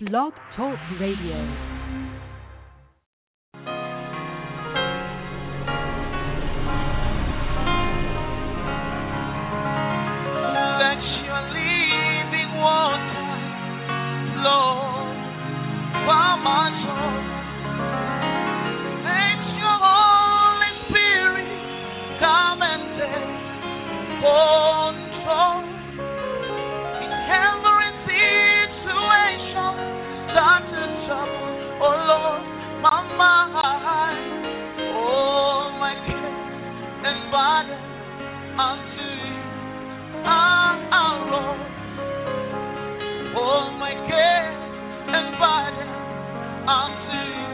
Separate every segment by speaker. Speaker 1: Blog Talk Radio.
Speaker 2: Let your living water flow by my soul. Let your Holy Spirit come and take control in every situation that is trouble. Oh Lord, my mind, oh my care and burden unto you. I- I roll. Oh my care and burden unto you.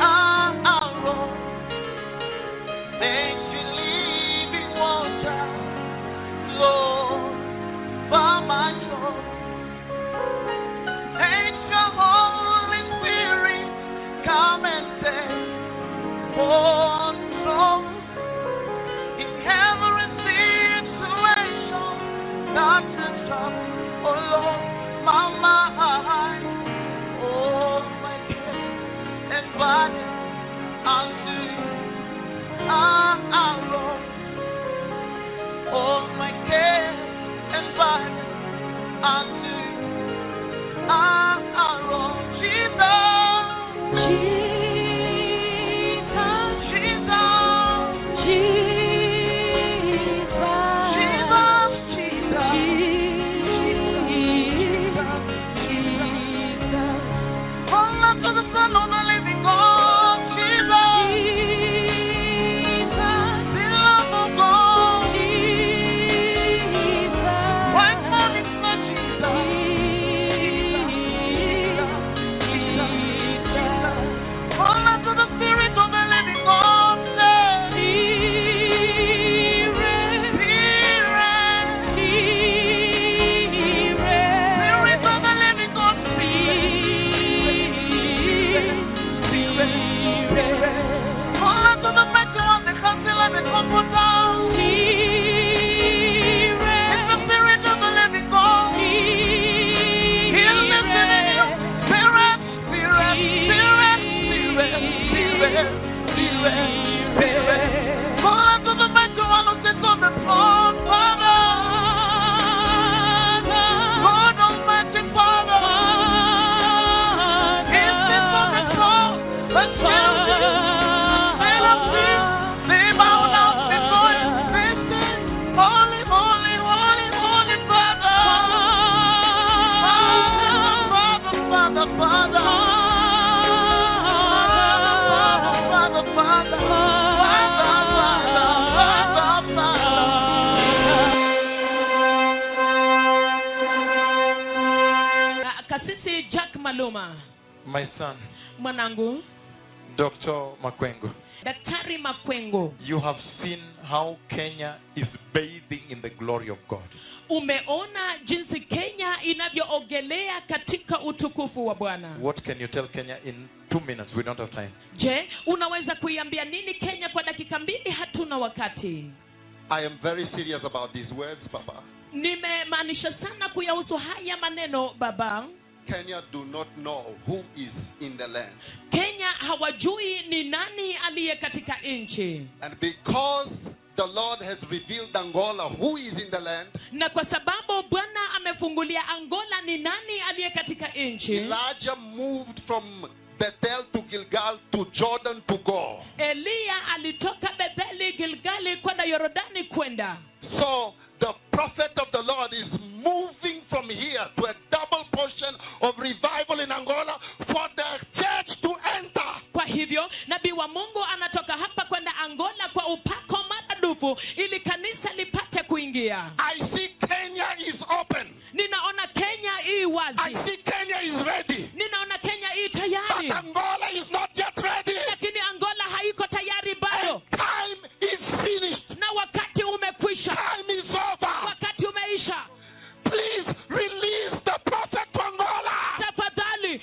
Speaker 2: I- I roll. Thank you, living water, Lord, by my soul. Thank your Holy Spirit, come and take control. In every situation, not to trouble, oh Lord, my mind, oh my care and body, unto you I, I Lord, oh my care and body, unto you I, I Lord, Jesus, Jesus, Jesus, Jesus. Come unto the Son of the living God, Jesus. It's the spirit of the living God. He'll live in you. Spirit, spirit, spirit, spirit, spirit, spirit, spirit. Fall into the mighty one who sits on the throne, Father. God Almighty Father. He sits on the throne, but still they love him. They bow down before him. They say, Holy, holy, holy, holy Father. Father, Father, Father, Father. Father, Father, Father. Father, Father, Father.
Speaker 3: Ah, kasisi jack maluma
Speaker 4: My son,
Speaker 3: mwanangu
Speaker 4: Dr. Makwengo,
Speaker 3: daktari makwengo
Speaker 4: you have seen how Kenya is bathing in the glory of God.
Speaker 3: umeona jinsi kenya inavyoogelea katika utukufu wa bwana
Speaker 4: What can you tell Kenya in two minutes? We don't have time.
Speaker 3: je unaweza kuiambia nini kenya kwa dakika mbili hatuna wakati
Speaker 4: I am very serious about these words, Papa.
Speaker 3: nimemaanisha sana kuyahusu haya maneno baba
Speaker 5: Kenya do not know who is in the land.
Speaker 3: kenya hawajui ni nani aliye katika nchi
Speaker 5: And because the Lord has revealed Angola who is in the land,
Speaker 3: na kwa sababu bwana amefungulia angola ni nani aliye katika nchi
Speaker 5: Elijah moved from Bethel to Gilgal to Jordan to go.
Speaker 3: eliya alitoka betheli gilgali kwenda yorodani kwenda
Speaker 5: So the prophet of the Lord is moving from here to a double portion of revival in Angola for the church to enter.
Speaker 3: kwa hivyo nabii wa mungu anatoka hapa kwenda angola kwa upako maradufu ili kanisa lipate kuingia
Speaker 5: I see Kenya is open.
Speaker 3: ninaona kenya ii
Speaker 5: I
Speaker 3: wazi
Speaker 5: see Kenya is ready.
Speaker 3: ninaona kenya ii
Speaker 5: But
Speaker 3: tayari
Speaker 5: Angola is not yet ready.
Speaker 3: lakini angola haiko tayari bado
Speaker 5: Time is finished.
Speaker 3: na wakati umekwisha
Speaker 5: Time is over.
Speaker 3: wakati umeisha
Speaker 5: Please release the prophet to Angola.
Speaker 3: tafadhali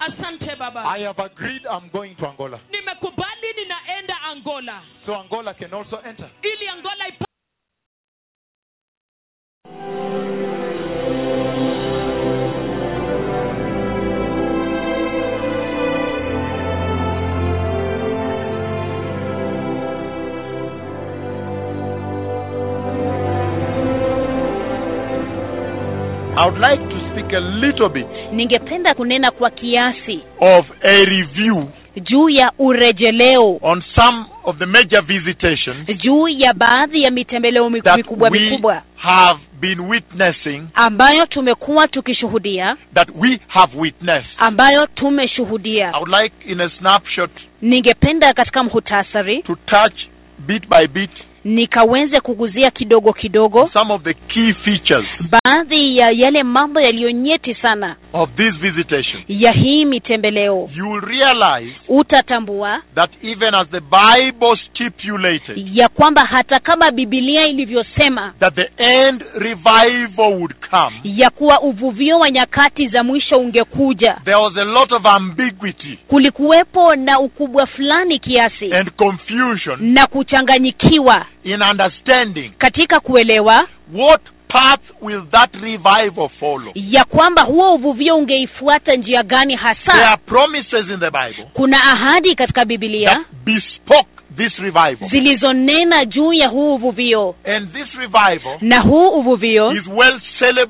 Speaker 3: Angola.
Speaker 4: I have agreed I'm going to Angola.
Speaker 3: Nimekubali ninaenda Angola
Speaker 4: So Angola can also enter.
Speaker 3: ili Angola ipa-
Speaker 6: I would like to speak a little bit
Speaker 7: Ningependa kunena kwa kiasi
Speaker 6: of a review
Speaker 7: juu ya urejeleo
Speaker 6: on some of the major visitations
Speaker 7: juu ya baadhi ya mitembeleo miku-
Speaker 6: that
Speaker 7: mikubwa
Speaker 6: we
Speaker 7: mikubwa
Speaker 6: have been witnessing,
Speaker 7: ambayo tumekuwa tukishuhudia
Speaker 6: that we have witnessed.
Speaker 7: ambayo
Speaker 6: I
Speaker 7: tumeshuhudia.
Speaker 6: would like, in a snapshot,
Speaker 7: Ningependa katika mhutasari
Speaker 6: to touch bit by bit
Speaker 7: nikaweze kuguzia kidogo kidogo
Speaker 6: some of the key features
Speaker 7: baadhi ya yale mambo yaliyo nyeti sana
Speaker 6: of this visitation.
Speaker 7: ya hii mitembeleo.
Speaker 6: You will realize
Speaker 7: Utatambua
Speaker 6: that even as the Bible stipulated
Speaker 7: ya kwamba hata kama Biblia ilivyosema
Speaker 6: that the end revival would come,
Speaker 7: ya kuwa uvuvio wa nyakati za mwisho ungekuja,
Speaker 6: there was a lot of ambiguity
Speaker 7: kulikuwepo na ukubwa fulani kiasi
Speaker 6: and confusion
Speaker 7: na kuchanganyikiwa
Speaker 6: in understanding
Speaker 7: katika kuelewa
Speaker 6: what path will that revival follow.
Speaker 7: ya kwamba huo uvuvio ungeifuata njia gani
Speaker 6: There
Speaker 7: hasa.
Speaker 6: are promises in the Bible
Speaker 7: Kuna ahadi katika Biblia
Speaker 6: that bespoke this revival.
Speaker 7: zilizonena juu ya huu uvuvio,
Speaker 6: And this revival
Speaker 7: na huu uvuvio
Speaker 6: is well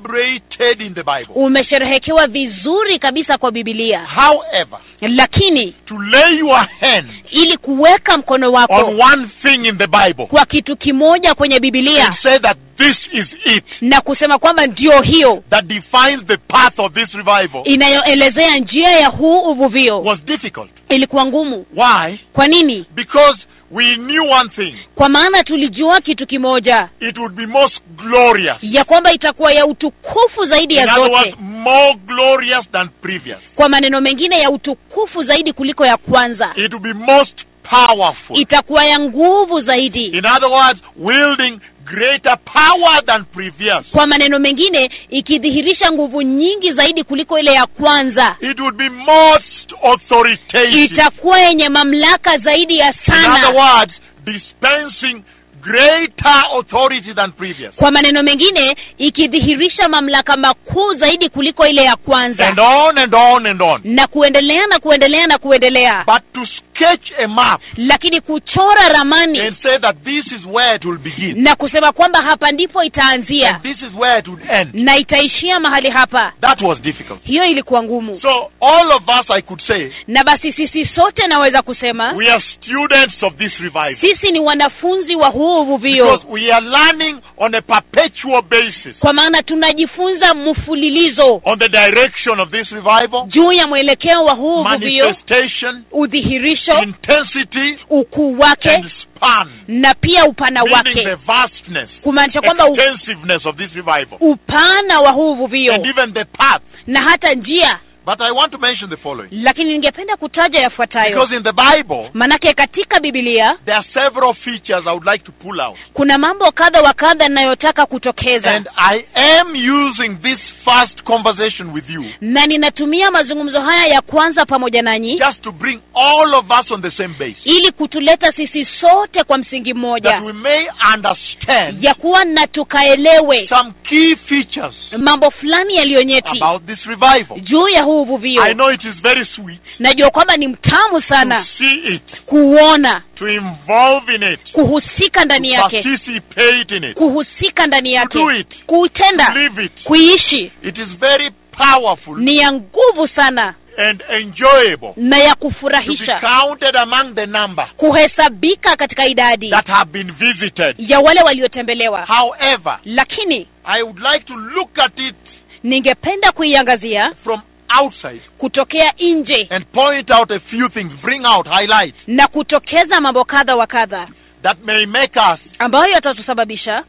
Speaker 6: celebrated in the Bible.
Speaker 7: umesherehekewa vizuri kabisa kwa Biblia,
Speaker 6: However,
Speaker 7: lakini
Speaker 6: to lay your hand
Speaker 7: ili kuweka mkono wako
Speaker 6: on one thing in the Bible
Speaker 7: kwa kitu kimoja kwenye
Speaker 6: and
Speaker 7: Biblia
Speaker 6: say that this is it
Speaker 7: na kusema kwamba ndiyo hiyo
Speaker 6: that defines the path of this revival
Speaker 7: inayoelezea njia ya huu uvuvio
Speaker 6: was difficult.
Speaker 7: ilikuwa ngumu.
Speaker 6: Why?
Speaker 7: Kwa nini?
Speaker 6: Because we knew one thing
Speaker 7: Kwa maana tulijua kitu kimoja,
Speaker 6: it would be most glorious.
Speaker 7: ya kwamba itakuwa ya utukufu zaidi
Speaker 6: In
Speaker 7: ya
Speaker 6: other words,
Speaker 7: zote.
Speaker 6: more glorious than previous.
Speaker 7: Kwa maneno mengine, ya utukufu zaidi kuliko ya kwanza,
Speaker 6: It would be most powerful.
Speaker 7: itakuwa ya nguvu zaidi.
Speaker 6: In other words, wielding greater power than previous.
Speaker 7: Kwa maneno mengine, ikidhihirisha nguvu nyingi zaidi kuliko ile ya kwanza,
Speaker 6: It would be most authoritative.
Speaker 7: itakuwa yenye mamlaka zaidi ya
Speaker 6: In other
Speaker 7: sana.
Speaker 6: words, dispensing greater authority than previous.
Speaker 7: Kwa maneno mengine, ikidhihirisha mamlaka makuu zaidi kuliko ile ya kwanza,
Speaker 6: And on and on and on.
Speaker 7: na kuendelea na kuendelea na kuendelea,
Speaker 6: But to sketch a map
Speaker 7: lakini kuchora ramani
Speaker 6: and say that this is where it will begin,
Speaker 7: na kusema kwamba hapa ndipo itaanzia
Speaker 6: and this is where it would end,
Speaker 7: na itaishia mahali hapa,
Speaker 6: that was difficult.
Speaker 7: hiyo ilikuwa ngumu.
Speaker 6: So, all of us, I could say,
Speaker 7: Na basi sisi sote naweza kusema
Speaker 6: we are students of this revival
Speaker 7: sisi ni wanafunzi wa huu uvuvio,
Speaker 6: because we are learning on a perpetual basis
Speaker 7: kwa maana tunajifunza mfululizo
Speaker 6: on the direction of this revival,
Speaker 7: juu ya mwelekeo wa huu uvuvio,
Speaker 6: manifestation,
Speaker 7: udhihirisho,
Speaker 6: intensity,
Speaker 7: ukuu
Speaker 6: and
Speaker 7: wake
Speaker 6: span.
Speaker 7: na pia upana
Speaker 6: meaning the
Speaker 7: wake,
Speaker 6: vastness,
Speaker 7: kumaanisha kwamba u-
Speaker 6: extensiveness of this revival,
Speaker 7: upana wa huu
Speaker 6: and
Speaker 7: uvuvio
Speaker 6: even the path.
Speaker 7: na hata njia.
Speaker 6: But I want to mention the following.
Speaker 7: Lakini ningependa kutaja yafuatayo.
Speaker 6: Because in the Bible,
Speaker 7: manake katika bibilia
Speaker 6: there are several features I would like to pull out.
Speaker 7: kuna mambo kadha wa kadha ninayotaka kutokeza
Speaker 6: And I am using this first conversation with you
Speaker 7: na ninatumia mazungumzo haya ya kwanza pamoja nanyi
Speaker 6: just to bring all of us on the same base.
Speaker 7: ili kutuleta sisi sote kwa msingi
Speaker 6: That
Speaker 7: mmoja
Speaker 6: we may understand
Speaker 7: ya kuwa na tukaelewe
Speaker 6: some key features
Speaker 7: mambo fulani yaliyonyeti
Speaker 6: about this revival.
Speaker 7: juu ya huu uvuvio
Speaker 6: I know it is very sweet
Speaker 7: najua kwamba ni mtamu
Speaker 6: to
Speaker 7: sana
Speaker 6: see it,
Speaker 7: kuuona
Speaker 6: to involve in it,
Speaker 7: kuhusika
Speaker 6: to
Speaker 7: ndani yake
Speaker 6: participate in it,
Speaker 7: kuhusika ndani yake
Speaker 6: do it. to
Speaker 7: kuutenda
Speaker 6: live it.
Speaker 7: kuiishi
Speaker 6: It is very powerful
Speaker 7: ni ya nguvu sana
Speaker 6: and enjoyable
Speaker 7: na ya
Speaker 6: to be
Speaker 7: kufurahisha
Speaker 6: counted among the number
Speaker 7: kuhesabika katika idadi
Speaker 6: that have been visited.
Speaker 7: ya wale waliotembelewa
Speaker 6: However,
Speaker 7: lakini
Speaker 6: I would like to look at it
Speaker 7: ningependa kuiangazia
Speaker 6: from outside
Speaker 7: kutokea nje
Speaker 6: and point out a few things, bring out highlights
Speaker 7: na kutokeza mambo kadha wa kadha
Speaker 6: that may make us
Speaker 7: ambayo yatatusababisha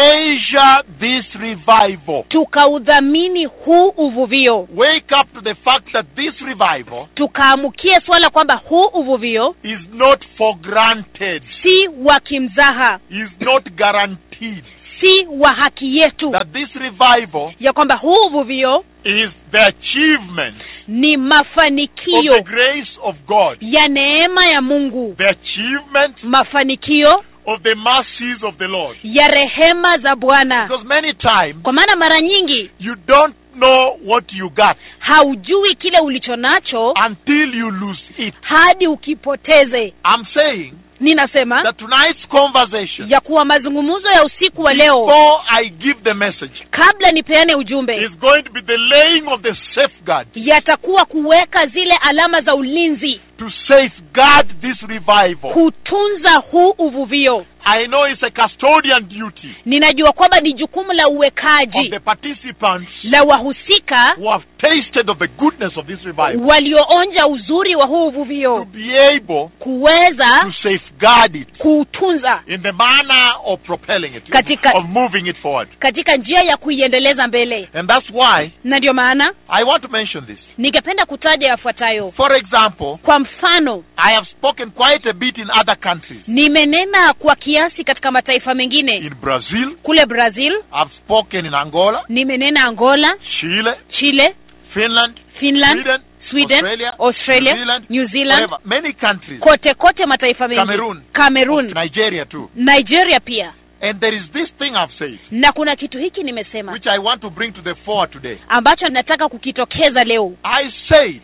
Speaker 6: treasure this revival.
Speaker 7: tukaudhamini huu uvuvio
Speaker 6: Wake up to the fact that this revival
Speaker 7: tukaamukie swala kwamba huu uvuvio
Speaker 6: is not for granted,
Speaker 7: si wa kimzaha
Speaker 6: is not guaranteed.
Speaker 7: si wa haki yetu
Speaker 6: That this revival
Speaker 7: ya kwamba huu uvuvio
Speaker 6: is the achievement
Speaker 7: ni
Speaker 6: of the
Speaker 7: mafanikio
Speaker 6: grace of God,
Speaker 7: ya neema ya mungu
Speaker 6: the achievement
Speaker 7: mafanikio
Speaker 6: of the mercies of the Lord.
Speaker 7: ya rehema za bwana
Speaker 6: Because many times
Speaker 7: kwa maana mara nyingi
Speaker 6: you don't know what you got
Speaker 7: haujui kile ulicho nacho
Speaker 6: until you lose it.
Speaker 7: hadi ukipoteze
Speaker 6: I'm saying
Speaker 7: ninasema
Speaker 6: that tonight's conversation,
Speaker 7: ya kuwa mazungumzo ya usiku wa leo
Speaker 6: before I give the message,
Speaker 7: kabla nipeane ujumbe
Speaker 6: is going to be the laying of the safeguard
Speaker 7: yatakuwa kuweka zile alama za ulinzi
Speaker 6: to safeguard this revival.
Speaker 7: kutunza huu uvuvio
Speaker 6: I know it's a custodian duty
Speaker 7: ninajua kwamba ni jukumu la
Speaker 6: of
Speaker 7: uwekaji
Speaker 6: the participants
Speaker 7: la wahusika
Speaker 6: who have tasted of the goodness of this revival
Speaker 7: walioonja uzuri wa huu
Speaker 6: to
Speaker 7: uvuvio
Speaker 6: be able to
Speaker 7: kuweza
Speaker 6: safeguard it
Speaker 7: kuutunza
Speaker 6: in the manner of propelling it,
Speaker 7: Katika-
Speaker 6: of moving it forward.
Speaker 7: katika njia ya kuiendeleza mbele
Speaker 6: And that's why
Speaker 7: na ndio maana
Speaker 6: I want to mention this.
Speaker 7: ningependa kutaja yafuatayo
Speaker 6: For example,
Speaker 7: kwa mfano
Speaker 6: I have spoken quite a bit in other countries.
Speaker 7: nimenena kwa kiasi katika mataifa mengine
Speaker 6: In Brazil,
Speaker 7: kule brazil
Speaker 6: I've spoken in Angola,
Speaker 7: nimenena angola
Speaker 6: Chile,
Speaker 7: chile
Speaker 6: Finland,
Speaker 7: finland
Speaker 6: Sweden,
Speaker 7: sweden
Speaker 6: Australia,
Speaker 7: Australia,
Speaker 6: New Zealand,
Speaker 7: New Zealand,
Speaker 6: wherever. many countries,
Speaker 7: kote kote mataifa mengi
Speaker 6: Cameroon.
Speaker 7: Cameroon,
Speaker 6: Nigeria too.
Speaker 7: nigeria pia
Speaker 6: And there is this thing I've said,
Speaker 7: na kuna kitu hiki nimesema
Speaker 6: which I want to bring to the fore today.
Speaker 7: ambacho nataka kukitokeza leo
Speaker 6: I said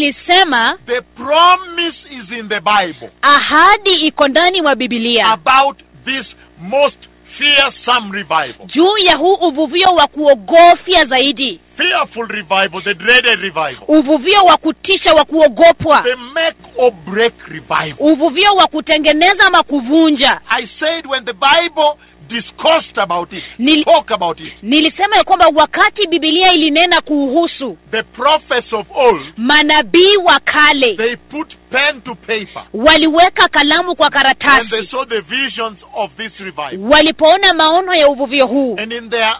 Speaker 7: nilisema
Speaker 6: the promise is in the Bible
Speaker 7: ahadi iko ndani mwa bibilia
Speaker 6: about this most fearsome revival.
Speaker 7: juu ya huu uvuvio wa kuogofya zaidi
Speaker 6: Fearful revival, the dreaded revival,
Speaker 7: uvuvio wa kutisha wa kuogopwa
Speaker 6: the make or break revival.
Speaker 7: uvuvio wa kutengeneza ama kuvunja
Speaker 6: I said when the Bible discussed about it,
Speaker 7: Nil-
Speaker 6: spoke about it,
Speaker 7: nilisema ya kwamba wakati bibilia ilinena kuuhusu
Speaker 6: the prophets of old,
Speaker 7: manabii wa kale
Speaker 6: they put pen to paper
Speaker 7: waliweka kalamu kwa
Speaker 6: when they
Speaker 7: karatasi
Speaker 6: saw the visions of this revival.
Speaker 7: walipoona maono ya uvuvio huu
Speaker 6: And in their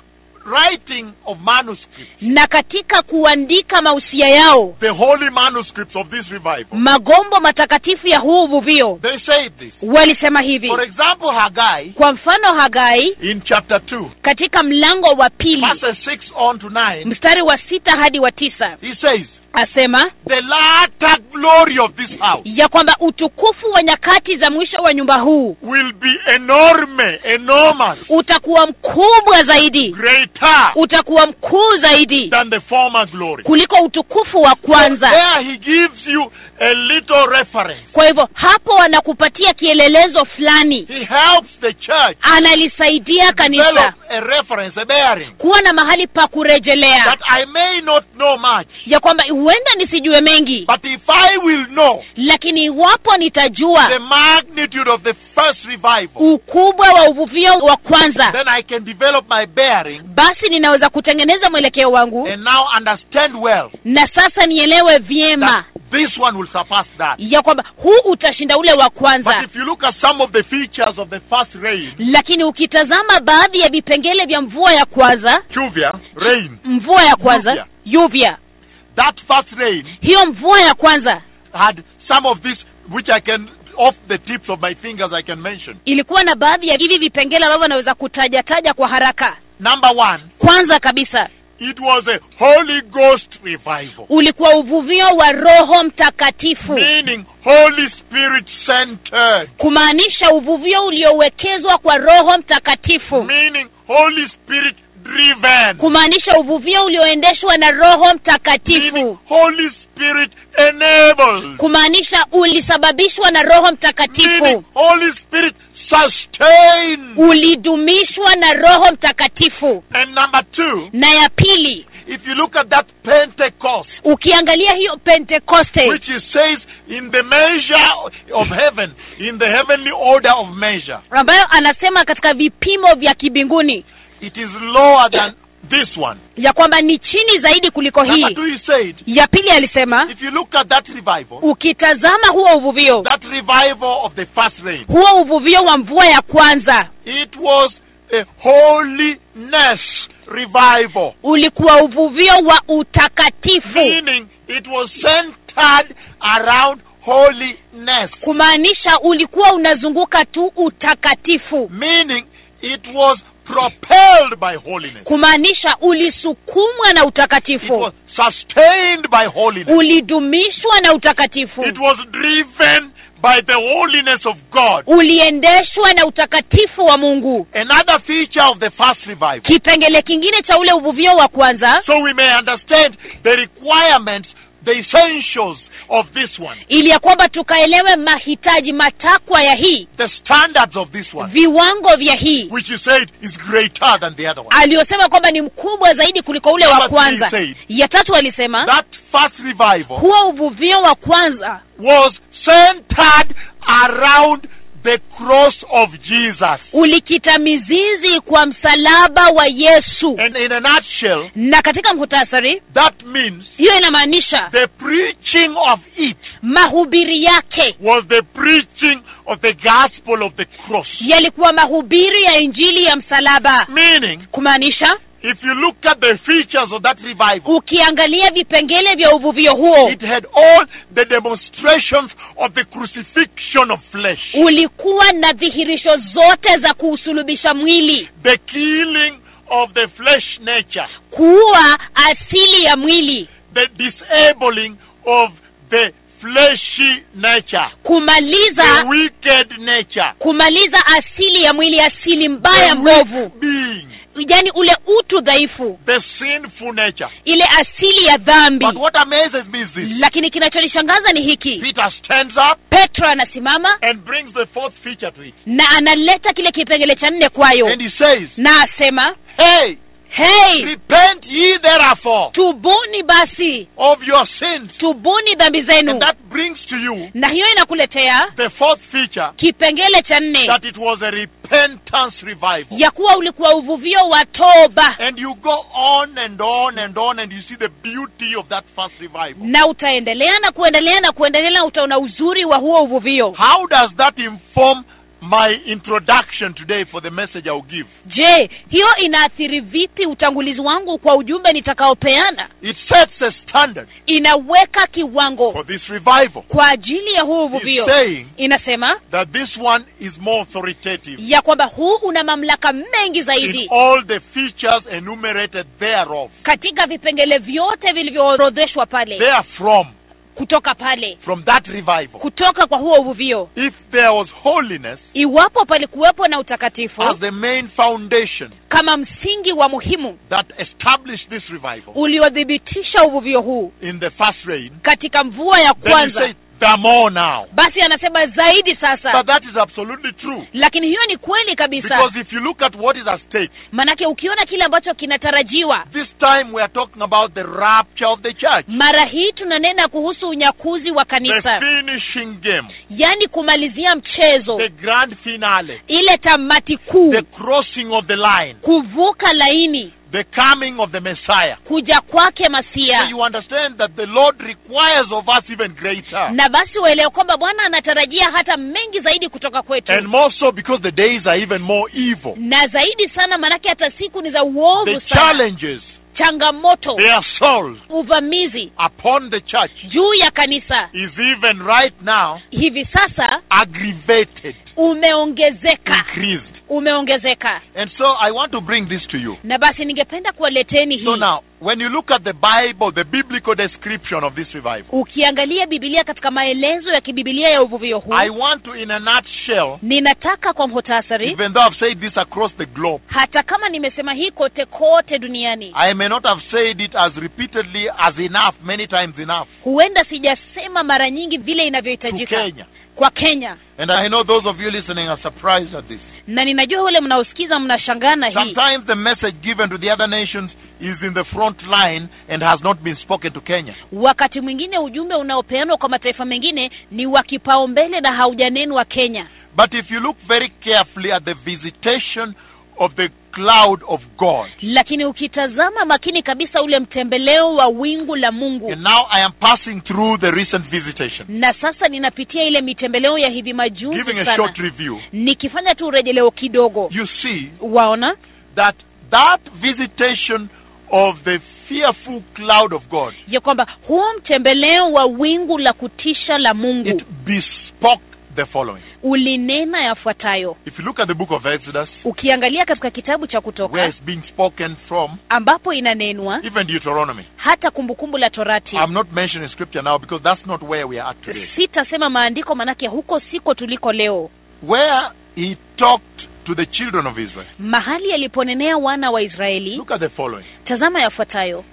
Speaker 6: writing of manuscripts,
Speaker 7: na katika kuandika mausia yao
Speaker 6: the holy manuscripts of this
Speaker 7: Mm.
Speaker 6: revival,
Speaker 7: magombo matakatifu ya huu uvuvio
Speaker 6: they said this.
Speaker 7: walisema hivi
Speaker 6: For example, Haggai
Speaker 7: kwa mfano hagai
Speaker 6: in chapter 2,
Speaker 7: katika mlango wa pili
Speaker 6: verses 6 on to 9,
Speaker 7: mstari wa sita hadi wa tisa
Speaker 6: he says,
Speaker 7: asema
Speaker 6: The latter glory of this house
Speaker 7: ya kwamba utukufu wa nyakati za mwisho wa nyumba huu
Speaker 6: will be enorme, enormous,
Speaker 7: utakuwa mkubwa zaidi
Speaker 6: greater
Speaker 7: utakuwa mkuu zaidi
Speaker 6: than the former glory.
Speaker 7: kuliko utukufu wa kwanza
Speaker 6: There he gives you a little reference.
Speaker 7: kwa hivyo hapo anakupatia kielelezo fulani
Speaker 6: He helps the church
Speaker 7: analisaidia
Speaker 6: develop
Speaker 7: kanisa
Speaker 6: a reference, a bearing.
Speaker 7: kuwa na mahali pa kurejelea
Speaker 6: That I may not know much,
Speaker 7: ya kwamba huenda nisijue mengi
Speaker 6: but if I will know
Speaker 7: lakini iwapo
Speaker 6: the
Speaker 7: nitajua
Speaker 6: magnitude of the first revival,
Speaker 7: ukubwa wa uvuvio wa kwanza
Speaker 6: then I can develop my bearing
Speaker 7: basi ninaweza kutengeneza mwelekeo wangu
Speaker 6: and now understand well
Speaker 7: na sasa nielewe vyema
Speaker 6: that this one will surpass that.
Speaker 7: ya kwamba huu utashinda ule wa
Speaker 6: But
Speaker 7: kwanza
Speaker 6: if you look at some of the features of the first rain,
Speaker 7: lakini ukitazama baadhi ya vipengele vya mvua ya kwanza
Speaker 6: Juvia, rain,
Speaker 7: mvua ya kwanza yuvya
Speaker 6: that first rain
Speaker 7: hiyo mvua ya kwanza
Speaker 6: had some of this which I can, off the tips of my fingers, I can mention.
Speaker 7: ilikuwa na baadhi ya hivi vipengele ambavyo naweza kutaja taja kwa haraka
Speaker 6: Number one,
Speaker 7: kwanza kabisa
Speaker 6: it was a Holy Ghost revival,
Speaker 7: ulikuwa uvuvio wa roho mtakatifu
Speaker 6: meaning Holy Spirit centered.
Speaker 7: kumaanisha uvuvio uliowekezwa kwa roho mtakatifu
Speaker 6: meaning Holy Spirit driven,
Speaker 7: kumaanisha uvuvio ulioendeshwa na roho
Speaker 6: meaning
Speaker 7: mtakatifu
Speaker 6: Holy Spirit enabled,
Speaker 7: kumaanisha ulisababishwa na roho mtakatifu
Speaker 6: meaning Holy Spirit sustained.
Speaker 7: ulidumishwa na roho mtakatifu
Speaker 6: And number two,
Speaker 7: na ya pili
Speaker 6: if you look at that Pentecost,
Speaker 7: ukiangalia hiyo pentekoste
Speaker 6: which it says in the measure of heaven, in the heavenly order of measure,
Speaker 7: ambayo anasema katika vipimo vya kibinguni
Speaker 6: it is lower than this one.
Speaker 7: ya kwamba ni chini zaidi kuliko
Speaker 6: Number
Speaker 7: hii
Speaker 6: two, he said,
Speaker 7: ya pili alisema
Speaker 6: if you look at that
Speaker 7: Oh.
Speaker 6: revival,
Speaker 7: ukitazama huo uvuvio
Speaker 6: that revival of the first rain,
Speaker 7: huo uvuvio wa mvua ya kwanza
Speaker 6: It was a holiness revival,
Speaker 7: ulikuwa uvuvio wa utakatifu
Speaker 6: meaning it was centered around holiness,
Speaker 7: kumaanisha ulikuwa unazunguka tu utakatifu
Speaker 6: meaning it was propelled by
Speaker 7: Oh.
Speaker 6: holiness.
Speaker 7: kumaanisha ulisukumwa na
Speaker 6: It
Speaker 7: utakatifu
Speaker 6: was sustained by
Speaker 7: Oh.
Speaker 6: holiness.
Speaker 7: ulidumishwa na utakatifu
Speaker 6: It was driven by the holiness of
Speaker 7: Oh.
Speaker 6: God.
Speaker 7: uliendeshwa na utakatifu wa mungu
Speaker 6: Another feature of the first revival.
Speaker 7: kipengele kingine cha ule uvuvio wa kwanza
Speaker 6: So we may understand the requirements, the essentials of this one,
Speaker 7: ili ya kwamba tukaelewe mahitaji matakwa ya hii
Speaker 6: the standards of this one,
Speaker 7: viwango vya hii
Speaker 6: which he said is greater than the other one.
Speaker 7: aliyosema kwamba ni mkubwa zaidi kuliko ule
Speaker 6: Number
Speaker 7: wa
Speaker 6: three
Speaker 7: kwanza
Speaker 6: said,
Speaker 7: ya tatu alisema
Speaker 6: That first revival
Speaker 7: huo uvuvio wa kwanza
Speaker 6: was centered around the cross of Jesus.
Speaker 7: ulikita mizizi kwa msalaba wa yesu
Speaker 6: And in a nutshell,
Speaker 7: na katika muhtasari
Speaker 6: that means
Speaker 7: hiyo inamaanisha
Speaker 6: the preaching of it
Speaker 7: mahubiri yake
Speaker 6: was the preaching of the gospel of the cross.
Speaker 7: yalikuwa mahubiri ya injili ya msalaba
Speaker 6: Meaning,
Speaker 7: kumaanisha
Speaker 6: if you look at the features of that revival,
Speaker 7: ukiangalia vipengele vya uvuvio huo
Speaker 6: it had all the demonstrations of the crucifixion of flesh,
Speaker 7: ulikuwa na dhihirisho zote za kuusulubisha mwili
Speaker 6: the killing of the flesh nature,
Speaker 7: kuua asili ya mwili
Speaker 6: the disabling of the fleshy nature, the
Speaker 7: kumaliza
Speaker 6: wicked nature,
Speaker 7: kumaliza asili ya mwili asili mbaya
Speaker 6: the
Speaker 7: mbovu
Speaker 6: weak being,
Speaker 7: yaani ule utu dhaifu
Speaker 6: the sinful nature.
Speaker 7: ile asili ya dhambi
Speaker 6: But what amazes me is this.
Speaker 7: lakini kinachonishangaza ni hiki
Speaker 6: Peter stands up
Speaker 7: petro anasimama
Speaker 6: and brings the fourth feature to it.
Speaker 7: na analeta kile kipengele cha nne kwayo
Speaker 6: And he says,
Speaker 7: na asema
Speaker 6: Hey,
Speaker 7: hei
Speaker 6: repent ye therefore
Speaker 7: tubuni basi
Speaker 6: of your sins.
Speaker 7: tubuni dhambi
Speaker 6: And
Speaker 7: zenu
Speaker 6: that brings to you
Speaker 7: na hiyo inakuletea
Speaker 6: the fourth feature
Speaker 7: kipengele cha nne
Speaker 6: that it was a repentance revival.
Speaker 7: ya kuwa ulikuwa uvuvio wa toba
Speaker 6: And you go on and on and on and you see the beauty of that first revival.
Speaker 7: na utaendelea na kuendelea na kuendelea na utaona uzuri wa huo uvuvio
Speaker 6: How does that inform my introduction today for the message I'll give?
Speaker 7: je hiyo inaathiri vipi utangulizi wangu kwa ujumbe nitakaopeana
Speaker 6: It sets a standard
Speaker 7: inaweka kiwango
Speaker 6: for this revival.
Speaker 7: kwa ajili ya huo
Speaker 6: It's
Speaker 7: uvuvio
Speaker 6: saying
Speaker 7: inasema
Speaker 6: that this one is more authoritative
Speaker 7: ya kwamba huu una mamlaka mengi
Speaker 6: in
Speaker 7: zaidi
Speaker 6: all the features enumerated thereof.
Speaker 7: katika vipengele vyote vilivyoorodheshwa pale
Speaker 6: Therefrom,
Speaker 7: kutoka pale
Speaker 6: from that revival,
Speaker 7: kutoka kwa huo uvuvio
Speaker 6: if there was holiness
Speaker 7: iwapo palikuwepo na utakatifu
Speaker 6: as the main foundation
Speaker 7: kama msingi wa muhimu
Speaker 6: that established this revival
Speaker 7: uliothibitisha uvuvio huu
Speaker 6: in the first rain,
Speaker 7: katika mvua ya
Speaker 6: then you
Speaker 7: kwanza
Speaker 6: say, the more now.
Speaker 7: basi anasema zaidi sasa
Speaker 6: But that is absolutely true.
Speaker 7: lakini hiyo ni kweli kabisa
Speaker 6: Because if you look at what is at stake,
Speaker 7: manake ukiona kile ambacho kinatarajiwa
Speaker 6: this time we are talking about the rapture of the church,
Speaker 7: mara hii tunanena kuhusu unyakuzi wa
Speaker 6: the
Speaker 7: kanisa
Speaker 6: finishing game,
Speaker 7: yaani kumalizia mchezo
Speaker 6: the grand finale,
Speaker 7: ile tamati kuu
Speaker 6: the crossing of the line,
Speaker 7: kuvuka laini
Speaker 6: the coming of the Messiah.
Speaker 7: kuja kwake
Speaker 6: So
Speaker 7: masia
Speaker 6: you understand that the Lord requires of us even greater.
Speaker 7: na basi waelewe kwamba bwana anatarajia hata mengi zaidi kutoka kwetu
Speaker 6: And more so because the days are even more evil.
Speaker 7: na zaidi sana maanake hata siku ni za
Speaker 6: The
Speaker 7: uovu sana
Speaker 6: challenges,
Speaker 7: changamoto
Speaker 6: their souls
Speaker 7: uvamizi
Speaker 6: upon the church
Speaker 7: juu ya kanisa
Speaker 6: is even right now
Speaker 7: hivi sasa
Speaker 6: aggravated,
Speaker 7: umeongezeka
Speaker 6: increased.
Speaker 7: umeongezeka
Speaker 6: And so I want to bring this to you.
Speaker 7: na basi ningependa kuwaleteni
Speaker 6: So
Speaker 7: hii
Speaker 6: now, when you look at the Bible, the biblical description of this revival,
Speaker 7: ukiangalia bibilia katika maelezo ya kibibilia ya uvuvio huu
Speaker 6: I want to, in a nutshell,
Speaker 7: ninataka kwa mhutasari
Speaker 6: even though I've said this across the globe,
Speaker 7: hata kama nimesema hii kote kote duniani
Speaker 6: I may not have said it as repeatedly as enough, many times enough,
Speaker 7: huenda sijasema mara nyingi vile
Speaker 6: to
Speaker 7: inavyohitajika
Speaker 6: Kenya.
Speaker 7: kwa kenya
Speaker 6: And I know those of you listening are surprised at this.
Speaker 7: na ninajua wale mnaosikiza mnashangaa na hii
Speaker 6: Sometimes the message given to the other nations is in the front line and has not been spoken to Kenya.
Speaker 7: wakati mwingine ujumbe unaopeanwa kwa mataifa mengine ni wa kipaumbele na haujanenwa kenya
Speaker 6: But if you look very carefully at the visitation of the cloud of God,
Speaker 7: lakini ukitazama makini kabisa ule mtembeleo wa wingu la mungu
Speaker 6: and now I am passing through the recent visitation,
Speaker 7: na sasa ninapitia ile mitembeleo ya hivi majuzi
Speaker 6: giving a
Speaker 7: sana
Speaker 6: short review,
Speaker 7: nikifanya tu urejeleo kidogo
Speaker 6: you see
Speaker 7: waona
Speaker 6: that that visitation of the fearful cloud of God,
Speaker 7: ya kwamba huo mtembeleo wa wingu la kutisha la mungu
Speaker 6: it bespoke the following.
Speaker 7: ulinena yafuatayo
Speaker 6: If you look at the book of Exodus,
Speaker 7: ukiangalia katika kitabu cha
Speaker 6: where
Speaker 7: kutoka
Speaker 6: it's being spoken from,
Speaker 7: ambapo inanenwa
Speaker 6: even Deuteronomy.
Speaker 7: hata kumbukumbu la torati
Speaker 6: I'm not mentioning scripture now because that's not where we are at today.
Speaker 7: sitasema maandiko manake huko siko tuliko leo
Speaker 6: Where he talked to the children of Israel.
Speaker 7: mahali yaliponenea wana wa israeli
Speaker 6: Look at the following.
Speaker 7: tazama yafuatayo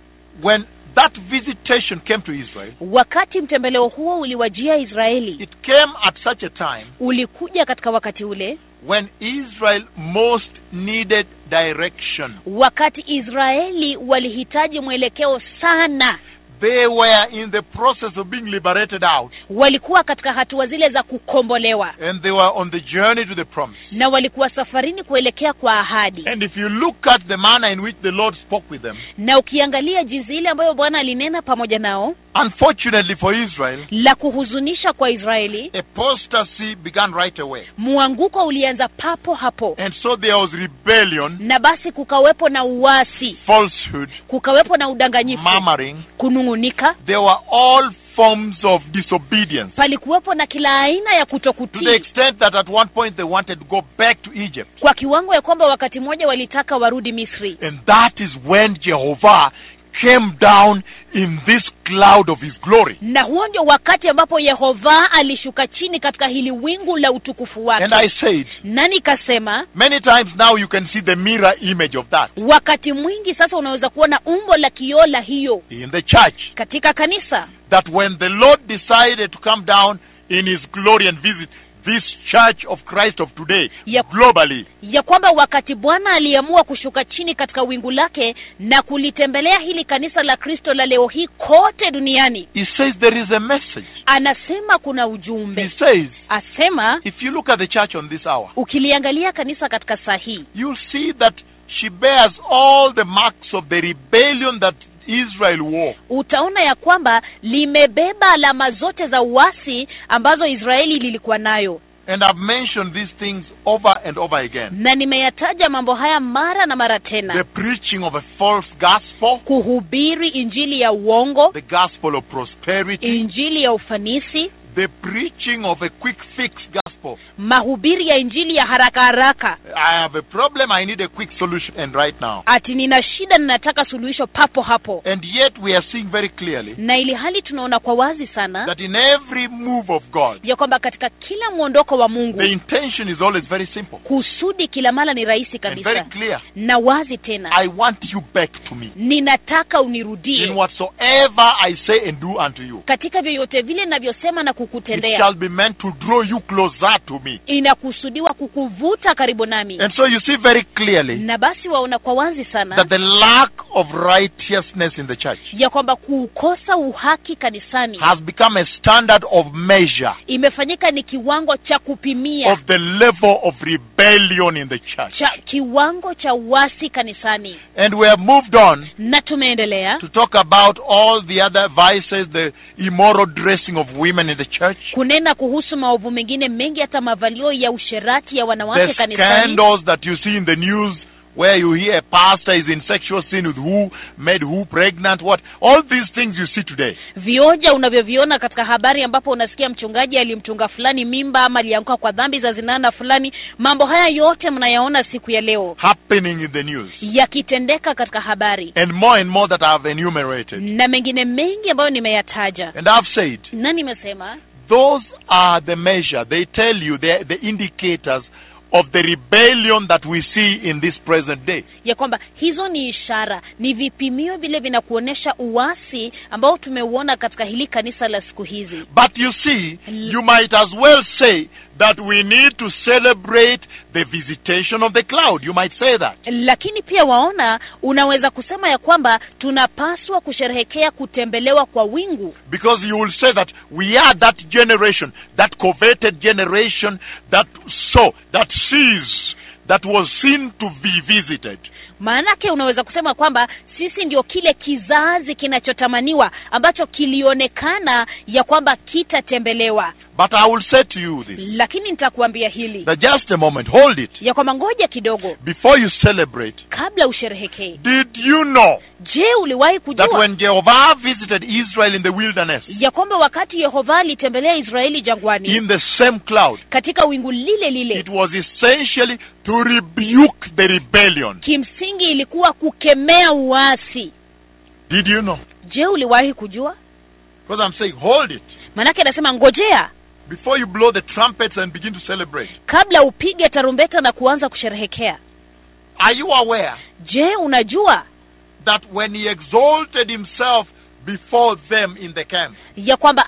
Speaker 6: When that visitation came to Israel,
Speaker 7: wakati mtembeleo huo uliwajia israeli
Speaker 6: it came at such a time
Speaker 7: ulikuja katika wakati ule
Speaker 6: when Israel most needed direction.
Speaker 7: wakati israeli walihitaji mwelekeo sana
Speaker 6: They were in the process of being liberated out
Speaker 7: walikuwa katika hatua zile za kukombolewa
Speaker 6: and they were on the journey to the promise.
Speaker 7: na walikuwa safarini kuelekea kwa ahadi
Speaker 6: And if you look at the manner in which the Lord spoke with them,
Speaker 7: na ukiangalia jinsi ile ambayo bwana alinena pamoja nao
Speaker 6: unfortunately for Israel,
Speaker 7: la kuhuzunisha kwa israeli
Speaker 6: apostasy began right away.
Speaker 7: muanguko ulianza papo hapo
Speaker 6: And so there was rebellion,
Speaker 7: na basi kukawepo na uasi
Speaker 6: falsehood,
Speaker 7: kukawepo na udanganyifu
Speaker 6: murmuring.
Speaker 7: kunung'unika
Speaker 6: There were all forms of disobedience
Speaker 7: palikuwepo na kila aina
Speaker 6: to
Speaker 7: ya
Speaker 6: the
Speaker 7: kutokutii
Speaker 6: extent that at one point they wanted to go back to Egypt.
Speaker 7: kwa kiwango ya kwamba wakati mmoja walitaka warudi misri
Speaker 6: And that is when Jehovah came down in this cloud of his glory.
Speaker 7: na huo ndio wakati ambapo yehova alishuka chini katika hili wingu la utukufu wake
Speaker 6: And I said,
Speaker 7: na nikasema
Speaker 6: many times now you can see the mirror image of that
Speaker 7: wakati mwingi sasa unaweza kuona umbo la kioo la hiyo
Speaker 6: in the church.
Speaker 7: katika kanisa
Speaker 6: That when the Lord decided to come down in his glory and visit this church of Christ of today
Speaker 7: Yep.
Speaker 6: globally,
Speaker 7: ya kwamba wakati bwana aliamua kushuka chini katika wingu lake na kulitembelea hili kanisa la kristo la leo hii kote duniani
Speaker 6: he says there is a message.
Speaker 7: anasema kuna
Speaker 6: He
Speaker 7: ujumbe
Speaker 6: says,
Speaker 7: asema
Speaker 6: if you look at the church on this hour,
Speaker 7: ukiliangalia kanisa katika saa hii
Speaker 6: you'll see that she bears all the marks of the rebellion that Israel wore.
Speaker 7: utaona ya kwamba limebeba alama zote za uasi ambazo israeli lilikuwa nayo
Speaker 6: And I've mentioned these things over and over again.
Speaker 7: na nimeyataja mambo haya mara na mara
Speaker 6: The
Speaker 7: tena
Speaker 6: preaching of a false gospel,
Speaker 7: kuhubiri injili ya uongo
Speaker 6: the gospel of prosperity,
Speaker 7: injili ya ufanisi
Speaker 6: the preaching of a quick fix gospel.
Speaker 7: mahubiri ya injili ya haraka haraka
Speaker 6: I have a problem, I need a quick solution, and right now.
Speaker 7: ati nina shida ninataka suluhisho papo hapo
Speaker 6: And yet we are seeing very clearly
Speaker 7: na ili hali tunaona kwa wazi sana
Speaker 6: that in every move of God,
Speaker 7: ya kwamba katika kila mwondoko wa mungu
Speaker 6: the intention is always very simple
Speaker 7: kusudi kila mara ni rahisi
Speaker 6: and very
Speaker 7: kabisa
Speaker 6: clear.
Speaker 7: na wazi tena
Speaker 6: I want you back to me.
Speaker 7: ninataka
Speaker 6: in
Speaker 7: unirudie
Speaker 6: whatsoever I say and do unto you.
Speaker 7: katika vyovyote vile navyosema na
Speaker 6: It
Speaker 7: kukutendea
Speaker 6: shall be meant to draw you closer to me.
Speaker 7: inakusudiwa kukuvuta karibu nami
Speaker 6: And so you see very clearly
Speaker 7: na basi waona kwa wazi
Speaker 6: that
Speaker 7: sana
Speaker 6: the lack of righteousness in the church
Speaker 7: ya kwamba kuukosa uhaki kanisani
Speaker 6: has become a standard of measure
Speaker 7: imefanyika ni kiwango cha kupimia
Speaker 6: of the level of rebellion in the church.
Speaker 7: cha kiwango cha uasi kanisani
Speaker 6: And we have moved on
Speaker 7: na tumeendelea
Speaker 6: to talk about all the other vices, the immoral dressing of women in the church,
Speaker 7: kunena kuhusu maovu mengine mengi hata mavalio ya usherati ya
Speaker 6: the
Speaker 7: wanawake kanisani
Speaker 6: scandals that you see in the news where you hear a pastor is in sexual sin with who, made who pregnant, what. All these things you see today.
Speaker 7: vioja unavyoviona katika habari ambapo unasikia mchungaji alimtunga fulani mimba ama alianguka kwa dhambi za zinaa na fulani mambo haya yote mnayaona siku ya leo
Speaker 6: happening in the news
Speaker 7: yakitendeka katika habari
Speaker 6: and more and more that I've enumerated.
Speaker 7: na mengine mengi ambayo nimeyataja
Speaker 6: And I've said,
Speaker 7: na nimesema
Speaker 6: those are the measure. They tell you they're the indicators of the rebellion that we see in this present day.
Speaker 7: ya kwamba hizo ni ishara ni vipimio vile vinakuonyesha uasi ambao tumeuona katika hili kanisa la siku hizi
Speaker 6: But you see, you might as well say that we need to celebrate the visitation of the cloud. You might say that.
Speaker 7: lakini pia waona unaweza kusema ya kwamba tunapaswa kusherehekea kutembelewa kwa wingu
Speaker 6: Because you will say that we are that generation, that coveted generation that saw, that sees, that was seen to be visited.
Speaker 7: maanake unaweza kusema kwamba sisi ndio kile kizazi kinachotamaniwa ambacho kilionekana ya kwamba kitatembelewa
Speaker 6: But I will say to you this
Speaker 7: lakini nitakuambia hili
Speaker 6: that just a moment, hold it.
Speaker 7: ya kwamba ngoja kidogo
Speaker 6: Before you celebrate,
Speaker 7: kabla usherehekee
Speaker 6: did you know
Speaker 7: je uliwahi
Speaker 6: that
Speaker 7: kujua
Speaker 6: when Jehovah visited Israel in the wilderness,
Speaker 7: ya kwamba wakati yehova alitembelea israeli jangwani
Speaker 6: in the same cloud,
Speaker 7: katika wingu lile lile
Speaker 6: it was essentially to rebuke the rebellion.
Speaker 7: kimsingi ilikuwa kukemea uasi
Speaker 6: Did you know?
Speaker 7: je uliwahi kujua
Speaker 6: Because I'm saying, hold it.
Speaker 7: manake anasema ngojea
Speaker 6: Before you blow the trumpets and begin to celebrate,
Speaker 7: kabla upige tarumbeta na kuanza kusherehekea
Speaker 6: are you aware
Speaker 7: je unajua
Speaker 6: that when he exalted himself before them in the camp,
Speaker 7: ya kwamba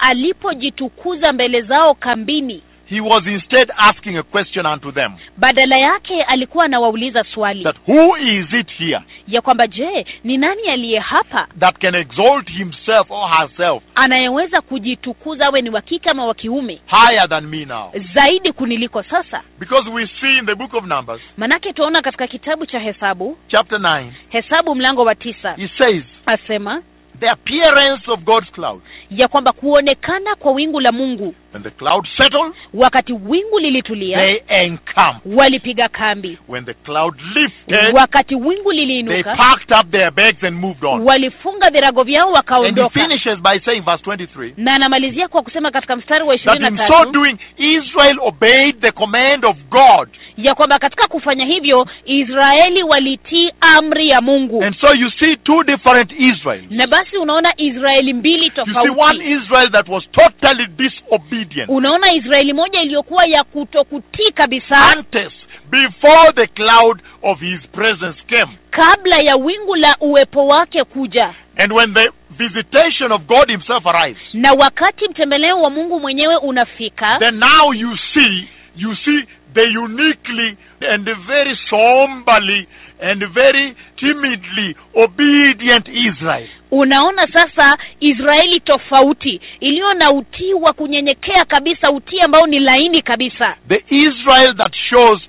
Speaker 7: alipojitukuza mbele zao kambini
Speaker 6: he was instead asking a question unto them
Speaker 7: badala yake alikuwa anawauliza swali
Speaker 6: that who is it here
Speaker 7: ya kwamba je ni nani aliye hapa
Speaker 6: that can exalt himself or herself
Speaker 7: anayeweza kujitukuza awe ni wa kike ama wa kiume
Speaker 6: higher than me now?
Speaker 7: zaidi kuniliko sasa
Speaker 6: Because we see in the book of Numbers,
Speaker 7: manake tunaona katika kitabu cha hesabu
Speaker 6: chapter 9,
Speaker 7: hesabu mlango wa tisa
Speaker 6: he says,
Speaker 7: asema
Speaker 6: The appearance of God's cloud.
Speaker 7: ya kwamba kuonekana kwa wingu la mungu
Speaker 6: When the cloud settled,
Speaker 7: wakati wingu lilitulia
Speaker 6: they encamped.
Speaker 7: walipiga kambi
Speaker 6: When the cloud lifted,
Speaker 7: wakati wingu
Speaker 6: they
Speaker 7: liliinuka
Speaker 6: packed up their bags and moved on.
Speaker 7: walifunga virago vyao
Speaker 6: And he
Speaker 7: wakaondoka
Speaker 6: finishes by saying, verse 23,
Speaker 7: na anamalizia kwa kusema katika mstari wa
Speaker 6: that
Speaker 7: ishirini
Speaker 6: in
Speaker 7: na
Speaker 6: so
Speaker 7: tatu
Speaker 6: doing, Israel obeyed the command of God.
Speaker 7: ya kwamba katika kufanya hivyo israeli walitii amri ya mungu
Speaker 6: And so you see two different Israels.
Speaker 7: na basi unaona israeli mbili
Speaker 6: You see one
Speaker 7: tofauti
Speaker 6: Israel that was totally disobedient,
Speaker 7: unaona israeli moja iliyokuwa ya kutokutii kabisa
Speaker 6: antes, before the cloud of his presence came.
Speaker 7: kabla ya wingu la uwepo wake kuja
Speaker 6: And when the visitation of God himself arrives,
Speaker 7: na wakati mtembeleo wa mungu mwenyewe unafika
Speaker 6: then now you see you see the uniquely and very somberly and very timidly obedient Israel.
Speaker 7: unaona sasa israeli tofauti iliyo na utii wa kunyenyekea kabisa utii ambao ni laini kabisa
Speaker 6: The Israel that shows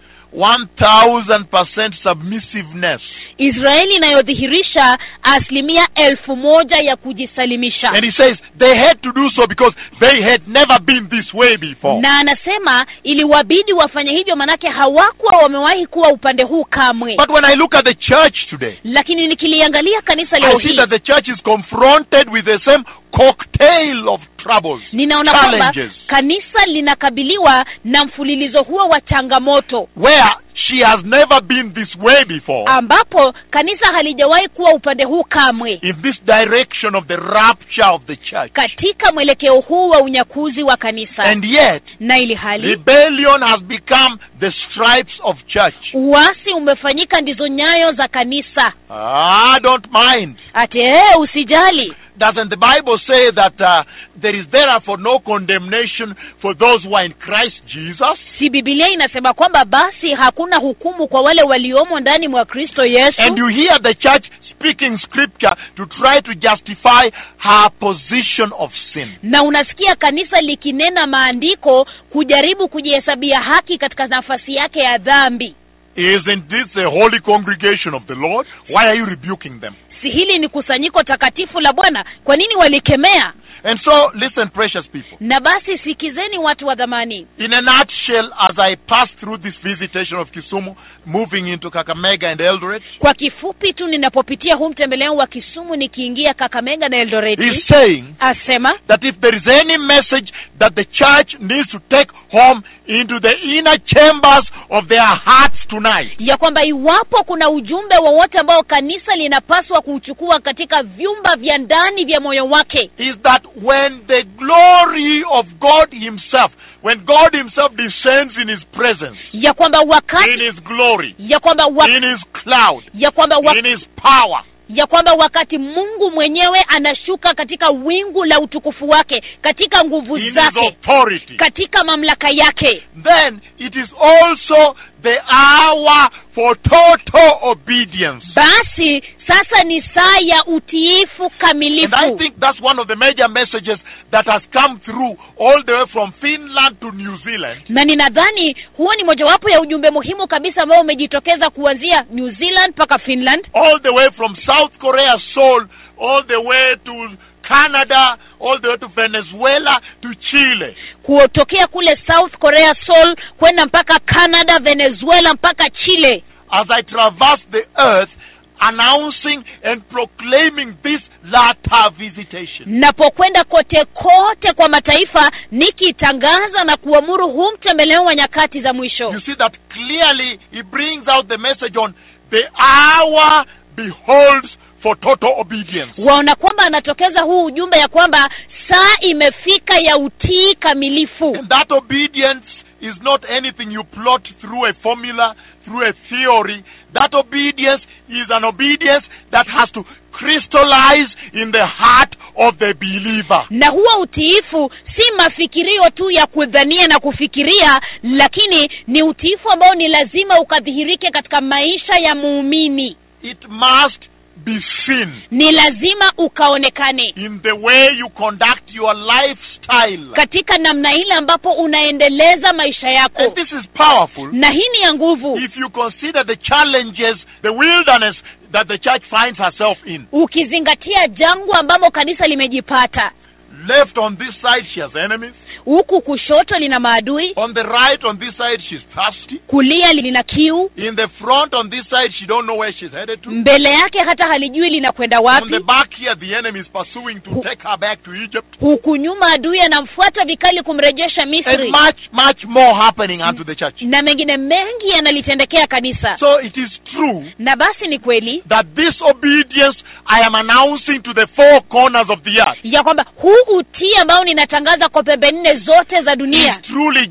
Speaker 6: 1000% submissiveness.
Speaker 7: israeli inayodhihirisha asilimia elfu moja ya kujisalimisha
Speaker 6: And he says they had to do so because they had never been this way before.
Speaker 7: na anasema iliwabidi wafanye hivyo manake hawakuwa wamewahi kuwa upande huu kamwe
Speaker 6: But when I look at the church today,
Speaker 7: lakini nikiliangalia kanisa
Speaker 6: I
Speaker 7: leo
Speaker 6: see
Speaker 7: hii
Speaker 6: that the church is confronted with the same cocktail of troubles.
Speaker 7: ninaona kwamba
Speaker 6: challenges.
Speaker 7: kanisa linakabiliwa na mfululizo huo wa changamoto
Speaker 6: where she has never been this way before
Speaker 7: Ah. ambapo kanisa halijawahi kuwa upande huu kamwe
Speaker 6: in this direction of the rapture of the church.
Speaker 7: katika mwelekeo huu wa unyakuzi wa kanisa
Speaker 6: And yet,
Speaker 7: na ili hali
Speaker 6: rebellion has become the stripes of church.
Speaker 7: uasi umefanyika ndizo nyayo za kanisa
Speaker 6: Ah, don't mind.
Speaker 7: ati ee, usijali
Speaker 6: Doesn't the Bible say that uh, there is therefore no condemnation for those who are in Christ Jesus?
Speaker 7: si bibilia inasema kwamba basi hakuna hukumu kwa wale waliomo ndani mwa kristo
Speaker 6: And
Speaker 7: yesu
Speaker 6: you hear the church speaking scripture to try to justify her position of sin.
Speaker 7: na unasikia kanisa likinena maandiko kujaribu kujihesabia haki katika nafasi yake ya dhambi
Speaker 6: Isn't this the holy congregation of the Lord? Why are you rebuking them?
Speaker 7: si hili ni kusanyiko takatifu la bwana kwa nini walikemea
Speaker 6: And so, listen, precious people.
Speaker 7: na basi sikizeni watu wa dhamani
Speaker 6: In a nutshell, as I pass through this visitation of Kisumu, moving into Kakamega and Eldoret,
Speaker 7: kwa kifupi tu ninapopitia huu mtembeleo wa kisumu nikiingia kakamega na
Speaker 6: he's
Speaker 7: eldoreti
Speaker 6: saying
Speaker 7: asema
Speaker 6: that if there is any message that the church needs to take home into the inner chambers of their hearts tonight,
Speaker 7: ya kwamba iwapo kuna ujumbe wowote ambao kanisa linapaswa kuuchukua katika vyumba vya ndani vya moyo wake
Speaker 6: is that when the glory of God Himself, when God Himself descends in His presence,
Speaker 7: ya kwamba
Speaker 6: in
Speaker 7: wakati
Speaker 6: His glory,
Speaker 7: ya kwamba wa,
Speaker 6: in His cloud,
Speaker 7: ya kwamba wa,
Speaker 6: in His power,
Speaker 7: ya kwamba wakati mungu mwenyewe anashuka katika wingu la utukufu wake katika nguvu
Speaker 6: in His
Speaker 7: zake
Speaker 6: authority,
Speaker 7: katika mamlaka yake
Speaker 6: then it is also the hour for total obedience.
Speaker 7: basi sasa ni saa ya utiifu
Speaker 6: And I
Speaker 7: kamilifu
Speaker 6: think that's one of the major messages that has come through all the way from Finland to New Zealand.
Speaker 7: na ninadhani huo ni mojawapo ya ujumbe muhimu kabisa ambao umejitokeza kuanzia new zealand mpaka finland
Speaker 6: All the way from South Korea, Seoul, all the way to Canada all the way to Venezuela to Chile.
Speaker 7: kutokea kule south korea seoul kwenda mpaka canada venezuela mpaka chile
Speaker 6: As I traverse the earth, announcing and proclaiming this latter visitation.
Speaker 7: napokwenda kote kote kwa mataifa nikitangaza na kuamuru huu mtembeleo wa nyakati za mwisho
Speaker 6: You see that clearly he brings out the message on the hour beholds for total obedience.
Speaker 7: waona kwamba anatokeza huu ujumbe ya kwamba saa imefika ya utii kamilifu
Speaker 6: And that obedience is not anything you plot through a formula, through a theory. That obedience is an obedience that has to crystallize in the heart of the believer.
Speaker 7: na huo utiifu si mafikirio tu ya kudhania na kufikiria lakini ni utiifu ambao ni lazima ukadhihirike katika maisha ya muumini
Speaker 6: It must be seen
Speaker 7: ni lazima ukaonekane
Speaker 6: in the way you conduct your lifestyle.
Speaker 7: katika namna ile ambapo unaendeleza maisha
Speaker 6: And
Speaker 7: yako
Speaker 6: this is powerful
Speaker 7: na hii ni ya nguvu
Speaker 6: if you consider the challenges, the wilderness that the church finds herself in.
Speaker 7: ukizingatia jangwa ambamo kanisa limejipata
Speaker 6: Left on this side, she has enemies.
Speaker 7: huku kushoto lina maadui
Speaker 6: On the right, on this side, she's thirsty.
Speaker 7: kulia lina kiu
Speaker 6: In the front on this side, she don't know where she's headed to.
Speaker 7: mbele yake hata halijui linakwenda
Speaker 6: On the
Speaker 7: wapi
Speaker 6: back here, the enemy is pursuing to
Speaker 7: Who-
Speaker 6: take her back to Egypt.
Speaker 7: huku nyuma adui anamfuata vikali kumrejesha
Speaker 6: And
Speaker 7: misri
Speaker 6: much, much more happening unto the church.
Speaker 7: na mengine mengi yanalitendekea kanisa
Speaker 6: So it is true
Speaker 7: na basi ni kweli
Speaker 6: that this obedience I am announcing to the four corners of the earth
Speaker 7: ya kwamba huu utii ambao ninatangaza kwa pembe nne zote za dunia
Speaker 6: is truly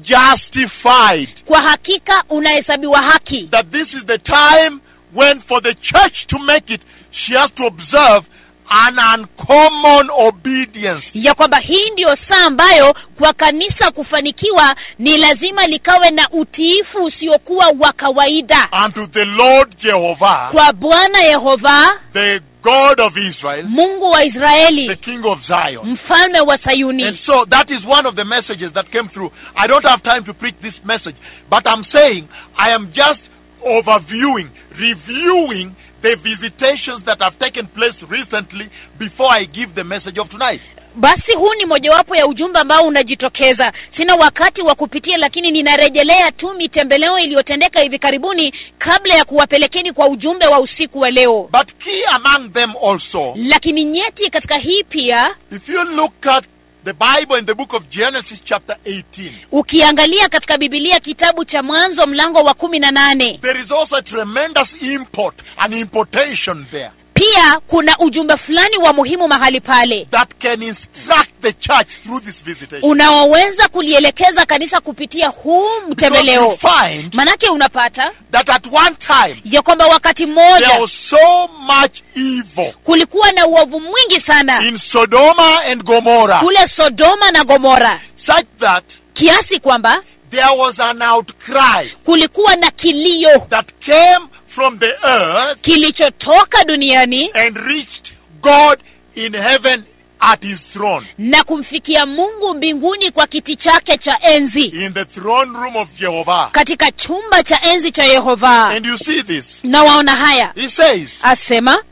Speaker 6: justified.
Speaker 7: kwa hakika unahesabiwa haki
Speaker 6: That this is the time when, for the church to make it, she has to observe an uncommon obedience.
Speaker 7: ya kwamba hii ndiyo saa ambayo kwa kanisa kufanikiwa ni lazima likawe na utiifu usiokuwa wa kawaida
Speaker 6: unto the Lord Jehovah,
Speaker 7: kwa bwana yehova
Speaker 6: the God of Israel,
Speaker 7: mungu wa
Speaker 6: the
Speaker 7: israeli
Speaker 6: King of Zion.
Speaker 7: mfalme wa
Speaker 6: And
Speaker 7: sayuni
Speaker 6: so that is one of the messages that came through. I don't have time to preach this message, but I'm saying I am just overviewing, reviewing the visitations that have taken place recently before I give the message of tonight.
Speaker 7: basi huu ni mojawapo ya ujumbe ambao unajitokeza sina wakati wa kupitia lakini ninarejelea tu mitembeleo iliyotendeka hivi karibuni kabla ya kuwapelekeni kwa ujumbe wa usiku wa leo
Speaker 6: But key among them also,
Speaker 7: lakini nyeti katika hii pia
Speaker 6: if you look at the Bible in the book of Genesis chapter 18,
Speaker 7: ukiangalia katika bibilia kitabu cha mwanzo mlango wa kumi na nane
Speaker 6: there is also a tremendous import, an importation there.
Speaker 7: pia kuna ujumbe fulani wa muhimu mahali pale
Speaker 6: that can instruct the church through this visitation.
Speaker 7: unaoweza kulielekeza kanisa kupitia huu
Speaker 6: Because you
Speaker 7: mtembeleo
Speaker 6: find
Speaker 7: manake unapata
Speaker 6: that at one time
Speaker 7: ya kwamba wakati
Speaker 6: there
Speaker 7: mmoja
Speaker 6: was so much evil
Speaker 7: kulikuwa na uovu mwingi sana
Speaker 6: in Sodoma and Gomorrah,
Speaker 7: kule sodoma na gomora
Speaker 6: such that
Speaker 7: kiasi kwamba
Speaker 6: there was an outcry
Speaker 7: kulikuwa na kilio
Speaker 6: that came from the earth
Speaker 7: kilichotoka duniani
Speaker 6: and reached God in heaven at his throne.
Speaker 7: na kumfikia mungu mbinguni kwa kiti chake cha enzi
Speaker 6: In the throne room of Jehovah.
Speaker 7: katika chumba cha enzi cha yehova
Speaker 6: And you see this.
Speaker 7: na waona haya
Speaker 6: He says
Speaker 7: Ah. asema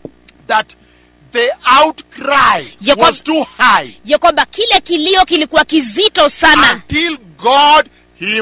Speaker 6: that the outcry
Speaker 7: Ya
Speaker 6: was
Speaker 7: kwamba-
Speaker 6: too high.
Speaker 7: ya kwamba kile kilio kilikuwa kizito sana
Speaker 6: until God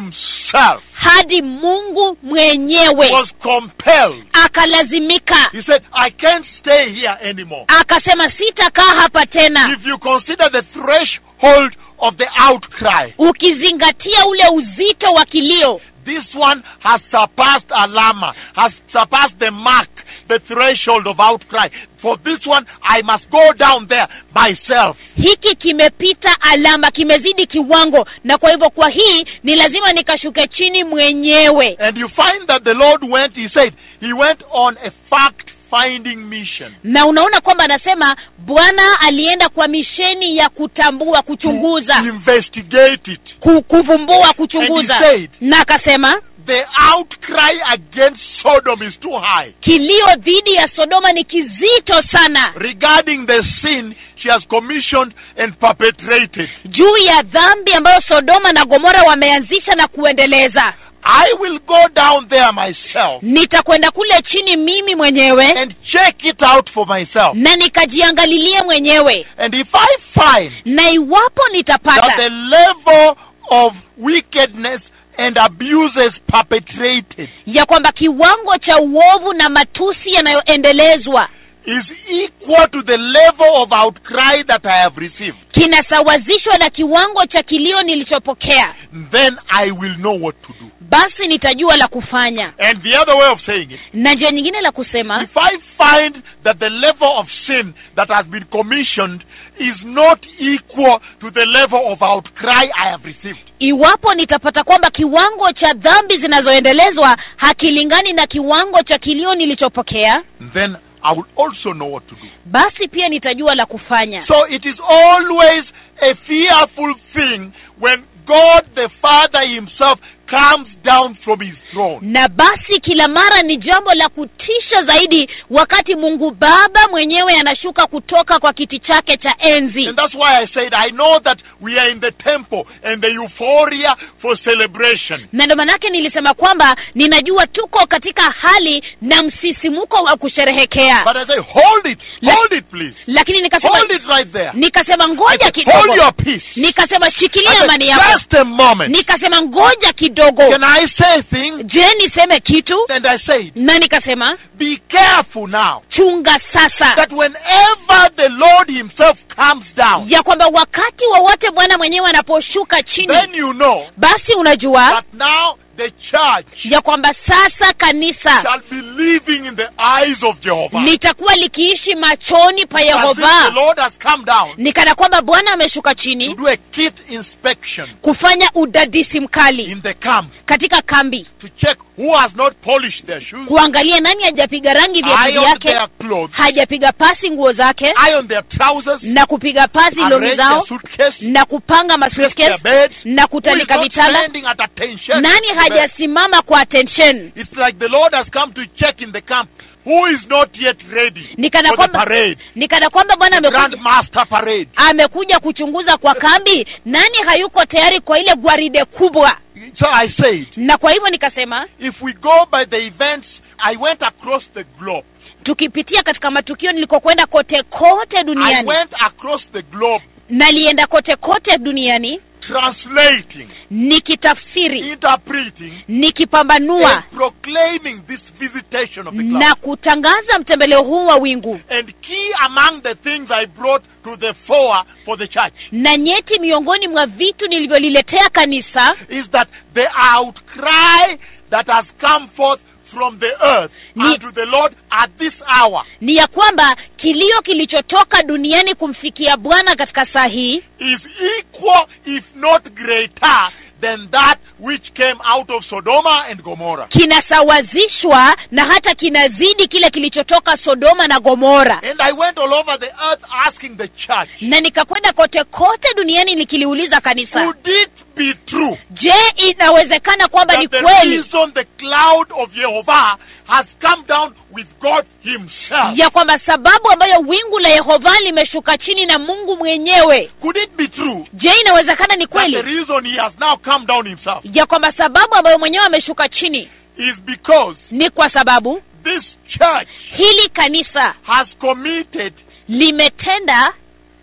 Speaker 6: Himself
Speaker 7: hadi mungu mwenyewe
Speaker 6: was compelled.
Speaker 7: akalazimika
Speaker 6: He said, I can't stay here anymore.
Speaker 7: akasema sitakaa hapa tena
Speaker 6: If you consider the threshold of the outcry,
Speaker 7: ukizingatia ule uzito wa kilio
Speaker 6: this one has surpassed Alama, has surpassed the mark, the threshold of outcry. For this one, I must go down there myself.
Speaker 7: hiki kimepita alama kimezidi kiwango na kwa hivyo kwa hii ni lazima nikashuke chini mwenyewe
Speaker 6: And you find that the Lord went, He said, He went on a fact finding mission.
Speaker 7: na unaona kwamba anasema bwana alienda kwa misheni ya kutambua
Speaker 6: to
Speaker 7: kuchunguza
Speaker 6: investigate it.
Speaker 7: ku, kuvumbua
Speaker 6: Mm. And he
Speaker 7: kuchunguza
Speaker 6: said-
Speaker 7: na akasema
Speaker 6: The outcry against Sodom is too high.
Speaker 7: kilio dhidi ya sodoma ni kizito sana
Speaker 6: Regarding the sin she has commissioned and perpetrated,
Speaker 7: juu ya dhambi ambayo sodoma na gomora wameanzisha na kuendeleza
Speaker 6: I will go down there myself
Speaker 7: nitakwenda kule chini mimi mwenyewe
Speaker 6: and check it out for myself.
Speaker 7: na nikajiangalilie mwenyewe
Speaker 6: And if I find
Speaker 7: na iwapo
Speaker 6: that the
Speaker 7: nitapata
Speaker 6: level of wickedness and abuses perpetrated
Speaker 7: ya kwamba kiwango cha uovu na matusi yanayoendelezwa
Speaker 6: is equal to the level of outcry that I have received,
Speaker 7: kinasawazishwa na kiwango cha kilio nilichopokea
Speaker 6: then I will know what to do.
Speaker 7: basi nitajua la kufanya
Speaker 6: And the other way of saying it,
Speaker 7: na njia nyingine la kusema
Speaker 6: if I find that the level of sin that has been commissioned is not equal to the level of outcry I have received,
Speaker 7: iwapo nitapata kwamba kiwango cha dhambi zinazoendelezwa hakilingani na kiwango cha kilio nilichopokea
Speaker 6: then I will also know what to do.
Speaker 7: basi pia nitajua la kufanya
Speaker 6: So it is always a fearful thing when God the Father Himself comes down from His throne.
Speaker 7: na basi kila mara ni jambo la kutisha zaidi wakati mungu baba mwenyewe anashuka kutoka kwa kiti chake cha enzi
Speaker 6: And that's why I said, I know that we are in the temple and the euphoria for celebration.
Speaker 7: na ndo manake nilisema kwamba ninajua tuko katika hali na msisimuko wa kusherehekea
Speaker 6: But I say, hold it,
Speaker 7: Let-
Speaker 6: hold it, please.
Speaker 7: lakini nikasema
Speaker 6: Hold it right there.
Speaker 7: nikasema
Speaker 6: I
Speaker 7: ngoja
Speaker 6: said, hold
Speaker 7: kidogo
Speaker 6: your peace.
Speaker 7: nikasema
Speaker 6: I
Speaker 7: shikilia
Speaker 6: said,
Speaker 7: amani yako
Speaker 6: just a moment.
Speaker 7: nikasema ngoja kidogo
Speaker 6: Can I say a thing?
Speaker 7: je niseme kitu
Speaker 6: And I said,
Speaker 7: na nikasema
Speaker 6: be careful now
Speaker 7: chunga sasa
Speaker 6: that whenever the Lord Himself comes down,
Speaker 7: ya kwamba wakati wowote bwana mwenyewe anaposhuka chini
Speaker 6: then you know
Speaker 7: basi unajua
Speaker 6: that now the church
Speaker 7: ya kwamba sasa kanisa
Speaker 6: shall be living in the eyes of Jehovah.
Speaker 7: litakuwa likiishi machoni pa
Speaker 6: As if the
Speaker 7: yehova
Speaker 6: Lord has come down
Speaker 7: ni kana kwamba bwana ameshuka
Speaker 6: to
Speaker 7: chini
Speaker 6: do a kit inspection
Speaker 7: kufanya udadisi mkali
Speaker 6: in the camp
Speaker 7: katika kambi
Speaker 6: to check who has not polished their shoes,
Speaker 7: kuangalia nani hajapiga rangi viatu
Speaker 6: ironed their
Speaker 7: vyake
Speaker 6: clothes,
Speaker 7: hajapiga pasi nguo zake
Speaker 6: ironed their trousers,
Speaker 7: na kupiga pasi longi
Speaker 6: arranged their
Speaker 7: zao
Speaker 6: suitcase,
Speaker 7: na kupanga
Speaker 6: placed their
Speaker 7: masuitcase
Speaker 6: beds.
Speaker 7: na
Speaker 6: Who is
Speaker 7: kutandika
Speaker 6: not
Speaker 7: vitanda
Speaker 6: standing at attention?
Speaker 7: nani
Speaker 6: to the bed?
Speaker 7: hajasimama kwa attention
Speaker 6: It's like the Lord has come to check in the camp who is not yet ready
Speaker 7: Ni kana
Speaker 6: for the
Speaker 7: kwamba-
Speaker 6: parade,
Speaker 7: ni kana kwamba bwana
Speaker 6: grand
Speaker 7: amekuja,
Speaker 6: master parade.
Speaker 7: amekuja kuchunguza kwa kambi nani hayuko tayari kwa ile gwaride kubwa
Speaker 6: So I said,
Speaker 7: na kwa hivyo nikasema
Speaker 6: If we go by the events, I went across the globe.
Speaker 7: tukipitia katika matukio nilikokwenda kote kote
Speaker 6: I
Speaker 7: duniani
Speaker 6: went across the globe
Speaker 7: nalienda kote kote duniani
Speaker 6: translating,
Speaker 7: nikitafsiri
Speaker 6: interpreting,
Speaker 7: nikipambanua
Speaker 6: and proclaiming this visitation of the
Speaker 7: na
Speaker 6: cloud.
Speaker 7: kutangaza mtembeleo huu wa wingu
Speaker 6: And key among the things I brought to the fore for the church
Speaker 7: na nyeti miongoni mwa vitu nilivyoliletea kanisa
Speaker 6: is that the outcry that has come forth from the earth
Speaker 7: Ni-
Speaker 6: unto the Lord at this hour
Speaker 7: ni ya kwamba kilio kilichotoka duniani kumfikia bwana katika saa hii
Speaker 6: is equal, if not greater, than that which came out of Sodoma and Gomorrah.
Speaker 7: kinasawazishwa na hata kinazidi kile kilichotoka sodoma na gomora
Speaker 6: And I went all over the earth asking the church,
Speaker 7: na nikakwenda kote kote duniani nikiliuliza kanisa
Speaker 6: could it be true
Speaker 7: je inawezekana kwamba
Speaker 6: that
Speaker 7: ni
Speaker 6: the
Speaker 7: kweli
Speaker 6: reason the cloud of Jehovah has come down with God Himself?
Speaker 7: ya kwamba sababu ambayo wingu la yehova limeshuka chini na mungu mwenyewe
Speaker 6: Could it be true
Speaker 7: je inawezekana ni
Speaker 6: that the
Speaker 7: kweli
Speaker 6: reason He has now come down Himself
Speaker 7: ya kwamba sababu ambayo mwenyewe ameshuka chini
Speaker 6: is because
Speaker 7: ni kwa sababu
Speaker 6: this church
Speaker 7: hili kanisa
Speaker 6: has committed
Speaker 7: limetenda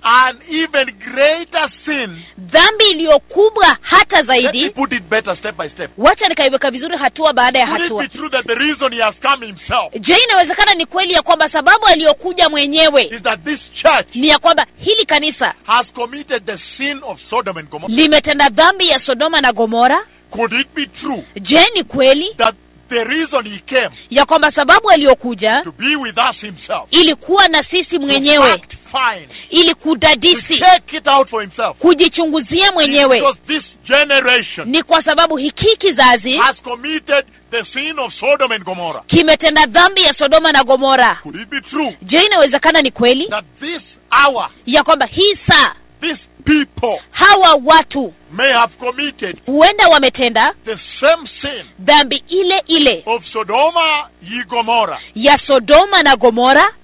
Speaker 6: an even greater sin?
Speaker 7: dhambi iliyokubwa hata
Speaker 6: Let me
Speaker 7: zaidi
Speaker 6: put it better step by step.
Speaker 7: wacha nikaiweka vizuri hatua baada ya
Speaker 6: Could it
Speaker 7: hatua
Speaker 6: be true that the reason He has come Himself
Speaker 7: je inawezekana ni kweli ya kwamba sababu aliyokuja mwenyewe
Speaker 6: is that this church
Speaker 7: ni ya kwamba hili kanisa
Speaker 6: has committed the sin of Sodom and Gomorrah?
Speaker 7: limetenda dhambi ya sodoma na gomora
Speaker 6: Could it be true
Speaker 7: je ni kweli
Speaker 6: that the reason he came
Speaker 7: ya kwamba sababu aliyokuja
Speaker 6: to be with us himself,
Speaker 7: ilikuwa na sisi
Speaker 6: to
Speaker 7: mwenyewe
Speaker 6: fact find, to
Speaker 7: ili kudadisi
Speaker 6: check it out for himself,
Speaker 7: kujichunguzia
Speaker 6: is
Speaker 7: mwenyewe
Speaker 6: because this generation
Speaker 7: ni kwa sababu hiki kizazi
Speaker 6: has committed the sin of Sodom and Gomorrah.
Speaker 7: kimetenda dhambi ya sodoma na gomora
Speaker 6: Could it be true
Speaker 7: je inawezekana ni kweli
Speaker 6: that this hour,
Speaker 7: ya kwamba hii saa
Speaker 6: this people
Speaker 7: hawa watu
Speaker 6: may have committed
Speaker 7: huenda wametenda
Speaker 6: the same sin
Speaker 7: dhambi ile ile
Speaker 6: of Sodoma and Gomorrah,
Speaker 7: ya sodoma na gomora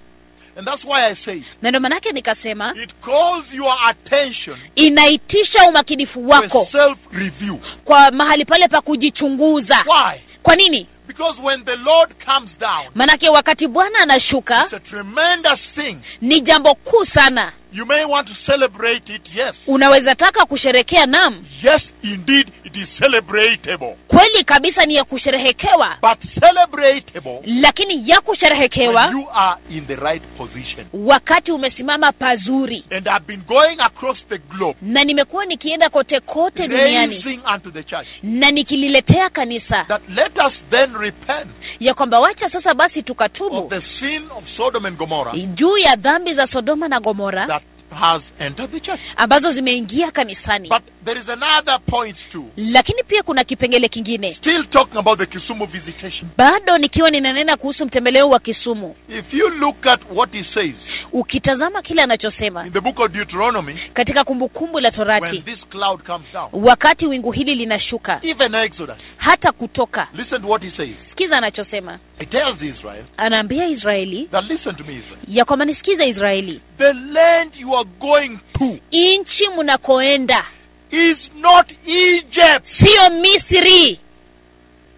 Speaker 6: And that's why I say
Speaker 7: na ndio manake nikasema
Speaker 6: it calls your attention
Speaker 7: inaitisha umakinifu
Speaker 6: to
Speaker 7: wako
Speaker 6: self review.
Speaker 7: kwa mahali pale pa kujichunguza
Speaker 6: Why?
Speaker 7: kwa nini
Speaker 6: Because when the Lord comes down,
Speaker 7: manake wakati bwana anashuka
Speaker 6: it's a tremendous thing.
Speaker 7: ni jambo kuu sana
Speaker 6: You may want to celebrate it, yes.
Speaker 7: unaweza taka kusherehekea nam
Speaker 6: Yes, indeed, it is celebratable.
Speaker 7: kweli kabisa ni ya kusherehekewa
Speaker 6: But celebratable
Speaker 7: lakini ya
Speaker 6: when
Speaker 7: kusherehekewa
Speaker 6: you are in the right position.
Speaker 7: wakati umesimama pazuri
Speaker 6: And I've been going across the globe,
Speaker 7: na nimekuwa nikienda kote kote duniani
Speaker 6: raising unto the church
Speaker 7: na nikililetea kanisa
Speaker 6: that let us then repent
Speaker 7: ya kwamba wacha sasa basi
Speaker 6: of
Speaker 7: tukatubu
Speaker 6: the sin of Sodom and Gomorrah
Speaker 7: juu ya dhambi za sodoma na gomora
Speaker 6: that has entered the church.
Speaker 7: ambazo zimeingia kanisani
Speaker 6: But there is another point too.
Speaker 7: lakini pia kuna kipengele kingine
Speaker 6: Still talking about the Kisumu visitation.
Speaker 7: bado nikiwa ninanena kuhusu mtembeleo wa kisumu
Speaker 6: If you look at what he says
Speaker 7: ukitazama kile anachosema
Speaker 6: in the book of Deuteronomy,
Speaker 7: katika kumbukumbu la
Speaker 6: when
Speaker 7: torati
Speaker 6: this cloud comes down,
Speaker 7: wakati wingu hili linashuka
Speaker 6: even Exodus,
Speaker 7: hata kutoka
Speaker 6: listen to what he says.
Speaker 7: sikiza anachosema
Speaker 6: He tells Israel
Speaker 7: anaambia israeli
Speaker 6: that listen to me, Israel.
Speaker 7: ya kwamba nisikiza israeli
Speaker 6: The land you are going to
Speaker 7: nchi mnakoenda
Speaker 6: is not Egypt.
Speaker 7: siyo misri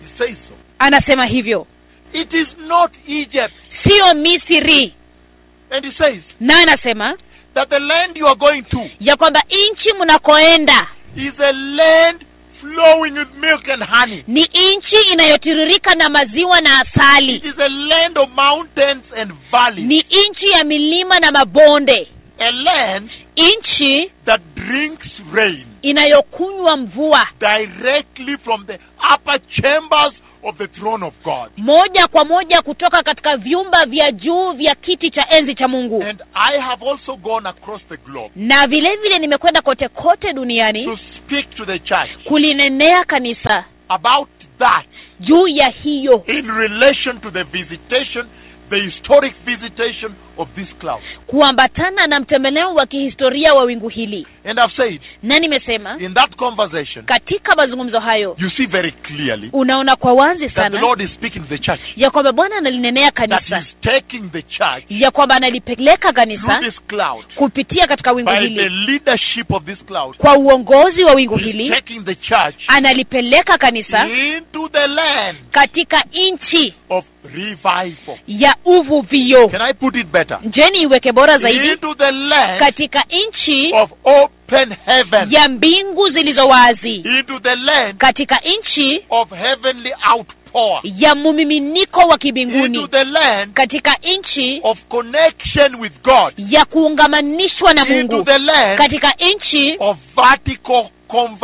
Speaker 6: He says so.
Speaker 7: anasema hivyo
Speaker 6: It is not Egypt.
Speaker 7: siyo misri
Speaker 6: And he says
Speaker 7: na anasema
Speaker 6: that the land you are going to
Speaker 7: ya kwamba nchi mnakoenda
Speaker 6: is a land flowing with milk and honey.
Speaker 7: ni nchi inayotiririka na maziwa na
Speaker 6: It
Speaker 7: asali
Speaker 6: is a land of mountains and valleys.
Speaker 7: ni nchi ya milima na mabonde
Speaker 6: A land
Speaker 7: nchi
Speaker 6: that drinks rain
Speaker 7: inayokunywa mvua
Speaker 6: directly from the upper chambers of the throne of God.
Speaker 7: moja kwa moja kutoka katika vyumba vya juu vya kiti cha enzi cha mungu
Speaker 6: And I have also gone across the globe
Speaker 7: na vile vile nimekwenda kote kote duniani
Speaker 6: to speak to the church
Speaker 7: kulinenea kanisa
Speaker 6: about that
Speaker 7: juu ya hiyo
Speaker 6: in relation to the visitation, the historic visitation of this cloud.
Speaker 7: kuambatana na mtembeleo wa kihistoria wa wingu hili
Speaker 6: And I've said
Speaker 7: na nimesema
Speaker 6: in that conversation,
Speaker 7: katika mazungumzo hayo
Speaker 6: you see very clearly
Speaker 7: unaona kwa wazi
Speaker 6: that the
Speaker 7: sana
Speaker 6: Lord is speaking to the church,
Speaker 7: ya kwamba bwana analinenea
Speaker 6: that
Speaker 7: kanisa
Speaker 6: He's taking the church
Speaker 7: ya kwamba analipeleka
Speaker 6: through
Speaker 7: kanisa
Speaker 6: this cloud
Speaker 7: kupitia katika wingu
Speaker 6: by the
Speaker 7: hili
Speaker 6: leadership of this cloud.
Speaker 7: kwa uongozi wa wingu
Speaker 6: He's
Speaker 7: hili
Speaker 6: taking the church
Speaker 7: analipeleka kanisa
Speaker 6: into the land
Speaker 7: katika nchi
Speaker 6: of revival.
Speaker 7: ya uvuvio
Speaker 6: Can I put it better?
Speaker 7: njeni iweke bora zaidi
Speaker 6: Into the land
Speaker 7: katika nchi
Speaker 6: of open heaven.
Speaker 7: ya mbingu zilizo wazi
Speaker 6: Into the land
Speaker 7: katika nchi
Speaker 6: of heavenly outpour.
Speaker 7: ya mumiminiko wa
Speaker 6: Into
Speaker 7: kibinguni
Speaker 6: the land
Speaker 7: katika nchi
Speaker 6: of connection with God.
Speaker 7: ya kuungamanishwa na
Speaker 6: Into
Speaker 7: mungu
Speaker 6: the land
Speaker 7: katika nchi
Speaker 6: of vertical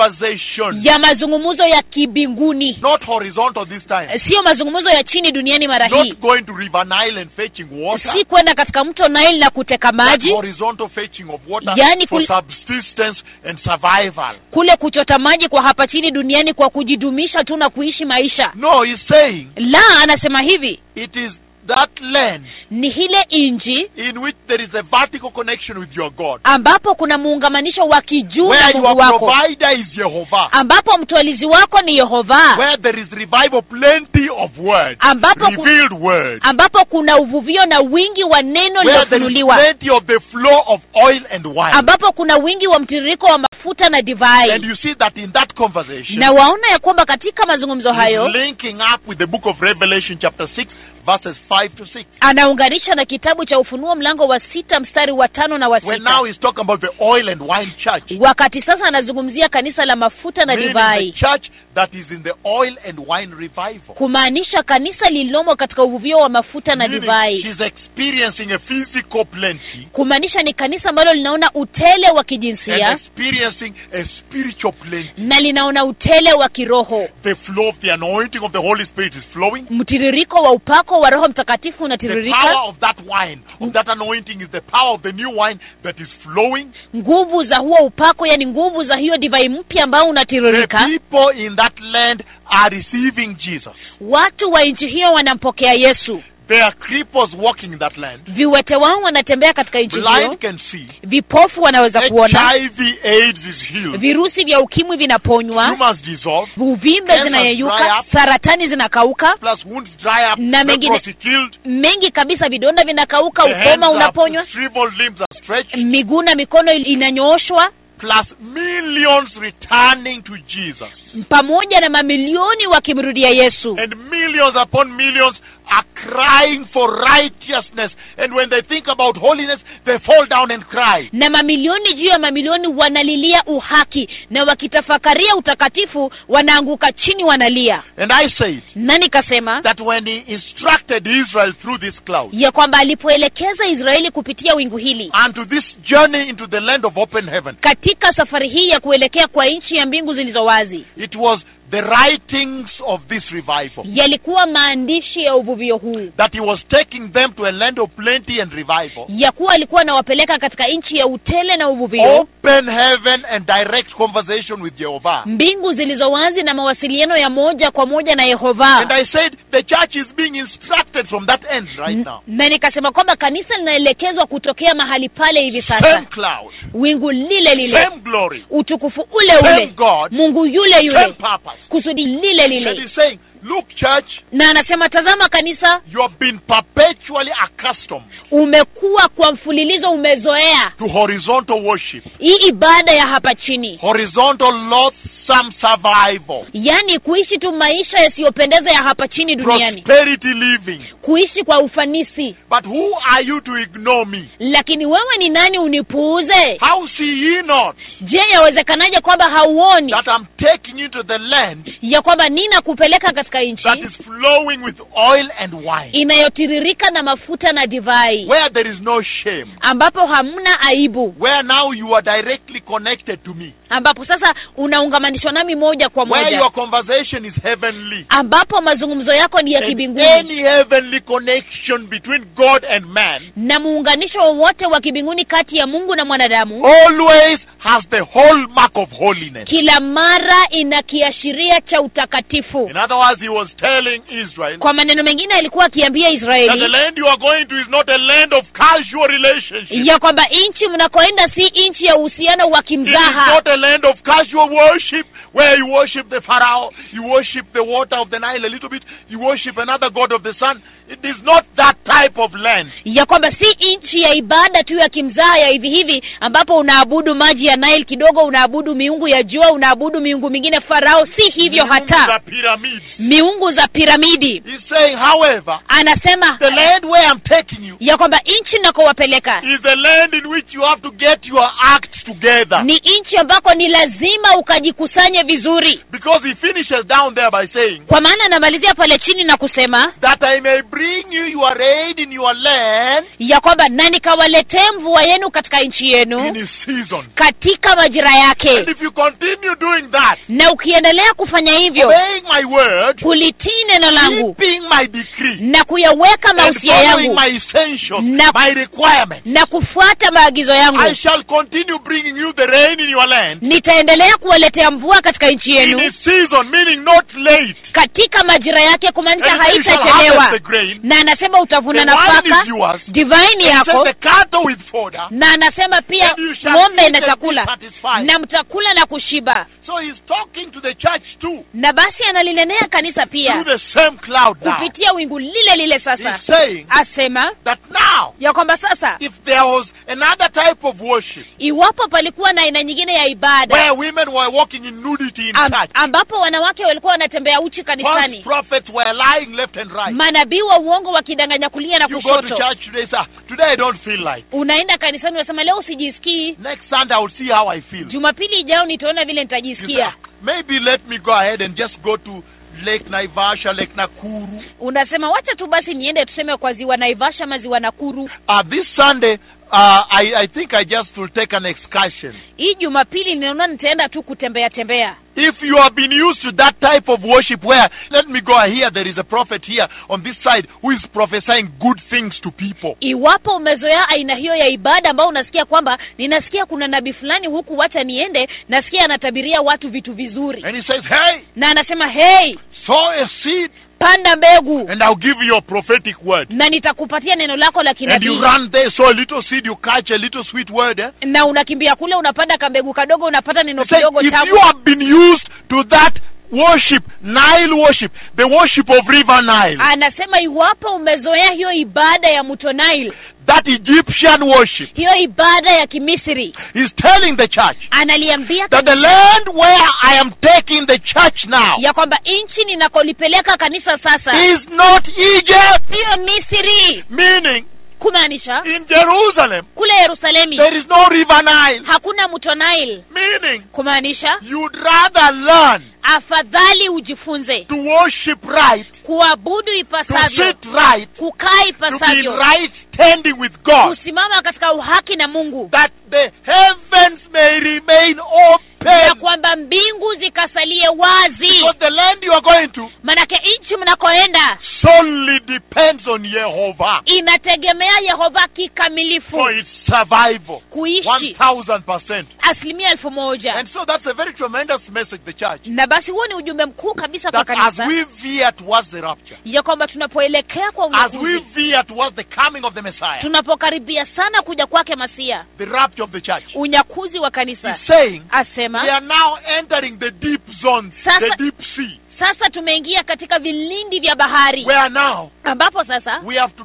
Speaker 6: conversation.
Speaker 7: ya mazungumzo ya kibinguni
Speaker 6: Not horizontal this time.
Speaker 7: siyo mazungumzo ya chini duniani mara hii
Speaker 6: Not going to River Nile and fetching water.
Speaker 7: si kwenda katika mto nile na kuteka
Speaker 6: That
Speaker 7: maji
Speaker 6: horizontal fetching of water
Speaker 7: Yani
Speaker 6: for
Speaker 7: kul-
Speaker 6: subsistence and survival.
Speaker 7: kule kuchota maji kwa hapa chini duniani kwa kujidumisha tu na kuishi maisha
Speaker 6: No, he's saying
Speaker 7: la anasema hivi
Speaker 6: it is that land
Speaker 7: ni ile nchi
Speaker 6: in which there is a vertical connection with your God.
Speaker 7: ambapo kuna muungamanisho wa kijuu na
Speaker 6: Where your
Speaker 7: mungu wako Ah.
Speaker 6: provider is Jehovah.
Speaker 7: ambapo mtwalizi wako ni yehova
Speaker 6: Where there is revival, plenty of words.
Speaker 7: ambapo Ah, ku- Ah,
Speaker 6: Revealed words.
Speaker 7: ambapo kuna uvuvio na wingi wa neno
Speaker 6: Where there is
Speaker 7: lilofunuliwa
Speaker 6: plenty of the flow of oil and wine.
Speaker 7: ambapo kuna wingi wa mtiririko wa mafuta na
Speaker 6: And
Speaker 7: divai
Speaker 6: you see that in that conversation,
Speaker 7: na waona ya kwamba katika mazungumzo
Speaker 6: he's
Speaker 7: hayo
Speaker 6: linking up with the book of Revelation chapter 6, verses 5 to 6.
Speaker 7: anaunganisha na kitabu cha ufunuo mlango wa sita mstari wa tano na wa
Speaker 6: When now
Speaker 7: sita
Speaker 6: he's talking about the oil and wine church.
Speaker 7: wakati sasa anazungumzia kanisa la mafuta na
Speaker 6: meaning the
Speaker 7: divai
Speaker 6: church that is in the oil and wine revival.
Speaker 7: kumaanisha kanisa lililomo katika uvuvio wa mafuta na
Speaker 6: Meaning
Speaker 7: divai
Speaker 6: She's experiencing a physical plenty
Speaker 7: kumaanisha ni kanisa ambalo linaona utele wa kijinsia
Speaker 6: and experiencing a spiritual plenty.
Speaker 7: na linaona utele wa kiroho
Speaker 6: The flow of the anointing of the Holy Spirit is flowing.
Speaker 7: Mm, mtiririko wa upako wa roho mtakatifu
Speaker 6: The
Speaker 7: unatiririka
Speaker 6: power of that wine, of that anointing, is the power of the new wine that is flowing.
Speaker 7: nguvu za huo upako yani nguvu za hiyo divai mpya ambao
Speaker 6: The
Speaker 7: unatiririka
Speaker 6: people in that land are receiving Jesus.
Speaker 7: watu wa nchi hiyo wanampokea yesu
Speaker 6: There are cripples walking in that land.
Speaker 7: viwete wao wanatembea katika nchi hiyo
Speaker 6: Blind can see.
Speaker 7: vipofu wanaweza kuona
Speaker 6: HIV AIDS is healed.
Speaker 7: virusi vya ukimwi vinaponywa
Speaker 6: Tumors dissolve.
Speaker 7: uvimbe
Speaker 6: Cancer dry
Speaker 7: zinayeyuka
Speaker 6: up.
Speaker 7: saratani zinakauka
Speaker 6: Plus wounds dry up.
Speaker 7: Na mengine-
Speaker 6: Leprosy killed.
Speaker 7: mengi kabisa vidonda vinakauka
Speaker 6: The hands
Speaker 7: ukoma
Speaker 6: are
Speaker 7: unaponywa
Speaker 6: shriveled, limbs are stretched.
Speaker 7: miguu na mikono il- inanyooshwa
Speaker 6: Plus millions returning to Jesus.
Speaker 7: pamoja na mamilioni wakimrudia yesu
Speaker 6: And millions upon millions are crying for righteousness. And when they think about holiness, they fall down and cry.
Speaker 7: na mamilioni juu ya mamilioni wanalilia uhaki na wakitafakaria utakatifu wanaanguka chini wanalia
Speaker 6: And I say
Speaker 7: na nikasema
Speaker 6: that when he instructed Israel through this cloud
Speaker 7: ya kwamba alipoelekeza israeli kupitia wingu hili
Speaker 6: and to this journey into the land of open heaven,
Speaker 7: katika safari hii ya kuelekea kwa nchi ya mbingu zilizo wazi
Speaker 6: it was the writings of this revival
Speaker 7: yalikuwa maandishi ya uvuvio huu
Speaker 6: that he was taking them to a land of plenty and revival,
Speaker 7: ya kuwa alikuwa anawapeleka katika nchi ya utele na uvuvio
Speaker 6: open heaven and direct conversation with Jehovah.
Speaker 7: mbingu zilizo wazi na mawasiliano ya moja kwa moja na
Speaker 6: And
Speaker 7: yehova
Speaker 6: I said the church is being instructed from that end right now.
Speaker 7: na nikasema kwamba kanisa linaelekezwa kutokea mahali pale hivi sasa
Speaker 6: Same cloud,
Speaker 7: wingu lile lile
Speaker 6: same glory,
Speaker 7: utukufu ule
Speaker 6: same
Speaker 7: ule
Speaker 6: God,
Speaker 7: mungu yule
Speaker 6: same
Speaker 7: yule
Speaker 6: purpose.
Speaker 7: kusudi lile
Speaker 6: And
Speaker 7: lile
Speaker 6: he's saying, look, church,
Speaker 7: na anasema tazama kanisa
Speaker 6: you have been perpetually accustomed
Speaker 7: umekuwa kwa mfululizo umezoea
Speaker 6: to horizontal worship,
Speaker 7: hii ibada ya hapa chini
Speaker 6: horizontal loss, some survival,
Speaker 7: yaani kuishi tu maisha yasiyopendeza ya hapa chini duniani
Speaker 6: prosperity living.
Speaker 7: kuishi kwa ufanisi
Speaker 6: But who are you to ignore me?
Speaker 7: lakini wewe ni nani unipuuze
Speaker 6: How see ye not
Speaker 7: je yawezekanaje kwamba hauoni
Speaker 6: that I'm taking you to the land
Speaker 7: ya kwamba ninakupeleka katika
Speaker 6: that
Speaker 7: nchi
Speaker 6: is flowing with oil and wine,
Speaker 7: inayotiririka na mafuta na divai
Speaker 6: where there is no shame,
Speaker 7: ambapo hamna aibu
Speaker 6: where now you are directly connected to me,
Speaker 7: ambapo sasa unaungamanishwa nami moja kwa
Speaker 6: where
Speaker 7: moja
Speaker 6: your conversation is heavenly?
Speaker 7: ambapo mazungumzo yako ni ya
Speaker 6: And
Speaker 7: kibinguni
Speaker 6: any heavenly connection between God and man
Speaker 7: na muunganisho wowote wa kibinguni kati ya mungu na
Speaker 6: Oh.
Speaker 7: mwanadamu
Speaker 6: always has the hallmark of holiness.
Speaker 7: kila mara ina kiashiria cha utakatifu
Speaker 6: In other words, he was telling Israel
Speaker 7: kwa maneno mengine alikuwa akiambia
Speaker 6: that the
Speaker 7: israeli
Speaker 6: land you are going to is not a land of casual relationship.
Speaker 7: ya kwamba nchi mnakoenda si nchi ya uhusiano wa
Speaker 6: It is
Speaker 7: kimzaha
Speaker 6: not a land of casual worship where you worship the Pharaoh, you worship the water of the Nile a little bit, you worship another god of the sun. It is not that type of land.
Speaker 7: ya kwamba si nchi ya ibada tu ya kimzaha ya hivi hivi ambapo unaabudu maji ya nile kidogo unaabudu miungu ya jua unaabudu miungu mingine farao si hivyo
Speaker 6: The
Speaker 7: hata
Speaker 6: pyramids.
Speaker 7: miungu za piramidi
Speaker 6: He's saying, however,
Speaker 7: anasema
Speaker 6: the land where I'm taking you
Speaker 7: ya kwamba nchi nakowapeleka
Speaker 6: is a land in which you have to get your acts together.
Speaker 7: ni nchi ambako ni lazima ukajikusanye vizuri
Speaker 6: Because he finishes down there by saying,
Speaker 7: kwa maana anamalizia pale chini na kusema
Speaker 6: that I may bring you your aid in your land
Speaker 7: ya kwamba na nikawaletee mvua yenu katika nchi
Speaker 6: in
Speaker 7: yenu
Speaker 6: its season.
Speaker 7: katika majira
Speaker 6: And
Speaker 7: yake
Speaker 6: if you continue doing that,
Speaker 7: na ukiendelea kufanya hivyo
Speaker 6: obeying my word,
Speaker 7: kulitii neno langu
Speaker 6: keeping my decree,
Speaker 7: na kuyaweka
Speaker 6: and
Speaker 7: mausia
Speaker 6: following
Speaker 7: yangu
Speaker 6: my essentials,
Speaker 7: Na-
Speaker 6: my requirements,
Speaker 7: na kufuata maagizo yangu
Speaker 6: I shall continue bringing you the rain in your land
Speaker 7: nitaendelea kuwaletea mvua katika nchi
Speaker 6: in
Speaker 7: yenu
Speaker 6: its season, meaning not late.
Speaker 7: katika majira yake kumaanisha
Speaker 6: And you shall harvest
Speaker 7: haitachelewa
Speaker 6: the grain.
Speaker 7: na anasema utavuna
Speaker 6: The wine
Speaker 7: nafaka
Speaker 6: is yours.
Speaker 7: divaini
Speaker 6: and
Speaker 7: yako
Speaker 6: the cattle with fodder.
Speaker 7: na anasema pia
Speaker 6: And you shall
Speaker 7: ng'ombe
Speaker 6: eat
Speaker 7: na
Speaker 6: and be
Speaker 7: chakula
Speaker 6: satisfied.
Speaker 7: na mtakula na kushiba
Speaker 6: So he's talking to the church too,
Speaker 7: na basi analinenea kanisa
Speaker 6: through
Speaker 7: pia
Speaker 6: the same cloud now.
Speaker 7: kupitia wingu lile lile sasa
Speaker 6: He's saying
Speaker 7: asema
Speaker 6: that now,
Speaker 7: ya kwamba sasa
Speaker 6: if there was another type of worship,
Speaker 7: iwapo palikuwa na aina nyingine ya ibada
Speaker 6: where women were walking in nudity in
Speaker 7: am,
Speaker 6: church.
Speaker 7: ambapo wanawake walikuwa wanatembea uchi
Speaker 6: False
Speaker 7: kanisani
Speaker 6: prophets were lying left and right.
Speaker 7: manabii wa uongo wakidanganya kulia na
Speaker 6: You go to
Speaker 7: kushoto
Speaker 6: church today, sir. Today I don't feel like.
Speaker 7: unaenda kanisani unasema leo sijisikii
Speaker 6: Next Sunday I will see how I feel.
Speaker 7: jumapili ijayo nitaona vile
Speaker 6: You say,
Speaker 7: nitajisikia
Speaker 6: "Ah, maybe let me go ahead and just go to Lake Naivasha, Lake Nakuru.
Speaker 7: unasema wacha tu basi niende tuseme kwa ziwa naivasha ama ziwa nakuru
Speaker 6: Uh, this Sunday, uh, I, I think I just will take an excursion.
Speaker 7: hii jumapili ninaona nitaenda tu kutembea tembea
Speaker 6: If you have been used to that type of worship where, let me go here, there is a prophet here on this side who is prophesying good things to people.
Speaker 7: iwapo umezoea aina hiyo ya ibada ambayo unasikia kwamba ninasikia kuna nabii fulani huku wacha niende nasikia anatabiria watu vitu vizuri
Speaker 6: And he says, hey,
Speaker 7: na anasema hey
Speaker 6: sow a seed
Speaker 7: utapanda mbegu
Speaker 6: and I'll give you a prophetic word.
Speaker 7: na nitakupatia neno lako la
Speaker 6: And
Speaker 7: kinabii
Speaker 6: you run there, sow a little seed, you catch a little sweet word. Eh?
Speaker 7: na unakimbia kule unapanda kambegu kadogo unapata neno
Speaker 6: Say,
Speaker 7: kidogo
Speaker 6: if
Speaker 7: tamu
Speaker 6: you have been used to that worship, Nile worship, the worship of River Nile,
Speaker 7: anasema iwapo umezoea hiyo ibada ya mto Nile,
Speaker 6: that Egyptian worship,
Speaker 7: hiyo ibada ya Kimisri,
Speaker 6: he's telling the church
Speaker 7: analiambia
Speaker 6: that the land where I am taking the church now
Speaker 7: ya kwamba nchi ninakolipeleka kanisa sasa
Speaker 6: is not Egypt.
Speaker 7: siyo Misri,
Speaker 6: Meaning,
Speaker 7: kumaanisha
Speaker 6: in Jerusalem,
Speaker 7: kule Yerusalemi
Speaker 6: there is no River Nile.
Speaker 7: hakuna mto Nile,
Speaker 6: Meaning,
Speaker 7: kumaanisha
Speaker 6: you'd rather learn
Speaker 7: afadhali ujifunze
Speaker 6: to worship right,
Speaker 7: kuabudu
Speaker 6: to
Speaker 7: ipasavyo,
Speaker 6: sit right,
Speaker 7: kukaa
Speaker 6: to be
Speaker 7: ipasavyo,
Speaker 6: right standing with God,
Speaker 7: kusimama katika uhaki na Mungu,
Speaker 6: that the heavens may remain
Speaker 7: na
Speaker 6: open.
Speaker 7: kwamba mbingu zikasalie wazi,
Speaker 6: Because the land you are going to
Speaker 7: manake nchi mnakoenda
Speaker 6: solely depends on Jehovah
Speaker 7: inategemea Yehova kikamilifu
Speaker 6: for its survival.
Speaker 7: kuishi
Speaker 6: 1000%.
Speaker 7: asilimia elfu moja
Speaker 6: And so that's a very tremendous message, the church.
Speaker 7: na basi huo ni ujumbe mkuu kabisa kwa
Speaker 6: That as
Speaker 7: kanisa
Speaker 6: we veer towards the rapture,
Speaker 7: ya kwamba tunapoelekea kwa
Speaker 6: as we
Speaker 7: unakuzi
Speaker 6: veer towards the coming of the Messiah,
Speaker 7: tunapokaribia sana kuja kwake masia
Speaker 6: the rapture of the church,
Speaker 7: unyakuzi wa
Speaker 6: he's
Speaker 7: kanisa
Speaker 6: saying we
Speaker 7: asema
Speaker 6: are now entering the deep zones, the
Speaker 7: Sasa-
Speaker 6: deep sea,
Speaker 7: sasa tumeingia katika vilindi vya bahari
Speaker 6: where now
Speaker 7: ambapo sasa
Speaker 6: we have to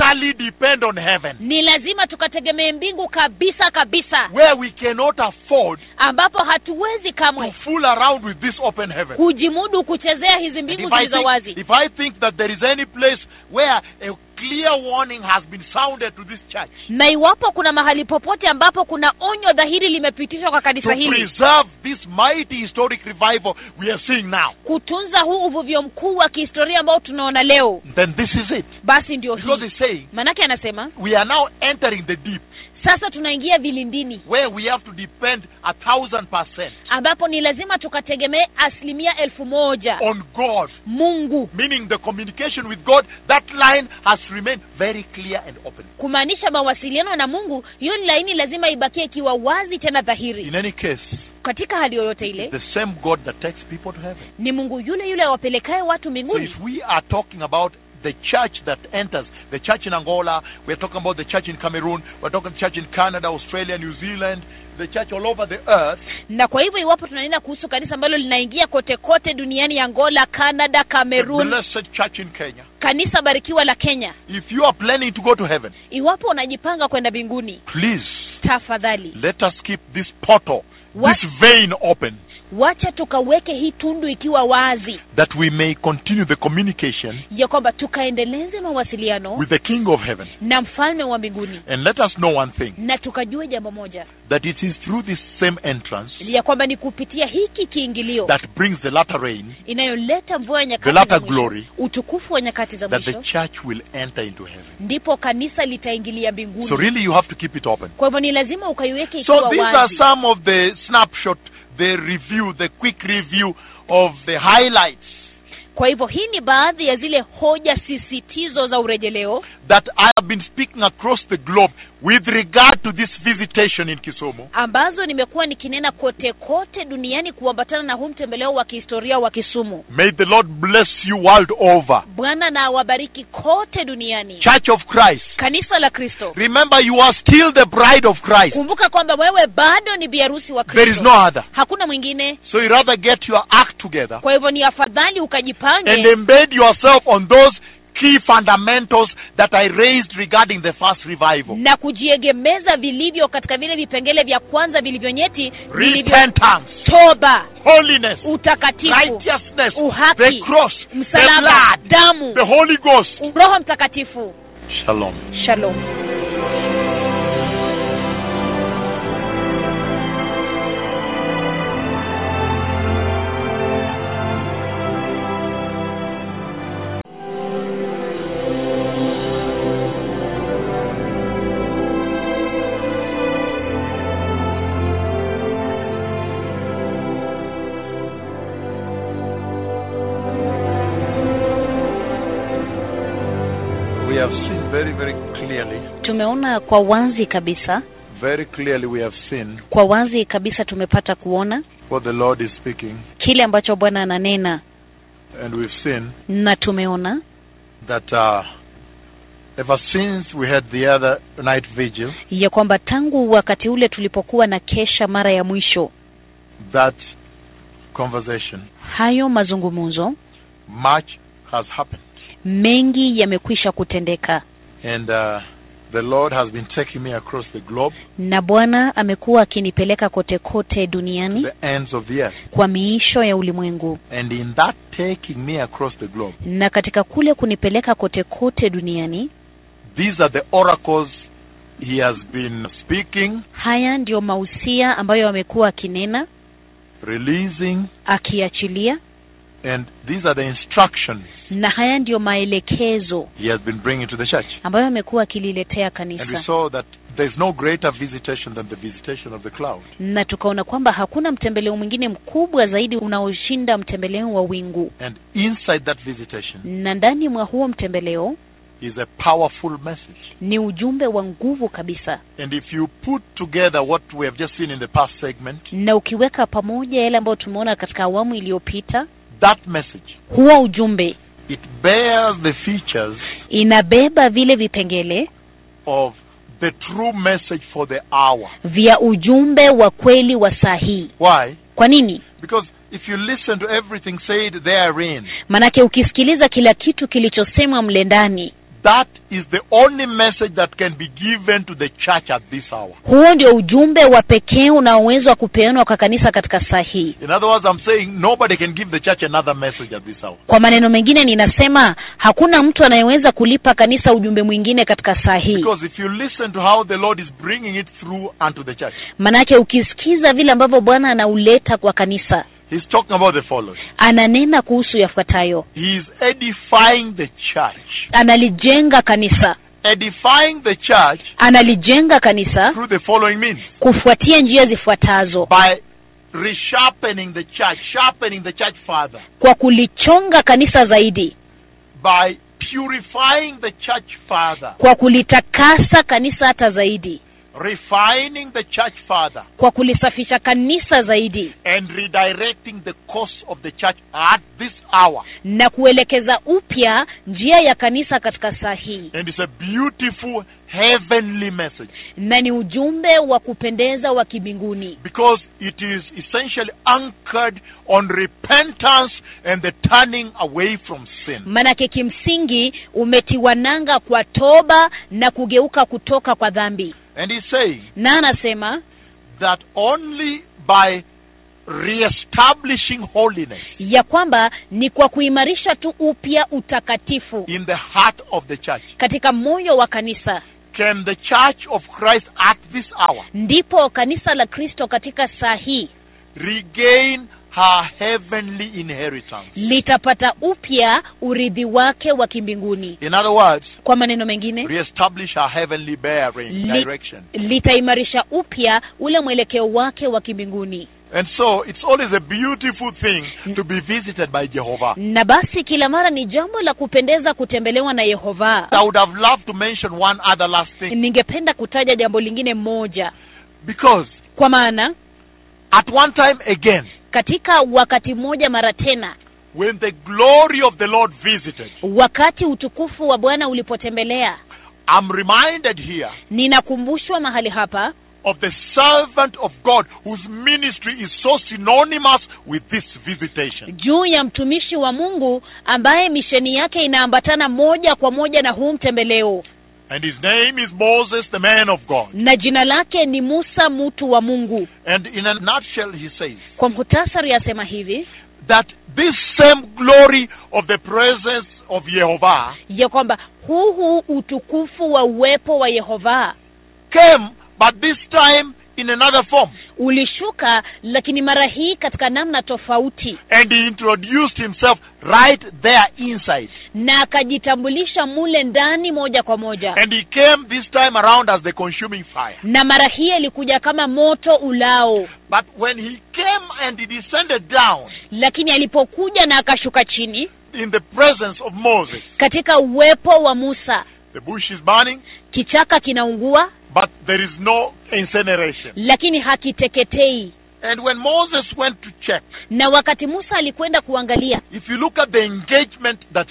Speaker 6: totally depend on heaven,
Speaker 7: ni lazima tukategemee mbingu kabisa kabisa
Speaker 6: where we cannot afford
Speaker 7: ambapo hatuwezi
Speaker 6: to
Speaker 7: kamwe
Speaker 6: fool around with this open heaven.
Speaker 7: kujimudu kuchezea hizi
Speaker 6: And
Speaker 7: mbingu
Speaker 6: if, I
Speaker 7: zilizo
Speaker 6: think,
Speaker 7: wazi
Speaker 6: if I think that there is any place where a clear warning has been sounded to this church
Speaker 7: na iwapo kuna mahali popote ambapo kuna onyo dhahiri limepitishwa kwa
Speaker 6: to
Speaker 7: kanisa hili
Speaker 6: preserve this mighty historic revival we are seeing now,
Speaker 7: kutunza huu uvuvio mkuu wa kihistoria ambao tunaona leo
Speaker 6: then this is it.
Speaker 7: basi ndio
Speaker 6: Because
Speaker 7: hii
Speaker 6: he's saying
Speaker 7: manake anasema
Speaker 6: we are now entering the deep
Speaker 7: sasa tunaingia vilindini
Speaker 6: where we have to depend a thousand percent
Speaker 7: ambapo ni lazima tukategemee asilimia elfu moja
Speaker 6: on God.
Speaker 7: mungu
Speaker 6: Meaning the communication with God, that line has remained very clear and open.
Speaker 7: kumaanisha mawasiliano na mungu hiyo ni laini lazima ibakie ikiwa wazi tena dhahiri
Speaker 6: In any case,
Speaker 7: katika hali yoyote
Speaker 6: it's
Speaker 7: ile
Speaker 6: the same God that takes people to heaven.
Speaker 7: ni mungu yule yule awapelekaye watu
Speaker 6: So if
Speaker 7: mbinguni
Speaker 6: we are talking about the church that enters, the church in Angola, we're talking about the church in Cameroon, we're talking church in Canada, Australia, New Zealand, the church all over the earth,
Speaker 7: na kwa hivyo iwapo tunanena kuhusu kanisa ambalo linaingia kote kote duniani angola canada
Speaker 6: the
Speaker 7: cameroon
Speaker 6: blessed church in Kenya.
Speaker 7: kanisa barikiwa la kenya
Speaker 6: If you are planning to go to heaven,
Speaker 7: iwapo unajipanga kwenda mbinguni
Speaker 6: please
Speaker 7: tafadhali
Speaker 6: let us keep this portal,
Speaker 7: What?
Speaker 6: this vein open,
Speaker 7: wacha tukaweke hii tundu ikiwa wazi
Speaker 6: that we may continue the communication
Speaker 7: ya kwamba tukaendeleze mawasiliano
Speaker 6: with the King of heaven.
Speaker 7: na mfalme wa mbinguni
Speaker 6: And let us know one thing
Speaker 7: na tukajue jambo moja
Speaker 6: that it is through this same entrance
Speaker 7: ya kwamba ni kupitia hiki kiingilio
Speaker 6: that brings the latter rain
Speaker 7: inayoleta mvua ya
Speaker 6: The
Speaker 7: nyakati za
Speaker 6: latter
Speaker 7: mwisho,
Speaker 6: glory.
Speaker 7: utukufu wa nyakati za
Speaker 6: that the
Speaker 7: mwisho
Speaker 6: church will enter into heaven.
Speaker 7: ndipo kanisa litaingilia mbinguni
Speaker 6: So really you have to keep it open.
Speaker 7: kwa hivyo ni lazima ukaiweke
Speaker 6: So
Speaker 7: ikiwa
Speaker 6: these are
Speaker 7: wazi
Speaker 6: some of the snapshot, the review, the quick review of the highlights
Speaker 7: kwa hivyo hii ni baadhi ya zile hoja sisitizo za urejeleo
Speaker 6: that I have been speaking across the globe with regard to this visitation in Kisumu.
Speaker 7: ambazo nimekuwa nikinena kote kote duniani kuambatana na huu mtembeleo wa kihistoria wa kisumu
Speaker 6: May the Lord bless you world over.
Speaker 7: bwana na awabariki kote duniani
Speaker 6: Church of Christ.
Speaker 7: kanisa la kristo
Speaker 6: Remember you are still the bride of Christ.
Speaker 7: kumbuka kwamba wewe bado ni biharusi wa
Speaker 6: There is
Speaker 7: kristo
Speaker 6: no other.
Speaker 7: hakuna mwingine
Speaker 6: So you rather get your act together
Speaker 7: kwa hivyo ni afadhali ukajipange
Speaker 6: and embed yourself on those key fundamentals that I raised regarding the first revival.
Speaker 7: na kujiegemeza vilivyo katika vile vipengele vya kwanza vilivyonyeti vilivyo
Speaker 6: Repentance,
Speaker 7: toba
Speaker 6: holiness,
Speaker 7: utakatifu
Speaker 6: righteousness,
Speaker 7: Uhaki.
Speaker 6: the cross, the
Speaker 7: msalaba
Speaker 6: blood,
Speaker 7: damu
Speaker 6: the Holy Ghost.
Speaker 7: roho mtakatifu
Speaker 6: Shalom.
Speaker 7: shalom
Speaker 4: We have seen very, very clearly,
Speaker 7: tumeona kwa wazi kabisa
Speaker 4: very clearly we have seen
Speaker 7: kwa wazi kabisa tumepata kuona
Speaker 4: what the Lord is speaking
Speaker 7: kile ambacho bwana ananena
Speaker 6: and we've seen
Speaker 7: na tumeona
Speaker 6: that uh, ever since we had the other night vigil,
Speaker 7: ya kwamba tangu wakati ule tulipokuwa na kesha mara ya mwisho
Speaker 6: that conversation,
Speaker 7: hayo mazungumzo
Speaker 6: much has happened.
Speaker 7: mengi yamekwisha kutendeka
Speaker 6: And uh, the Lord has been taking me across the globe
Speaker 7: na bwana amekuwa akinipeleka kote kote
Speaker 6: to
Speaker 7: duniani
Speaker 6: the ends of the earth.
Speaker 7: kwa miisho ya ulimwengu
Speaker 6: And in that taking me across the globe,
Speaker 7: na katika kule kunipeleka kote kote duniani
Speaker 6: these are the oracles He has been speaking,
Speaker 7: haya ndiyo mausia ambayo amekuwa akinena
Speaker 6: releasing,
Speaker 7: akiachilia
Speaker 6: and these are the instructions
Speaker 7: na haya ndiyo maelekezo
Speaker 6: He has been bringing to the church.
Speaker 7: ambayo amekuwa akililetea
Speaker 6: And we
Speaker 7: kanisa
Speaker 6: saw that there's no greater visitation than the visitation of the cloud.
Speaker 7: na tukaona kwamba hakuna mtembeleo mwingine mkubwa zaidi unaoshinda mtembeleo wa wingu
Speaker 6: And inside that visitation
Speaker 7: na ndani mwa huo mtembeleo
Speaker 6: is a powerful message.
Speaker 7: ni ujumbe wa nguvu kabisa
Speaker 6: And if you put together what we have just seen in the past segment,
Speaker 7: na ukiweka pamoja yale ambayo tumeona katika awamu iliyopita
Speaker 6: that message,
Speaker 7: huo ujumbe
Speaker 6: it bears the features
Speaker 7: inabeba vile vipengele
Speaker 6: of the true message for the hour.
Speaker 7: vya ujumbe wa kweli wa saa hii
Speaker 6: Why?
Speaker 7: kwa nini
Speaker 6: Because if you listen to everything said therein,
Speaker 7: manake ukisikiliza kila kitu kilichosemwa mle ndani
Speaker 6: that is the only message that can be given to the church at this hour.
Speaker 7: huo ndio ujumbe wa pekee unaoweza kupeanwa kwa kanisa katika saa hii
Speaker 6: In other words, I'm saying nobody can give the church another message at this hour.
Speaker 7: kwa maneno mengine ninasema hakuna mtu anayeweza kulipa kanisa ujumbe mwingine katika saa hii
Speaker 6: Because if you listen to how the Lord is bringing it through unto the church,
Speaker 7: manake ukisikiza vile ambavyo bwana anauleta kwa kanisa
Speaker 6: He's talking about the following.
Speaker 7: ananena kuhusu yafuatayo
Speaker 6: He's edifying the church.
Speaker 7: analijenga kanisa
Speaker 6: Edifying the church
Speaker 7: analijenga kanisa
Speaker 6: through the following means
Speaker 7: kufuatia njia zifuatazo
Speaker 6: by resharpening the church, sharpening the church further,
Speaker 7: kwa kulichonga kanisa zaidi
Speaker 6: by purifying the church further,
Speaker 7: kwa kulitakasa kanisa hata zaidi
Speaker 6: refining the church further,
Speaker 7: kwa kulisafisha kanisa zaidi
Speaker 6: and redirecting the course of the church at this hour.
Speaker 7: na kuelekeza upya njia ya kanisa katika saa hii
Speaker 6: And it's a beautiful heavenly message
Speaker 7: na ni ujumbe wa kupendeza wa kimbinguni
Speaker 6: because it is essentially anchored on repentance and the turning away from sin.
Speaker 7: manake kimsingi umetiwa nanga kwa toba na kugeuka kutoka kwa dhambi
Speaker 6: And he's saying
Speaker 7: na anasema
Speaker 6: that only by reestablishing holiness
Speaker 7: ya kwamba ni kwa kuimarisha tu upya utakatifu
Speaker 6: in the heart of the church
Speaker 7: katika moyo wa kanisa
Speaker 6: can the church of Christ at this hour
Speaker 7: ndipo kanisa la kristo katika saa hii
Speaker 6: regain her heavenly inheritance.
Speaker 7: litapata upya urithi wake wa kimbinguni
Speaker 6: In other words,
Speaker 7: kwa maneno mengine
Speaker 6: reestablish her heavenly bearing,
Speaker 7: Li-
Speaker 6: direction.
Speaker 7: litaimarisha upya ule mwelekeo wake wa kimbinguni
Speaker 6: And so it's always a beautiful thing to be visited by Jehovah.
Speaker 7: na basi kila mara ni jambo la kupendeza kutembelewa na yehova
Speaker 6: I would have loved to mention one other last thing
Speaker 7: ningependa kutaja jambo lingine moja
Speaker 6: because
Speaker 7: kwa maana
Speaker 6: at one time again,
Speaker 7: katika wakati mmoja mara tena
Speaker 6: when the glory of the Lord visited,
Speaker 7: wakati utukufu wa bwana ulipotembelea
Speaker 6: I'm reminded here
Speaker 7: ninakumbushwa mahali hapa
Speaker 6: of the servant of God whose ministry is so synonymous with this visitation.
Speaker 7: juu ya mtumishi wa mungu ambaye misheni yake inaambatana moja kwa moja na huu mtembeleo
Speaker 6: And his name is Moses, the man of God.
Speaker 7: na jina lake ni musa mtu wa mungu
Speaker 6: And in a nutshell, he says
Speaker 7: kwa muhtasari asema hivi
Speaker 6: that this same glory of the presence of Jehovah
Speaker 7: ya kwamba huu huu utukufu wa uwepo wa yehova
Speaker 6: came, but this time in another form.
Speaker 7: ulishuka lakini mara hii katika namna tofauti
Speaker 6: And he introduced himself right there inside.
Speaker 7: na akajitambulisha mule ndani moja kwa moja
Speaker 6: And he came this time around as the consuming fire.
Speaker 7: na mara hii alikuja kama moto ulao
Speaker 6: But when he came and he descended down
Speaker 7: lakini alipokuja na akashuka chini
Speaker 6: in the presence of Moses,
Speaker 7: katika uwepo wa musa
Speaker 6: the bush is burning,
Speaker 7: kichaka kinaungua
Speaker 6: but there is no incineration.
Speaker 7: lakini hakiteketei
Speaker 6: And when Moses went to check,
Speaker 7: na wakati musa alikwenda kuangalia
Speaker 6: if you look at the engagement that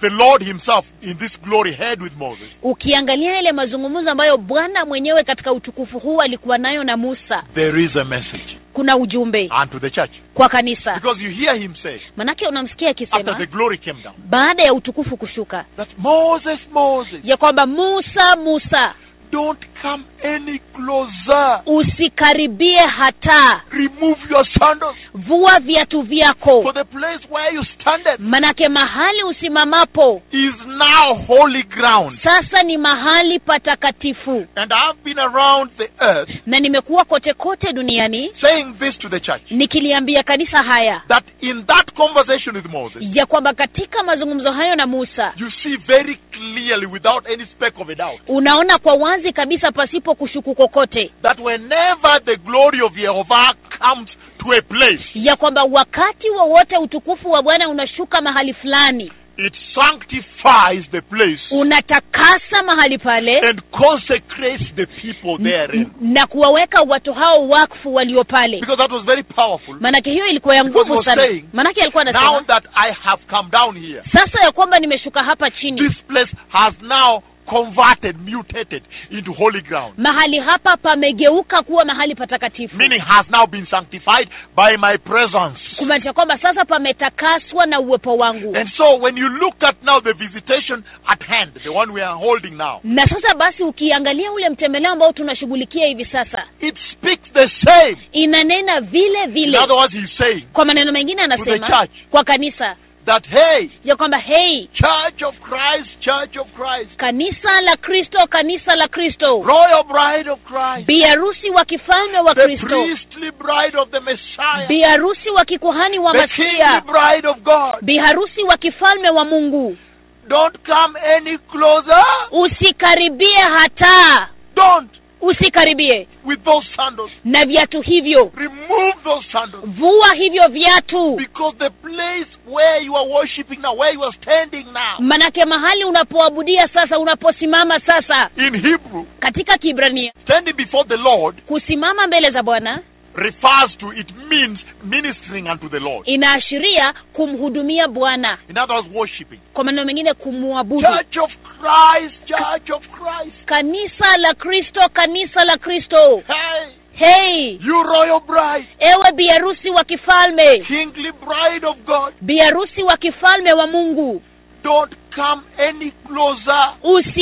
Speaker 6: the Lord Himself in this glory had with Moses,
Speaker 7: ukiangalia yale mazungumzo ambayo bwana mwenyewe katika utukufu huu alikuwa nayo na musa
Speaker 6: there is a message
Speaker 7: kuna ujumbe
Speaker 6: unto the church.
Speaker 7: kwa kanisa
Speaker 6: Because you hear Him say,
Speaker 7: manake unamsikia
Speaker 6: after the
Speaker 7: akisema
Speaker 6: glory came down,
Speaker 7: baada ya utukufu kushuka
Speaker 6: that Moses, Moses,
Speaker 7: ya kwamba musa musa
Speaker 6: don't come any closer.
Speaker 7: usikaribie hata
Speaker 6: Remove your sandals,
Speaker 7: vua viatu vyako
Speaker 6: for the place where you standeth
Speaker 7: manake mahali usimamapo
Speaker 6: is now holy ground.
Speaker 7: sasa ni mahali patakatifu
Speaker 6: And I've been around the earth
Speaker 7: na nimekuwa kote kote duniani
Speaker 6: saying this to the church
Speaker 7: nikiliambia kanisa haya
Speaker 6: that in that conversation with Moses,
Speaker 7: ya kwamba katika mazungumzo hayo na musa
Speaker 6: you see very clearly, without any speck of a doubt,
Speaker 7: unaona kwa wazi kabisa pasipo kushuku kokote
Speaker 6: that whenever the glory of Jehovah comes to a place,
Speaker 7: ya kwamba wakati wowote utukufu wa bwana unashuka mahali fulani
Speaker 6: it sanctifies the place
Speaker 7: unatakasa mahali pale
Speaker 6: and consecrates the people therein.
Speaker 7: na kuwaweka watu hao wakfu walio pale
Speaker 6: Because that was very powerful.
Speaker 7: manake hiyo ilikuwa ya
Speaker 6: Because he
Speaker 7: nguvu
Speaker 6: was
Speaker 7: sana
Speaker 6: saying,
Speaker 7: manake alikuwa
Speaker 6: Now
Speaker 7: anasema
Speaker 6: that I have come down here,
Speaker 7: sasa ya kwamba nimeshuka hapa chini
Speaker 6: this place has now converted, mutated into holy ground.
Speaker 7: mahali hapa pamegeuka kuwa mahali patakatifu
Speaker 6: Meaning has now been sanctified by my presence.
Speaker 7: kumaanisha kwamba sasa pametakaswa na uwepo wangu
Speaker 6: And so when you look at now the visitation at hand, the one we are holding now,
Speaker 7: na sasa basi ukiangalia ule mtembeleo ambao tunashughulikia hivi sasa
Speaker 6: it speaks the same.
Speaker 7: inanena vile
Speaker 6: In
Speaker 7: vile
Speaker 6: other words, he's saying
Speaker 7: kwa maneno mengine
Speaker 6: To the
Speaker 7: anasema
Speaker 6: church.
Speaker 7: kwa kanisa
Speaker 6: that, hey,
Speaker 7: ya kwamba hei
Speaker 6: Church of Christ, Church of Christ,
Speaker 7: kanisa la kristo kanisa la kristo
Speaker 6: Royal Bride of Christ,
Speaker 7: biharusi wa kifalme wa
Speaker 6: the
Speaker 7: kristo
Speaker 6: priestly bride of the Messiah,
Speaker 7: biharusi wa kikuhani wa
Speaker 6: the
Speaker 7: masia
Speaker 6: kingly bride of God.
Speaker 7: biharusi wa kifalme wa mungu
Speaker 6: Don't come any closer.
Speaker 7: usikaribie hata
Speaker 6: Don't
Speaker 7: usikaribie
Speaker 6: with those sandals.
Speaker 7: na viatu hivyo
Speaker 6: Remove those sandals.
Speaker 7: vua hivyo viatu
Speaker 6: Because the place where you are worshiping now, where you are standing now,
Speaker 7: manake mahali unapoabudia sasa unaposimama sasa
Speaker 6: in Hebrew,
Speaker 7: katika kibrania
Speaker 6: standing before the Lord
Speaker 7: kusimama mbele za bwana
Speaker 6: refers to, it means ministering unto the Lord.
Speaker 7: inaashiria kumhudumia bwana
Speaker 6: In other words, worshiping.
Speaker 7: kwa maneno mengine kumwabudu
Speaker 6: Church of Christ, Church of Christ.
Speaker 7: kanisa la kristo kanisa la kristo
Speaker 6: Hey,
Speaker 7: hei
Speaker 6: you royal bride,
Speaker 7: ewe biharusi wa kifalme
Speaker 6: kingly bride of God,
Speaker 7: biharusi wa kifalme wa mungu
Speaker 6: don't come any closer.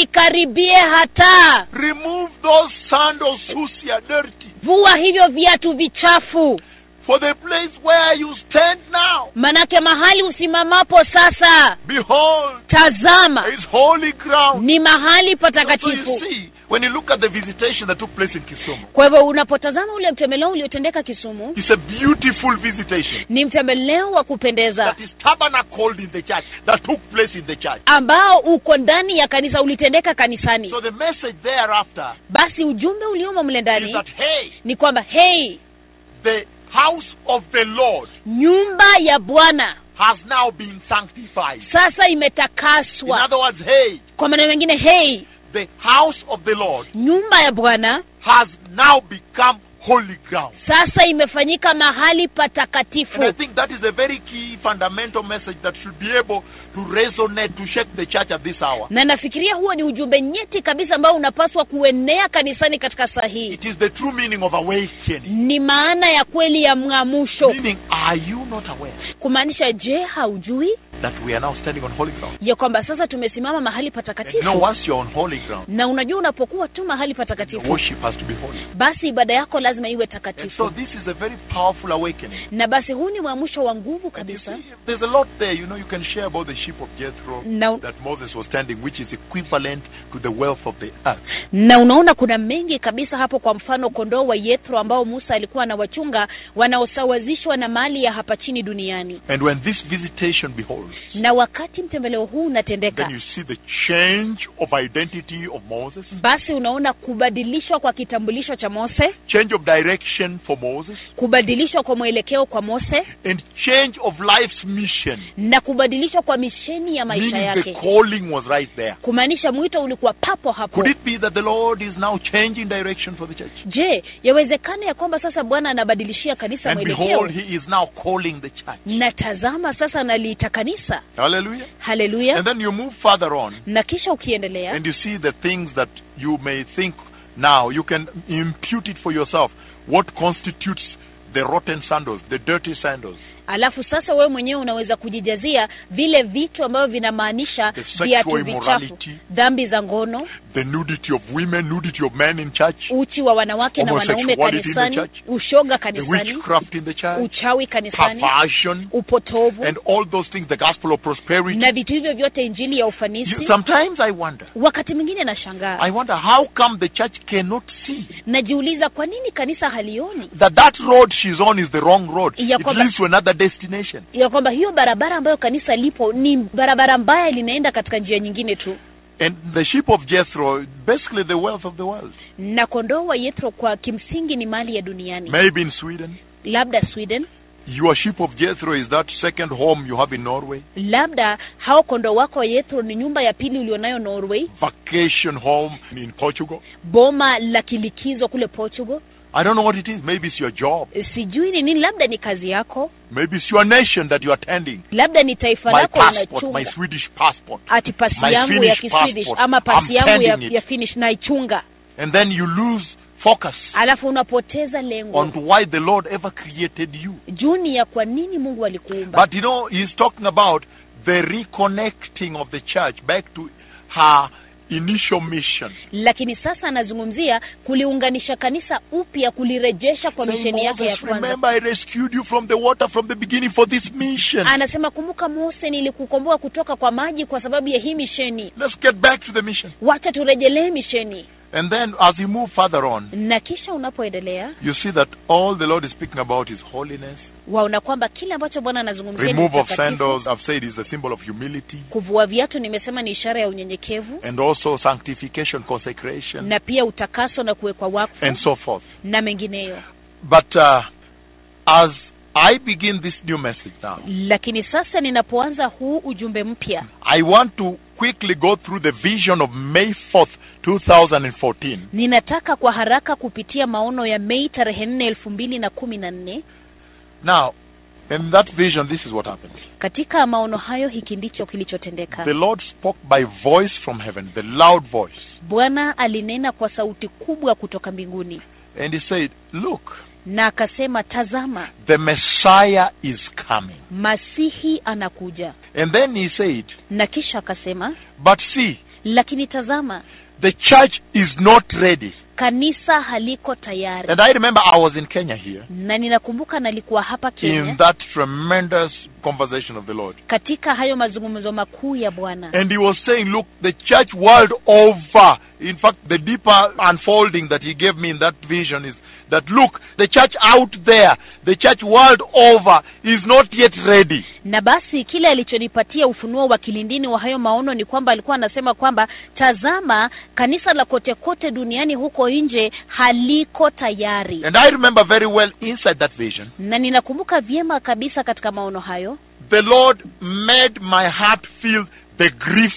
Speaker 7: usikaribie hata
Speaker 6: Remove those sandals, sucia, dirty.
Speaker 7: vua hivyo viatu vichafu
Speaker 6: For the place where you stand now,
Speaker 7: manake mahali usimamapo sasa
Speaker 6: behold,
Speaker 7: tazama
Speaker 6: is holy ground.
Speaker 7: ni mahali
Speaker 6: So you
Speaker 7: patakatifu
Speaker 6: see, when you look at the visitation that took place in Kisumu,
Speaker 7: kwa hivyo unapotazama ule mtembeleo uliotendeka kisumu
Speaker 6: it's a beautiful visitation
Speaker 7: ni mtembeleo wa kupendeza
Speaker 6: that is tabernacled in the church, that took place in the church.
Speaker 7: ambao uko ndani ya kanisa ulitendeka kanisani
Speaker 6: So the message thereafter
Speaker 7: basi ujumbe uliomo mle
Speaker 6: is
Speaker 7: ndani
Speaker 6: that, hey,
Speaker 7: ni kwamba hei
Speaker 6: the house of the Lord
Speaker 7: nyumba ya bwana
Speaker 6: has now been sanctified.
Speaker 7: sasa
Speaker 6: In
Speaker 7: imetakaswa
Speaker 6: other words, hey,
Speaker 7: kwa maneno mengine hei
Speaker 6: the house of the Lord
Speaker 7: nyumba ya bwana
Speaker 6: has now become holy ground.
Speaker 7: sasa imefanyika mahali
Speaker 6: And I
Speaker 7: patakatifu
Speaker 6: think that is a very key fundamental message that should be able to resonate, to shake the church at this hour.
Speaker 7: na nafikiria huo ni ujumbe nyeti kabisa ambao unapaswa kuenea kanisani katika saa hii
Speaker 6: It is the true meaning of awakening.
Speaker 7: ni maana ya kweli ya mng'amusho
Speaker 6: Meaning, are you not aware
Speaker 7: kumaanisha je haujui
Speaker 6: that we are now standing on holy ground?
Speaker 7: ya kwamba sasa tumesimama mahali
Speaker 6: And you know,
Speaker 7: patakatifu
Speaker 6: once you're on holy ground,
Speaker 7: na unajua unapokuwa tu mahali
Speaker 6: your
Speaker 7: patakatifu
Speaker 6: worship has to be holy.
Speaker 7: basi ibada yako lazima iwe
Speaker 6: And so
Speaker 7: takatifu
Speaker 6: this is a very powerful awakening.
Speaker 7: na basi huu ni mwamsho wa nguvu
Speaker 6: And you
Speaker 7: kabisa
Speaker 6: see, there's a lot there. You know, you can share about the sheep of Jethro
Speaker 7: na, un-
Speaker 6: that Moses was standing, which is equivalent to the wealth of the earth.
Speaker 7: na unaona kuna mengi kabisa hapo kwa mfano kondoo wa yethro ambao musa alikuwa anawachunga wanaosawazishwa na mali ya hapa chini duniani
Speaker 6: And when this visitation beholds,
Speaker 7: na wakati mtembeleo huu unatendeka
Speaker 6: then you see the change of identity of Moses,
Speaker 7: basi unaona kubadilishwa kwa kitambulisho cha mose
Speaker 6: change of direction for Moses,
Speaker 7: kubadilishwa kwa mwelekeo kwa mose
Speaker 6: and change of life's mission.
Speaker 7: na kubadilishwa kwa misheni ya maisha
Speaker 6: Meaning the
Speaker 7: yake
Speaker 6: calling was right there.
Speaker 7: kumaanisha mwito ulikuwa papo hapo
Speaker 6: Could it be that the Lord is now changing direction for the church.
Speaker 7: je yawezekana ya kwamba sasa bwana anabadilishia kanisa
Speaker 6: And
Speaker 7: mwelekeo
Speaker 6: behold, He is now calling the church.
Speaker 7: na tazama sasa analiita kanisa
Speaker 6: Hallelujah.
Speaker 7: haleluya
Speaker 6: And then you move further on
Speaker 7: na kisha ukiendelea
Speaker 6: and you see the things that you may think now. You can impute it for yourself. What constitutes the rotten sandals, the dirty sandals,
Speaker 7: alafu sasa wewe mwenyewe unaweza kujijazia vile vitu ambavyo vinamaanisha
Speaker 6: The sexual
Speaker 7: viatu vichafu
Speaker 6: immorality.
Speaker 7: dhambi za ngono
Speaker 6: the nudity of women, nudity of men in church,
Speaker 7: uchi wa wanawake na wanaume
Speaker 6: Homosexuality in the
Speaker 7: kanisani
Speaker 6: church.
Speaker 7: ushoga
Speaker 6: the
Speaker 7: kanisani
Speaker 6: witchcraft in the church,
Speaker 7: uchawi kanisani
Speaker 6: perversion,
Speaker 7: upotovu
Speaker 6: and all those things, the gospel of prosperity.
Speaker 7: na vitu hivyo vyote injili ya
Speaker 6: You-
Speaker 7: ufanisi
Speaker 6: sometimes I wonder.
Speaker 7: wakati mwingine nashangaa
Speaker 6: I wonder how come the church cannot see
Speaker 7: najiuliza kwa nini kanisa halioni
Speaker 6: that that road she's on is the wrong road.
Speaker 7: Ya
Speaker 6: It
Speaker 7: kwamba-
Speaker 6: leads to another destination.
Speaker 7: ya kwamba hiyo barabara ambayo kanisa lipo ni barabara mbaya linaenda katika njia nyingine tu
Speaker 6: And the sheep of Jethro, basically the wealth of the world.
Speaker 7: na kondoo wa yetro kwa kimsingi ni mali ya duniani
Speaker 6: Maybe in Sweden.
Speaker 7: labda sweden
Speaker 6: Your sheep of Jethro is that second home you have in Norway,
Speaker 7: labda hao kondoo wako wa yetro ni nyumba ya pili ulionayo norway
Speaker 6: vacation home in Portugal.
Speaker 7: boma la kilikizo kule portugal Eh,
Speaker 6: I don't know what it is. Maybe it's your job.
Speaker 7: sijui ni nini labda ni kazi yako
Speaker 6: Maybe it's your nation that you're attending.
Speaker 7: labda ni taifa
Speaker 6: My
Speaker 7: lako
Speaker 6: passport, my
Speaker 7: unachunga
Speaker 6: Swedish passport.
Speaker 7: ati pasi
Speaker 6: my
Speaker 7: yangu ya
Speaker 6: Finnish
Speaker 7: kiswedish
Speaker 6: passport.
Speaker 7: ama pasi
Speaker 6: I'm
Speaker 7: yangu ya,
Speaker 6: pending it.
Speaker 7: ya finish naichunga
Speaker 6: And then you lose focus
Speaker 7: alafu unapoteza lengo
Speaker 6: on why the Lord ever created you.
Speaker 7: juni ya kwa nini mungu alikuumba
Speaker 6: But you know, he's talking about the reconnecting of the church back to her initial mission.
Speaker 7: lakini sasa anazungumzia kuliunganisha kanisa upya kulirejesha kwa
Speaker 6: Saying,
Speaker 7: misheni yake ya
Speaker 6: "Moses,
Speaker 7: kwanza
Speaker 6: remember, I rescued you from the water from the beginning for this mission.
Speaker 7: anasema kumbuka mose nilikukomboa kutoka kwa maji kwa sababu ya hii misheni
Speaker 6: Let's get back to the mission.
Speaker 7: wacha turejelee misheni
Speaker 6: And then, as you move further on,
Speaker 7: na kisha unapoendelea
Speaker 6: you see that all the Lord is speaking about is holiness,
Speaker 7: waona kwamba kile ambacho bwana anazungumzia ni
Speaker 6: remove of
Speaker 7: utakatifu.
Speaker 6: sandals. I've said is a symbol of humility,
Speaker 7: kuvua viatu nimesema ni ishara ya unyenyekevu
Speaker 6: and also sanctification, consecration,
Speaker 7: na pia utakaso na kuwekwa wakfu
Speaker 6: and so forth.
Speaker 7: na mengineyo
Speaker 6: But uh, as I begin this new message now,
Speaker 7: lakini sasa ninapoanza huu ujumbe mpya
Speaker 6: I want to quickly go through the vision of May 4th, 2014,
Speaker 7: ninataka kwa haraka kupitia maono ya mei tarehe nne elfu mbili na kumi na nne
Speaker 6: Now, in that vision, this is what happened.
Speaker 7: katika maono hayo hiki ndicho kilichotendeka
Speaker 6: The Lord spoke by voice from heaven, the loud voice,
Speaker 7: bwana alinena kwa sauti kubwa kutoka mbinguni
Speaker 6: and He said, Look,
Speaker 7: na akasema tazama
Speaker 6: the Messiah is coming.
Speaker 7: masihi anakuja
Speaker 6: And then He said,
Speaker 7: na kisha akasema
Speaker 6: But see,
Speaker 7: lakini tazama
Speaker 6: the church is not ready.
Speaker 7: kanisa haliko tayari
Speaker 6: And I remember I was in Kenya here,
Speaker 7: na ninakumbuka nalikuwa hapa
Speaker 6: in
Speaker 7: kenya
Speaker 6: that tremendous conversation of the Lord.
Speaker 7: katika hayo mazungumzo makuu ya bwana
Speaker 6: And he was saying, look, the church world over, in fact, the deeper unfolding that he gave me in that vision is that, look, the church out there, the church world over is not yet ready.
Speaker 7: na basi kile alichonipatia ufunuo wa kilindini wa hayo maono ni kwamba alikuwa anasema kwamba tazama kanisa la kote kote duniani huko nje haliko tayari
Speaker 6: And I remember very well inside that vision,
Speaker 7: na ninakumbuka vyema kabisa katika maono hayo
Speaker 6: the Lord made my heart feel the grief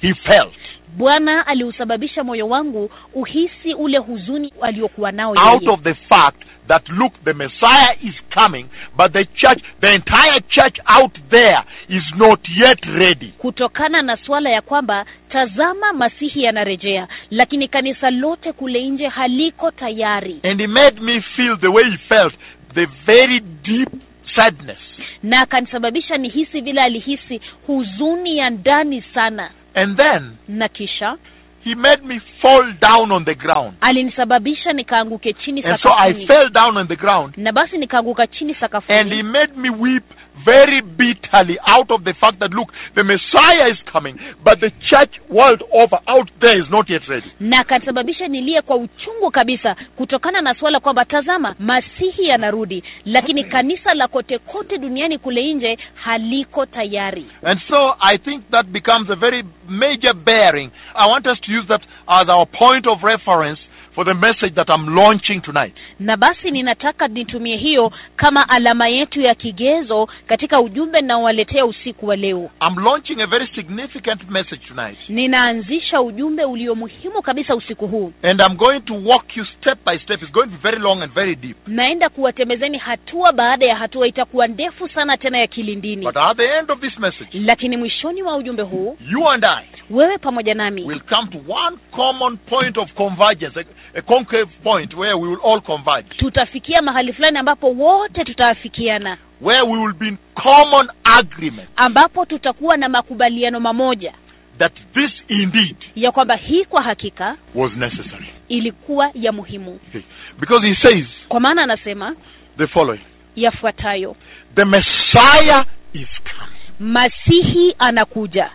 Speaker 6: he felt
Speaker 7: bwana aliusababisha moyo wangu uhisi ule huzuni aliokuwa nao
Speaker 6: out
Speaker 7: yeye
Speaker 6: of the fact that, look, the Messiah is coming, but the church, the entire church out there is not yet ready.
Speaker 7: kutokana na suala ya kwamba tazama masihi yanarejea lakini kanisa lote kule nje haliko tayari
Speaker 6: And he made me feel the way he felt, the very deep sadness.
Speaker 7: na akanisababisha nihisi vile alihisi huzuni ya ndani sana
Speaker 6: And then
Speaker 7: na kisha
Speaker 6: he made me fall down on the ground.
Speaker 7: alinisababisha nikaanguke chini
Speaker 6: And so I
Speaker 7: sakafuni
Speaker 6: fell down on the ground.
Speaker 7: na basi nikaanguka chini
Speaker 6: And he
Speaker 7: sakafuni
Speaker 6: made me weep very bitterly out of the fact that, look, the Messiah is coming, but the church world over out there is not yet ready.
Speaker 7: na akanisababisha nilie kwa uchungu kabisa kutokana na suala kwamba tazama masihi yanarudi lakini kanisa la kote kote duniani kule nje haliko tayari
Speaker 6: And so I think that becomes a very major bearing. I want us to use that as our point of reference for the message that I'm launching tonight.
Speaker 7: na basi ninataka nitumie hiyo kama alama yetu ya kigezo katika ujumbe ninaowaletea usiku wa leo
Speaker 6: I'm launching a very significant message tonight.
Speaker 7: ninaanzisha ujumbe ulio muhimu kabisa usiku huu
Speaker 6: And I'm going to walk you step by step. It's going to be very long and very deep.
Speaker 7: naenda kuwatembezeni hatua baada ya hatua itakuwa ndefu sana tena ya kilindini
Speaker 6: But at the end of this message,
Speaker 7: lakini mwishoni wa ujumbe huu
Speaker 6: you and I
Speaker 7: wewe pamoja nami
Speaker 6: will come to one common point of convergence, a, a concave point where we will all converge,
Speaker 7: tutafikia mahali fulani ambapo wote tutaafikiana
Speaker 6: where we will be in common agreement
Speaker 7: ambapo tutakuwa na makubaliano mamoja
Speaker 6: that this indeed
Speaker 7: ya kwamba hii kwa hakika
Speaker 6: was necessary.
Speaker 7: ilikuwa ya muhimu
Speaker 6: Okay. Because he says
Speaker 7: kwa maana anasema
Speaker 6: the following
Speaker 7: yafuatayo
Speaker 6: The Messiah is coming,
Speaker 7: masihi anakuja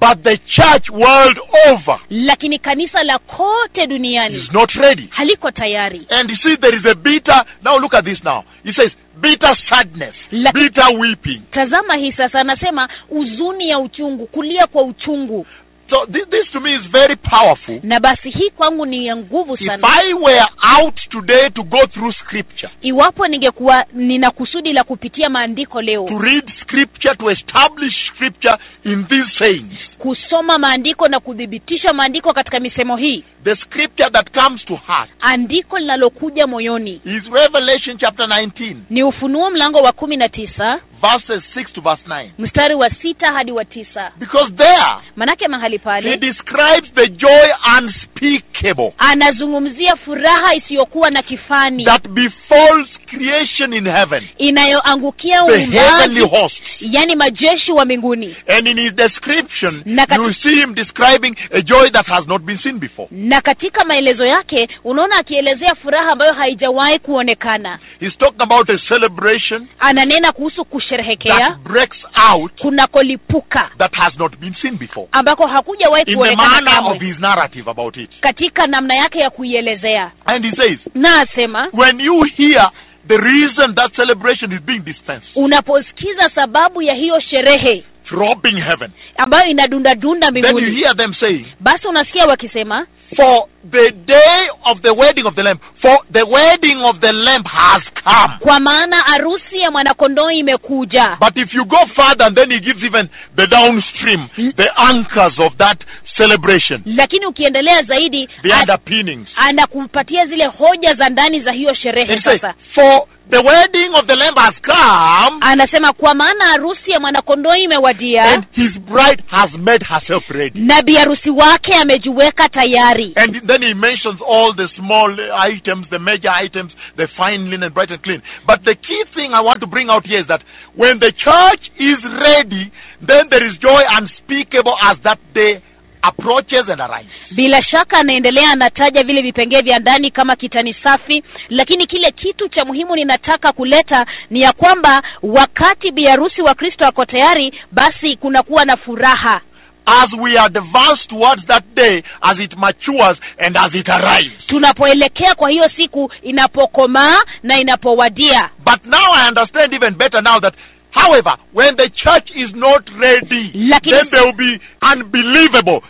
Speaker 6: but the church world over
Speaker 7: lakini kanisa la kote
Speaker 6: is
Speaker 7: duniani
Speaker 6: not ready.
Speaker 7: haliko tayari
Speaker 6: And you see, there is a bitter. Now look at this. Now he says, bitter sadness,
Speaker 7: Like-
Speaker 6: bitter weeping.
Speaker 7: tazama hii sasa anasema uzuni ya uchungu kulia kwa uchungu
Speaker 6: So this, this to me is very powerful.
Speaker 7: na basi hii kwangu ni ya nguvu
Speaker 6: If
Speaker 7: sana
Speaker 6: I were out today to go through scripture,
Speaker 7: iwapo ningekuwa nina kusudi la kupitia maandiko leo
Speaker 6: to read scripture, to establish scripture in these sayings,
Speaker 7: kusoma maandiko na kuthibitisha maandiko katika misemo hii
Speaker 6: the scripture that comes to heart
Speaker 7: andiko linalokuja moyoni
Speaker 6: is Revelation chapter 19,
Speaker 7: ni ufunuo mlango wa kumi na tisa
Speaker 6: verses 6 to verse 9.
Speaker 7: mstari wa sita hadi wa tisa
Speaker 6: Because there,
Speaker 7: manake mahali
Speaker 6: He
Speaker 7: pale
Speaker 6: describes the joy unspeakable
Speaker 7: anazungumzia furaha isiyokuwa na kifani
Speaker 6: that befalls creation in heaven,
Speaker 7: inayoangukia
Speaker 6: the heavenly
Speaker 7: uumbaji
Speaker 6: host.
Speaker 7: yani majeshi wa mbinguni
Speaker 6: And in his description,
Speaker 7: Na kat-
Speaker 6: you see him describing a joy that has not been seen before.
Speaker 7: na katika maelezo yake unaona akielezea furaha ambayo haijawahi kuonekana
Speaker 6: He's talking about a celebration
Speaker 7: ananena kuhusu kusherehekea
Speaker 6: that breaks out
Speaker 7: kunakolipuka
Speaker 6: that has not been seen before.
Speaker 7: ambako hakujawahi
Speaker 6: In the
Speaker 7: kuonekana
Speaker 6: manner of
Speaker 7: kamwe
Speaker 6: his narrative about it.
Speaker 7: katika namna yake ya kuielezea
Speaker 6: And he says,
Speaker 7: na asema
Speaker 6: when you hear the reason that celebration is being dispensed,
Speaker 7: unaposikiza sababu ya hiyo sherehe
Speaker 6: throbbing heaven,
Speaker 7: ambayo inadundadunda
Speaker 6: then you
Speaker 7: mbinguni
Speaker 6: hear them saying,
Speaker 7: basi unasikia wakisema
Speaker 6: For the day of the wedding of the Lamb, for the wedding of the Lamb has come.
Speaker 7: kwa maana arusi ya mwanakondoo imekuja
Speaker 6: But if you go further, and then he gives even the downstream, the anchors of that celebration,
Speaker 7: lakini ukiendelea zaidi
Speaker 6: the
Speaker 7: a-
Speaker 6: underpinnings.
Speaker 7: anakupatia zile hoja za ndani za hiyo
Speaker 6: And
Speaker 7: sherehe
Speaker 6: say,
Speaker 7: sasa
Speaker 6: For the wedding of the Lamb has come,
Speaker 7: anasema kwa maana arusi ya mwanakondoo
Speaker 6: and
Speaker 7: imewadia
Speaker 6: his bride has made herself ready.
Speaker 7: na biharusi wake amejiweka tayari
Speaker 6: And then he mentions all the small items, the major items, the fine linen, bright and clean. But the key thing I want to bring out here is that when the church is ready, then there is joy unspeakable as that day approaches and arrives.
Speaker 7: bila shaka anaendelea anataja vile vipengee vya ndani kama kitani safi lakini kile kitu cha muhimu ninataka kuleta ni ya kwamba wakati biharusi wa kristo ako tayari basi kunakuwa na furaha
Speaker 6: As we advance towards that day, as it matures and as it arrives.
Speaker 7: tunapoelekea kwa hiyo siku inapokomaa na inapowadia
Speaker 6: But now I understand even better now that, however, when the church is not ready,
Speaker 7: Lakini-
Speaker 6: then there will be unbelievable,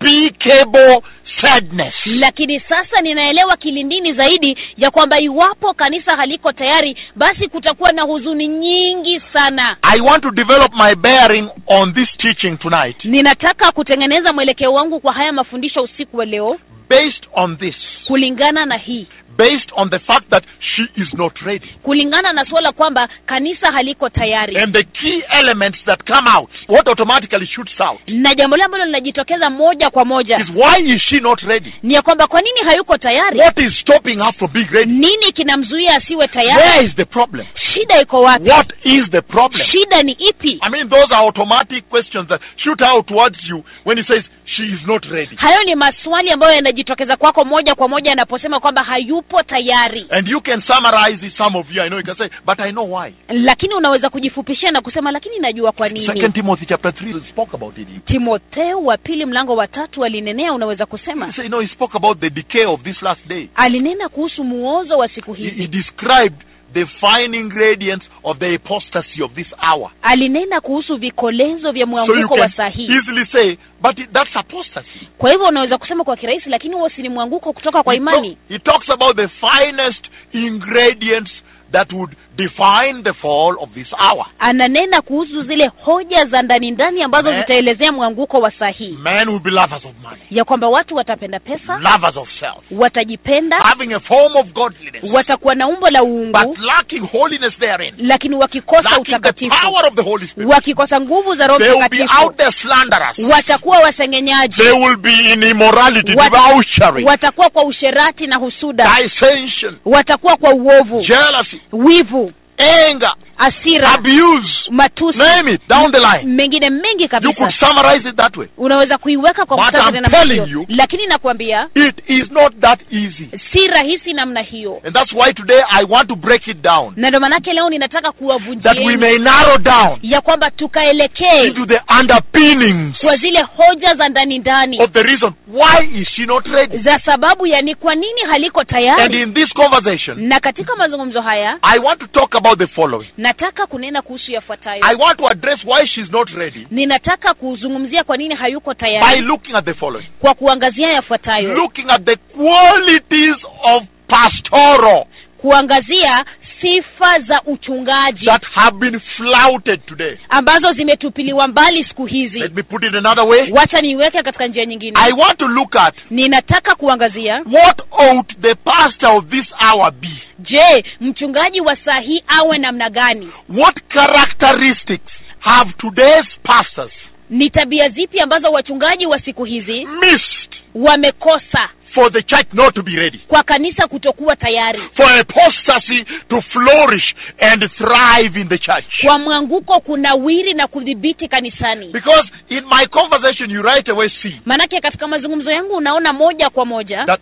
Speaker 6: despicable sadness.
Speaker 7: lakini sasa ninaelewa kilindini zaidi ya kwamba iwapo kanisa haliko tayari basi kutakuwa na huzuni nyingi sana
Speaker 6: I want to develop my bearing on this teaching tonight
Speaker 7: ninataka kutengeneza mwelekeo wangu kwa haya mafundisho usiku wa leo
Speaker 6: based on this,
Speaker 7: kulingana na hii
Speaker 6: based on the fact that she is not ready.
Speaker 7: kulingana na suala kwamba kanisa haliko tayari
Speaker 6: And the key elements that come out, what automatically shoots out,
Speaker 7: na jambo lile ambalo linajitokeza moja kwa moja
Speaker 6: is why is she not ready?
Speaker 7: ni ya kwamba kwa nini hayuko tayari
Speaker 6: What is stopping her from being ready?
Speaker 7: nini kinamzuia asiwe tayari
Speaker 6: Where is the problem?
Speaker 7: shida iko wapi
Speaker 6: What is the problem?
Speaker 7: shida ni ipi
Speaker 6: I mean, those are automatic questions that shoot out towards you when he says she is not ready.
Speaker 7: hayo ni maswali ambayo yanajitokeza kwako moja kwa moja anaposema kwamba hayupo tayari
Speaker 6: And you can summarize it, some of you, I know you can say, but I know why.
Speaker 7: lakini unaweza kujifupishia na kusema lakini najua kwa nini
Speaker 6: Second Timothy chapter 3 spoke about it.
Speaker 7: timotheo wa pili mlango wa tatu alinenea unaweza kusema
Speaker 6: He said, no, he spoke about the decay of this last day.
Speaker 7: alinena kuhusu muozo wa siku
Speaker 6: He, he
Speaker 7: hizi
Speaker 6: described the fine ingredients of the apostasy of this hour.
Speaker 7: alinena kuhusu vikolezo vya
Speaker 6: So you
Speaker 7: mwanguko
Speaker 6: can
Speaker 7: wa saa hii
Speaker 6: easily say, but it, that's apostasy.
Speaker 7: kwa hivyo unaweza kusema kwa kirahisi lakini huo si ni mwanguko kutoka kwa
Speaker 6: He
Speaker 7: imani
Speaker 6: talk- he talks about the finest ingredients that would define the fall of this hour.
Speaker 7: ananena kuhusu zile hoja za ndani ndani ambazo
Speaker 6: Me-
Speaker 7: zitaelezea mwanguko wa saa hii
Speaker 6: Men will be lovers of money,
Speaker 7: ya kwamba watu watapenda pesa
Speaker 6: lovers of self,
Speaker 7: watajipenda
Speaker 6: having a form of godliness,
Speaker 7: watakuwa na umbo la
Speaker 6: but
Speaker 7: uungu
Speaker 6: lacking holiness therein,
Speaker 7: lakini wakikosa
Speaker 6: lacking the
Speaker 7: utakatifu
Speaker 6: power of the Holy Spirit.
Speaker 7: wakikosa nguvu za roho
Speaker 6: They will be out
Speaker 7: mtakatifu
Speaker 6: there slanderers.
Speaker 7: watakuwa wasengenyaji
Speaker 6: They will be in immorality,
Speaker 7: Wat-
Speaker 6: debauchery,
Speaker 7: watakuwa kwa usherati na husuda
Speaker 6: dissension,
Speaker 7: watakuwa kwa uovu
Speaker 6: jealousy,
Speaker 7: wivu
Speaker 6: anger,
Speaker 7: asira
Speaker 6: abuse.
Speaker 7: matusi
Speaker 6: Name it down the line.
Speaker 7: mengine mengi
Speaker 6: You could
Speaker 7: kabisa
Speaker 6: summarize it that way.
Speaker 7: unaweza kuiweka kwa
Speaker 6: But
Speaker 7: mstari
Speaker 6: I'm
Speaker 7: namna
Speaker 6: telling
Speaker 7: hiyo.
Speaker 6: you-
Speaker 7: lakini nakwambia
Speaker 6: It is not that easy.
Speaker 7: si rahisi namna hiyo
Speaker 6: And that's why today I want to break it down
Speaker 7: na ndio manake leo ninataka
Speaker 6: that we
Speaker 7: kuwavunjia
Speaker 6: may narrow down
Speaker 7: ya kwamba tukaelekee
Speaker 6: into the underpinnings
Speaker 7: kwa zile hoja za ndani ndani
Speaker 6: of the reason why is she not ready.
Speaker 7: za sababu ya ni kwa nini haliko
Speaker 6: And
Speaker 7: tayari
Speaker 6: in this conversation,
Speaker 7: na katika mazungumzo haya
Speaker 6: I want to talk about the following.
Speaker 7: nataka kunena kuhusu yafuatayo
Speaker 6: I want to address why she's not ready
Speaker 7: ninataka kuzungumzia kwa nini hayuko
Speaker 6: by
Speaker 7: tayari
Speaker 6: looking at the following.
Speaker 7: kwa kuangazia yafuatayo
Speaker 6: Looking at the qualities of pastoral
Speaker 7: kuangazia sifa za uchungaji
Speaker 6: that have been flouted today.
Speaker 7: ambazo zimetupiliwa mbali siku hizi
Speaker 6: Let me put it another way.
Speaker 7: wacha niiweke katika njia nyingine
Speaker 6: I want to look at
Speaker 7: ninataka kuangazia
Speaker 6: what ought the pastor of this hour be?
Speaker 7: je mchungaji wa saa hii awe namna gani
Speaker 6: What characteristics have today's pastors
Speaker 7: ni tabia zipi ambazo wachungaji wa siku hizi
Speaker 6: missed
Speaker 7: wamekosa
Speaker 6: for the church not to be ready?
Speaker 7: kwa kanisa kutokuwa tayari
Speaker 6: For apostasy to flourish and thrive in the church?
Speaker 7: kwa mwanguko kunawiri na kudhibiti kanisani
Speaker 6: Because in my conversation, you right away see
Speaker 7: maanake katika mazungumzo yangu unaona moja kwa moja
Speaker 6: that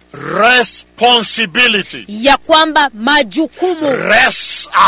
Speaker 6: responsibility
Speaker 7: ya kwamba majukumu
Speaker 6: rests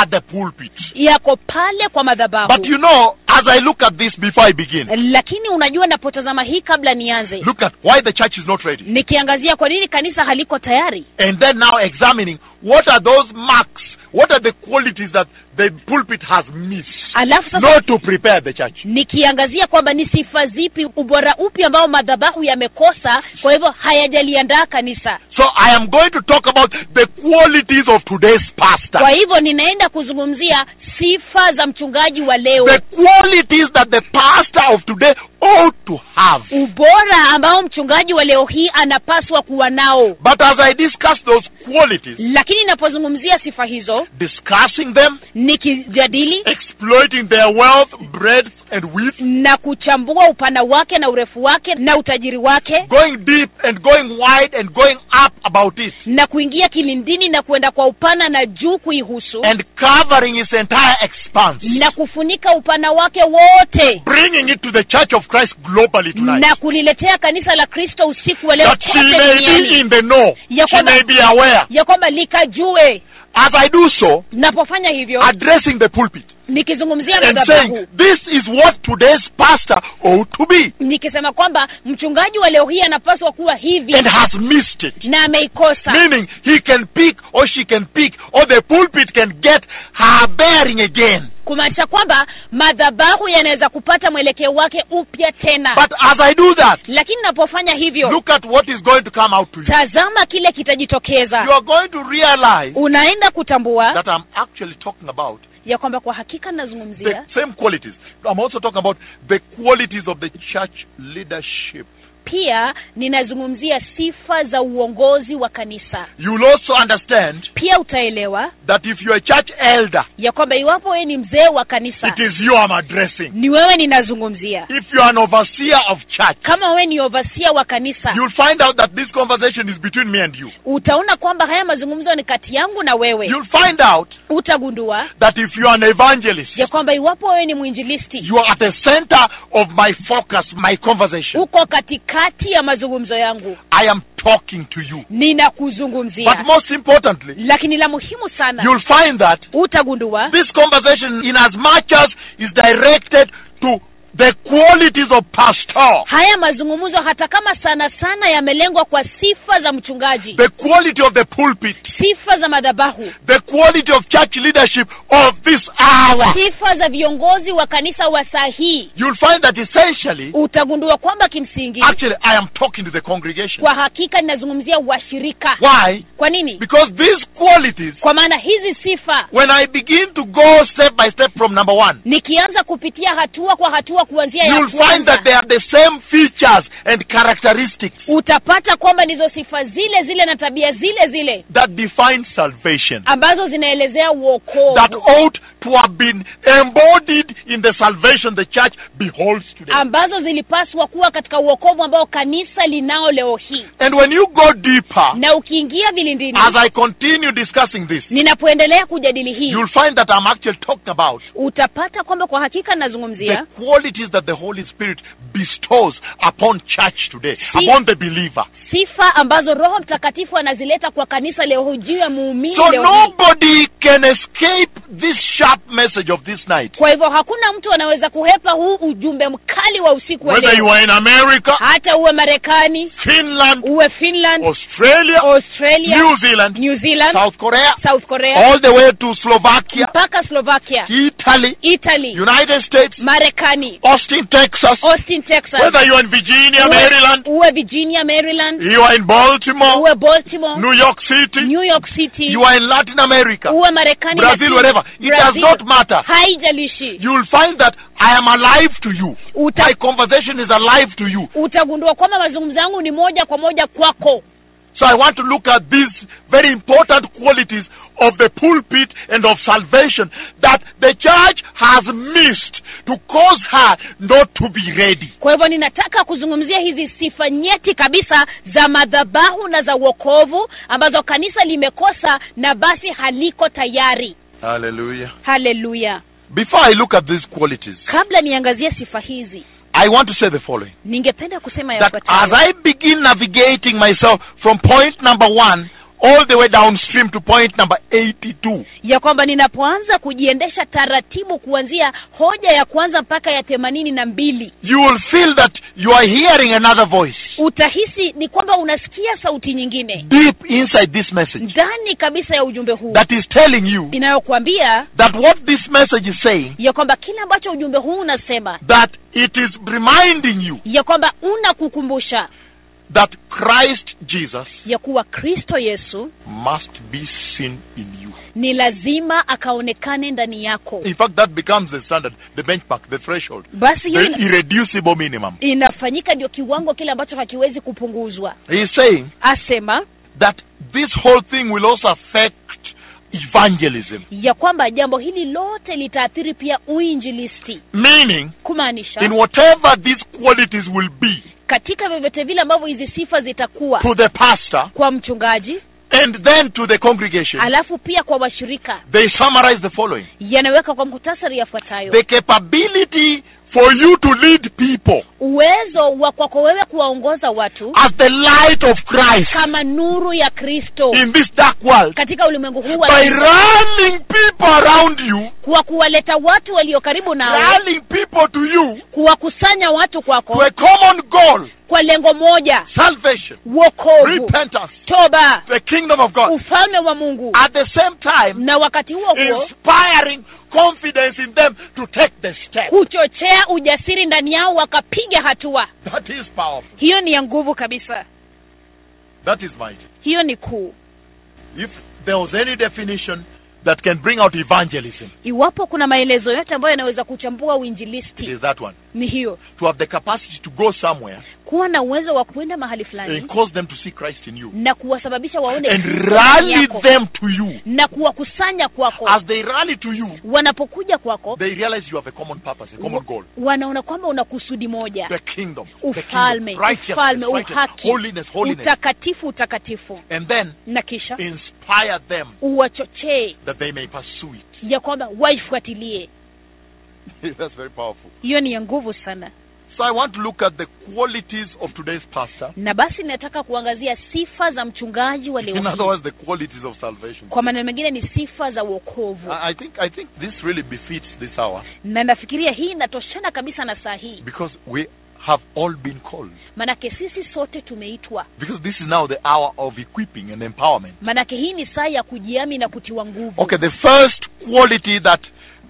Speaker 6: at the pulpit.
Speaker 7: yako pale kwa
Speaker 6: But
Speaker 7: madhabahu
Speaker 6: you know, as I look at this before I begin,
Speaker 7: lakini unajua napotazama hii kabla nianze
Speaker 6: look at why the church is not ready.
Speaker 7: nikiangazia kwa nini kanisa haliko tayari
Speaker 6: and then now examining what are those marks, what are the qualities that the pulpit has missed,
Speaker 7: alafu sasa
Speaker 6: not to prepare the church.
Speaker 7: nikiangazia kwamba ni sifa zipi ubora upi ambao madhabahu yamekosa kwa hivyo hayajaliandaa kanisa
Speaker 6: So I am going to talk about the qualities of today's pastor,
Speaker 7: kwa hivyo ninaenda kuzungumzia sifa za mchungaji wa leo
Speaker 6: the qualities that the pastor of today ought to have.
Speaker 7: ubora ambao mchungaji wa leo hii anapaswa kuwa nao
Speaker 6: But as I discuss those qualities,
Speaker 7: lakini ninapozungumzia sifa hizo
Speaker 6: discussing them,
Speaker 7: nikijadili
Speaker 6: exploiting their wealth, breadth, and width,
Speaker 7: na kuchambua upana wake na urefu wake na utajiri wake
Speaker 6: going deep and going wide and going up about it,
Speaker 7: na kuingia kilindini na kuenda kwa upana na juu kuihusu
Speaker 6: and covering its entire expanse.
Speaker 7: na kufunika upana wake wote
Speaker 6: bringing it to the Church of Christ globally tonight.
Speaker 7: na kuliletea kanisa la kristo usiku wa leo
Speaker 6: That she
Speaker 7: kote
Speaker 6: may
Speaker 7: duniani,
Speaker 6: be in the know.
Speaker 7: Ya
Speaker 6: She
Speaker 7: kwamba-
Speaker 6: may be aware.
Speaker 7: ya kwamba likajue
Speaker 6: As I do so,
Speaker 7: napofanya hivyo
Speaker 6: addressing the pulpit
Speaker 7: nikizungumzia
Speaker 6: and
Speaker 7: madhabahu
Speaker 6: saying, this is what today's pastor ought to be
Speaker 7: nikisema kwamba mchungaji wa leo hii anapaswa kuwa hivi
Speaker 6: and has missed it.
Speaker 7: na ameikosa
Speaker 6: Meaning, he can pick or she can pick or the pulpit can get her bearing again.
Speaker 7: kumaanisha kwamba madhabahu yanaweza kupata mwelekeo wake upya tena
Speaker 6: But as I do that,
Speaker 7: lakini napofanya hivyo
Speaker 6: look at what is going to come out to you.
Speaker 7: tazama kile
Speaker 6: You
Speaker 7: kitajitokeza
Speaker 6: are going to realize
Speaker 7: unaenda kutambua
Speaker 6: that I'm actually talking about
Speaker 7: ya kwamba kwa hakika
Speaker 6: the
Speaker 7: nazungumzia
Speaker 6: same qualities. I'm also talking about the qualities of the church leadership.
Speaker 7: pia ninazungumzia sifa za uongozi wa kanisa
Speaker 6: You'll also understand
Speaker 7: pia utaelewa
Speaker 6: that if you're a church elder,
Speaker 7: ya kwamba iwapo wewe ni mzee wa
Speaker 6: it
Speaker 7: kanisa
Speaker 6: is you I'm addressing.
Speaker 7: ni wewe ninazungumzia
Speaker 6: If you're an overseer of church,
Speaker 7: kama wewe ni ovasia wa kanisa
Speaker 6: you'll find out that this conversation is between me and you.
Speaker 7: utaona kwamba haya mazungumzo ni kati yangu na wewe
Speaker 6: You'll find out
Speaker 7: utagundua
Speaker 6: that if you're an evangelist,
Speaker 7: ya kwamba iwapo wewe ni mwinjilisti
Speaker 6: you are at the center of my focus, my conversation.
Speaker 7: uko katikati ya mazungumzo yangu
Speaker 6: I am talking to you. But
Speaker 7: ninakuzungumzia
Speaker 6: most importantly,
Speaker 7: lakini la muhimu sana
Speaker 6: you'll find that
Speaker 7: utagundua
Speaker 6: This conversation, in as much as is directed to the qualities of pastor,
Speaker 7: haya mazungumzo hata kama sana sana yamelengwa kwa sifa za mchungaji
Speaker 6: the quality of the pulpit,
Speaker 7: sifa za madhabahu
Speaker 6: the quality of church leadership of this hour,
Speaker 7: sifa za viongozi wa kanisa wa saa hii
Speaker 6: you'll find that essentially,
Speaker 7: utagundua kwamba kimsingi
Speaker 6: actually, I am talking to the congregation.
Speaker 7: kwa hakika ninazungumzia washirika
Speaker 6: Why?
Speaker 7: kwa nini
Speaker 6: Because these qualities,
Speaker 7: kwa maana hizi sifa
Speaker 6: when I begin to go step by step from number one,
Speaker 7: nikianza kupitia hatua kwa hatua kuanzia ya
Speaker 6: you'll find that they
Speaker 7: kwanza
Speaker 6: are the same features and characteristics
Speaker 7: utapata kwamba ndizo sifa zile zile na tabia zile zile
Speaker 6: that define salvation
Speaker 7: ambazo zinaelezea uokovu
Speaker 6: that ought to have been embodied in the salvation the church beholds today.
Speaker 7: ambazo zilipaswa kuwa katika uokovu ambao kanisa linao leo hii
Speaker 6: And when you go deeper,
Speaker 7: na ukiingia vilindini
Speaker 6: as I continue discussing this,
Speaker 7: ninapoendelea kujadili hii
Speaker 6: you'll find that I'm actually talking about
Speaker 7: utapata kwamba kwa hakika nazungumzia
Speaker 6: the qualities that the Holy Spirit bestows upon church today,
Speaker 7: See-
Speaker 6: upon the believer.
Speaker 7: sifa ambazo roho mtakatifu anazileta kwa kanisa leo hii juu ya muumini
Speaker 6: So
Speaker 7: leo hii
Speaker 6: nobody can escape this sharp message of this night.
Speaker 7: kwa hivyo hakuna mtu anaweza kuhepa huu ujumbe mkali wa usiku wa
Speaker 6: Whether you
Speaker 7: leo
Speaker 6: are in America,
Speaker 7: hata uwe marekani
Speaker 6: Finland,
Speaker 7: uwe finland
Speaker 6: Australia,
Speaker 7: australia
Speaker 6: New Zealand,
Speaker 7: New Zealand
Speaker 6: South Korea,
Speaker 7: south korea
Speaker 6: all the way to Slovakia,
Speaker 7: mpaka slovakia
Speaker 6: Italy,
Speaker 7: italy
Speaker 6: United States,
Speaker 7: marekani
Speaker 6: Austin, Texas,
Speaker 7: austin texas
Speaker 6: whether you are in Virginia,
Speaker 7: uwe,
Speaker 6: Maryland,
Speaker 7: uwe virginia maryland
Speaker 6: you are in Baltimore,
Speaker 7: uwe baltimore
Speaker 6: New York City,
Speaker 7: new york city
Speaker 6: you are in Latin America,
Speaker 7: uwe marekani
Speaker 6: Brazil,
Speaker 7: lakini-
Speaker 6: wherever. It does
Speaker 7: Brazil.
Speaker 6: not matter.
Speaker 7: haijalishi
Speaker 6: You'll find that I am alive to you.
Speaker 7: Uta-
Speaker 6: My conversation is alive to you.
Speaker 7: utagundua kwamba mazungumzo yangu ni moja kwa moja kwako
Speaker 6: So I want to look at these very important qualities of the pulpit and of salvation that the church has missed to cause her not to be ready.
Speaker 7: kwa hivyo ninataka kuzungumzia hizi sifa nyeti kabisa za madhabahu na za uokovu ambazo kanisa limekosa na basi haliko tayari
Speaker 6: Hallelujah.
Speaker 7: haleluya
Speaker 6: Before I look at these qualities,
Speaker 7: kabla niangazie sifa hizi
Speaker 6: I want to say the following.
Speaker 7: ningependa kusema
Speaker 6: That as
Speaker 7: yafuatayo
Speaker 6: I begin navigating myself from point number one all the way downstream to point number 82,
Speaker 7: ya kwamba ninapoanza kujiendesha taratibu kuanzia hoja ya kwanza mpaka ya themanini na mbili
Speaker 6: you will feel that you are hearing another voice
Speaker 7: utahisi ni kwamba unasikia sauti nyingine
Speaker 6: deep inside this message
Speaker 7: ndani kabisa ya ujumbe huu
Speaker 6: that is telling you
Speaker 7: inayokuambia
Speaker 6: that what this message is saying
Speaker 7: ya kwamba kile ambacho ujumbe huu unasema
Speaker 6: that it is reminding you
Speaker 7: ya kwamba unakukumbusha
Speaker 6: that Christ Jesus
Speaker 7: ya kuwa kristo yesu
Speaker 6: must be seen in you.
Speaker 7: ni lazima akaonekane ndani yako
Speaker 6: In fact, that becomes the standard, the benchmark, the threshold,
Speaker 7: basi
Speaker 6: the
Speaker 7: hiyo ina-
Speaker 6: irreducible minimum.
Speaker 7: inafanyika ndio kiwango kile ambacho hakiwezi kupunguzwa
Speaker 6: He is saying
Speaker 7: asema
Speaker 6: that this whole thing will also affect evangelism,
Speaker 7: ya kwamba jambo hili lote litaathiri pia uinjilisti
Speaker 6: meaning, in
Speaker 7: kumaanisha
Speaker 6: whatever these qualities will be
Speaker 7: katika vyovyote vile ambavyo hizi sifa zitakuwa
Speaker 6: to the pastor
Speaker 7: kwa mchungaji
Speaker 6: and then to the congregation,
Speaker 7: alafu pia kwa washirika
Speaker 6: they summarize the following
Speaker 7: yanaweka kwa muhtasari yafuatayo
Speaker 6: the capability for you to lead people
Speaker 7: uwezo wa kwako wewe kuwaongoza watu
Speaker 6: as the light of Christ
Speaker 7: kama nuru ya kristo
Speaker 6: in this dark world
Speaker 7: katika ulimwengu huu wa
Speaker 6: by
Speaker 7: giza,
Speaker 6: running people around you,
Speaker 7: kwa kuwaleta watu walio karibu nawe
Speaker 6: rallying people to you
Speaker 7: kuwakusanya watu
Speaker 6: to
Speaker 7: kwako
Speaker 6: a common goal
Speaker 7: kwa lengo moja
Speaker 6: salvation,
Speaker 7: wokovu
Speaker 6: repentance,
Speaker 7: toba
Speaker 6: the kingdom of God.
Speaker 7: ufalme wa mungu
Speaker 6: At the same time,
Speaker 7: na wakati huo huo
Speaker 6: inspiring confidence in them to take the step.
Speaker 7: Oh. kuchochea ujasiri ndani yao wakapiga hatua
Speaker 6: That is powerful.
Speaker 7: hiyo ni ya nguvu kabisa
Speaker 6: That is mighty.
Speaker 7: hiyo ni kuu
Speaker 6: If there was any definition that can bring out evangelism,
Speaker 7: iwapo kuna maelezo yote ambayo yanaweza kuchambua
Speaker 6: it
Speaker 7: uinjilisti
Speaker 6: is that one.
Speaker 7: ni hiyo
Speaker 6: To have the capacity to go somewhere
Speaker 7: kuwa na uwezo wa kuenda mahali
Speaker 6: and
Speaker 7: fulani
Speaker 6: cause them to see Christ in you
Speaker 7: na kuwasababisha waone
Speaker 6: and
Speaker 7: Kristo ndani
Speaker 6: rally
Speaker 7: yako,
Speaker 6: them to you.
Speaker 7: na kuwakusanya kwako
Speaker 6: As they rally to you,
Speaker 7: wanapokuja kwako
Speaker 6: they realize you have a common purpose, a common goal.
Speaker 7: wanaona kwamba una kusudi moja
Speaker 6: The kingdom. the
Speaker 7: ufalme
Speaker 6: kingdom, righteousness,
Speaker 7: ufalme
Speaker 6: righteousness,
Speaker 7: uhaki
Speaker 6: holiness, holiness.
Speaker 7: utakatifu utakatifu
Speaker 6: And then
Speaker 7: na kisha
Speaker 6: inspire them
Speaker 7: uwachochee
Speaker 6: that they may pursue it.
Speaker 7: ya kwamba waifuatilie
Speaker 6: That's very powerful.
Speaker 7: hiyo ni ya nguvu sana
Speaker 6: So I want to look at the qualities of today's pastor.
Speaker 7: na basi ninataka kuangazia sifa za mchungaji wa
Speaker 6: In
Speaker 7: leo
Speaker 6: other
Speaker 7: hii.
Speaker 6: words, the qualities of salvation.
Speaker 7: kwa maneno mengine ni sifa za uokovu
Speaker 6: I I think I think this really befits this hour
Speaker 7: na nafikiria hii inatoshana kabisa na saa hii
Speaker 6: because we have all been called.
Speaker 7: manake sisi sote tumeitwa
Speaker 6: Because this is now the hour of equipping and empowerment.
Speaker 7: manake hii ni saa ya kujiami na kutiwa nguvu
Speaker 6: Okay, the first quality that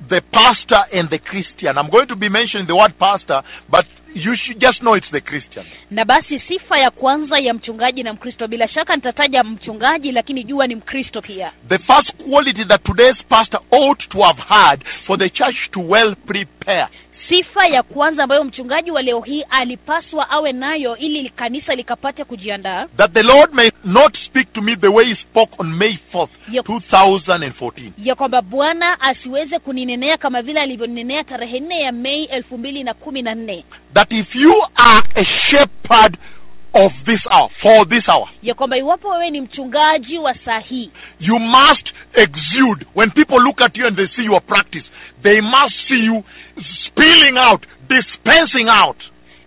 Speaker 6: the pastor and the Christian. I'm going to be mentioning the word pastor, but you should just know it's the Christian.
Speaker 7: na basi sifa ya kwanza ya mchungaji na mkristo bila shaka nitataja mchungaji lakini jua ni mkristo pia
Speaker 6: The first quality that today's pastor ought to have had for the church to well prepare.
Speaker 7: sifa ya kwanza ambayo mchungaji wa leo hii alipaswa awe nayo ili kanisa likapate kujiandaa
Speaker 6: That the Lord may not speak to me the way He spoke on May 4th,
Speaker 7: Yep.
Speaker 6: 2014.
Speaker 7: ya kwamba bwana asiweze kuninenea kama vile alivyoninenea tarehe nne ya mei elfu mbili na kumi na nne
Speaker 6: That if you are a shepherd of this hour, for this hour,
Speaker 7: ya kwamba iwapo wewe ni mchungaji wa saa hii
Speaker 6: you must exude. When people look at you and they see your practice, they must see you spilling out, dispensing out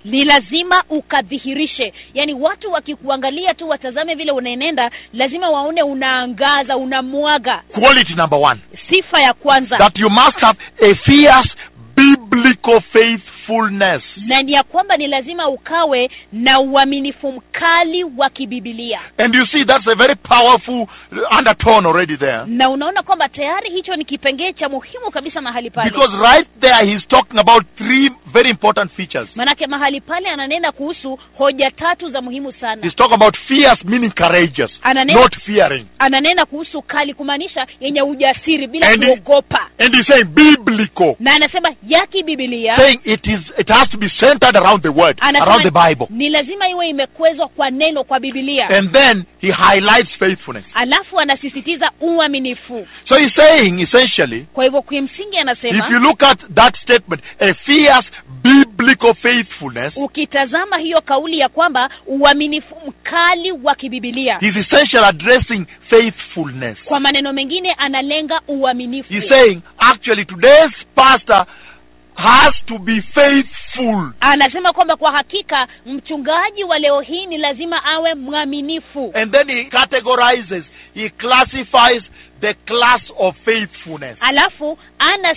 Speaker 7: ni lazima ukadhihirishe yaani watu wakikuangalia tu watazame vile unaenenda lazima waone unaangaza unamwaga
Speaker 6: quality number one.
Speaker 7: sifa ya kwanza
Speaker 6: That you must have a fierce biblical faithfulness.
Speaker 7: na ni ya kwamba ni lazima ukawe na uaminifu mkali wa kibibilia
Speaker 6: And you see, that's a very powerful uh, undertone already there.
Speaker 7: na unaona kwamba tayari hicho ni kipengee cha muhimu kabisa mahali pale
Speaker 6: Because right there, he's talking about three very important features.
Speaker 7: manake mahali pale ananena kuhusu hoja tatu za muhimu sana
Speaker 6: He's talking about fierce, meaning courageous,
Speaker 7: Ananena-
Speaker 6: not fearing.
Speaker 7: ananena kuhusu kali kumaanisha yenye ujasiri bila
Speaker 6: And-
Speaker 7: kuogopa
Speaker 6: And he's saying biblical,
Speaker 7: na anasema ya kibibilia
Speaker 6: saying it is, it has to be centered around the word, around the Bible.
Speaker 7: ni lazima iwe imekwezwa kwa neno kwa bibilia
Speaker 6: And then he highlights faithfulness.
Speaker 7: alafu anasisitiza uaminifu
Speaker 6: So he's saying essentially,
Speaker 7: kwa hivyo kimsingi
Speaker 6: if you
Speaker 7: anasema
Speaker 6: look at that statement, a fierce biblical faithfulness,
Speaker 7: ukitazama hiyo kauli ya kwamba uaminifu mkali wa kibibilia
Speaker 6: he's essentially addressing faithfulness.
Speaker 7: kwa maneno mengine analenga uaminifu
Speaker 6: He's saying actually today's pastor has to be faithful.
Speaker 7: anasema kwamba kwa hakika mchungaji wa leo hii ni lazima awe mwaminifu
Speaker 6: And then he categorizes, he classifies the class of faithfulness.
Speaker 7: alafu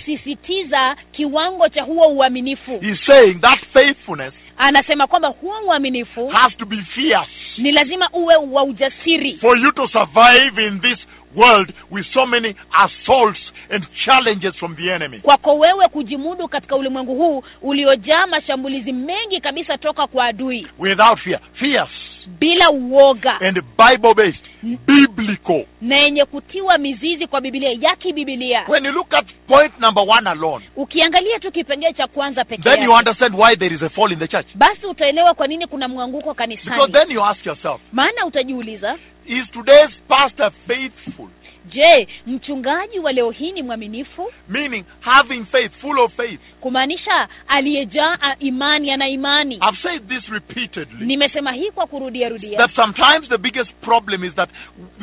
Speaker 7: anasisitiza kiwango cha huo uaminifu
Speaker 6: He's saying that faithfulness
Speaker 7: anasema kwamba huo uaminifu
Speaker 6: has to be fierce.
Speaker 7: ni lazima uwe wa ujasiri
Speaker 6: for you to survive in this world with so many assaults and challenges from the enemy.
Speaker 7: kwako wewe kujimudu katika ulimwengu huu uliojaa mashambulizi mengi kabisa toka kwa adui
Speaker 6: Without fear, fierce
Speaker 7: bila uoga
Speaker 6: and Bible based, biblical.
Speaker 7: na yenye kutiwa mizizi kwa bibilia ya kibibilia
Speaker 6: When you look at point number one alone,
Speaker 7: ukiangalia tu kipengee cha kwanza pekee
Speaker 6: then you
Speaker 7: yake,
Speaker 6: understand why there is a fall in the church.
Speaker 7: basi utaelewa kwa nini kuna mwanguko
Speaker 6: Because
Speaker 7: kanisani
Speaker 6: then you ask yourself,
Speaker 7: maana utajiuliza
Speaker 6: is today's pastor faithful?
Speaker 7: je mchungaji wa leo hii ni mwaminifu
Speaker 6: Meaning, having faith, full of faith.
Speaker 7: kumaanisha aliyejaa a- imani ana imani
Speaker 6: I've said this repeatedly.
Speaker 7: nimesema hii kwa kurudia rudia
Speaker 6: That sometimes the biggest problem is that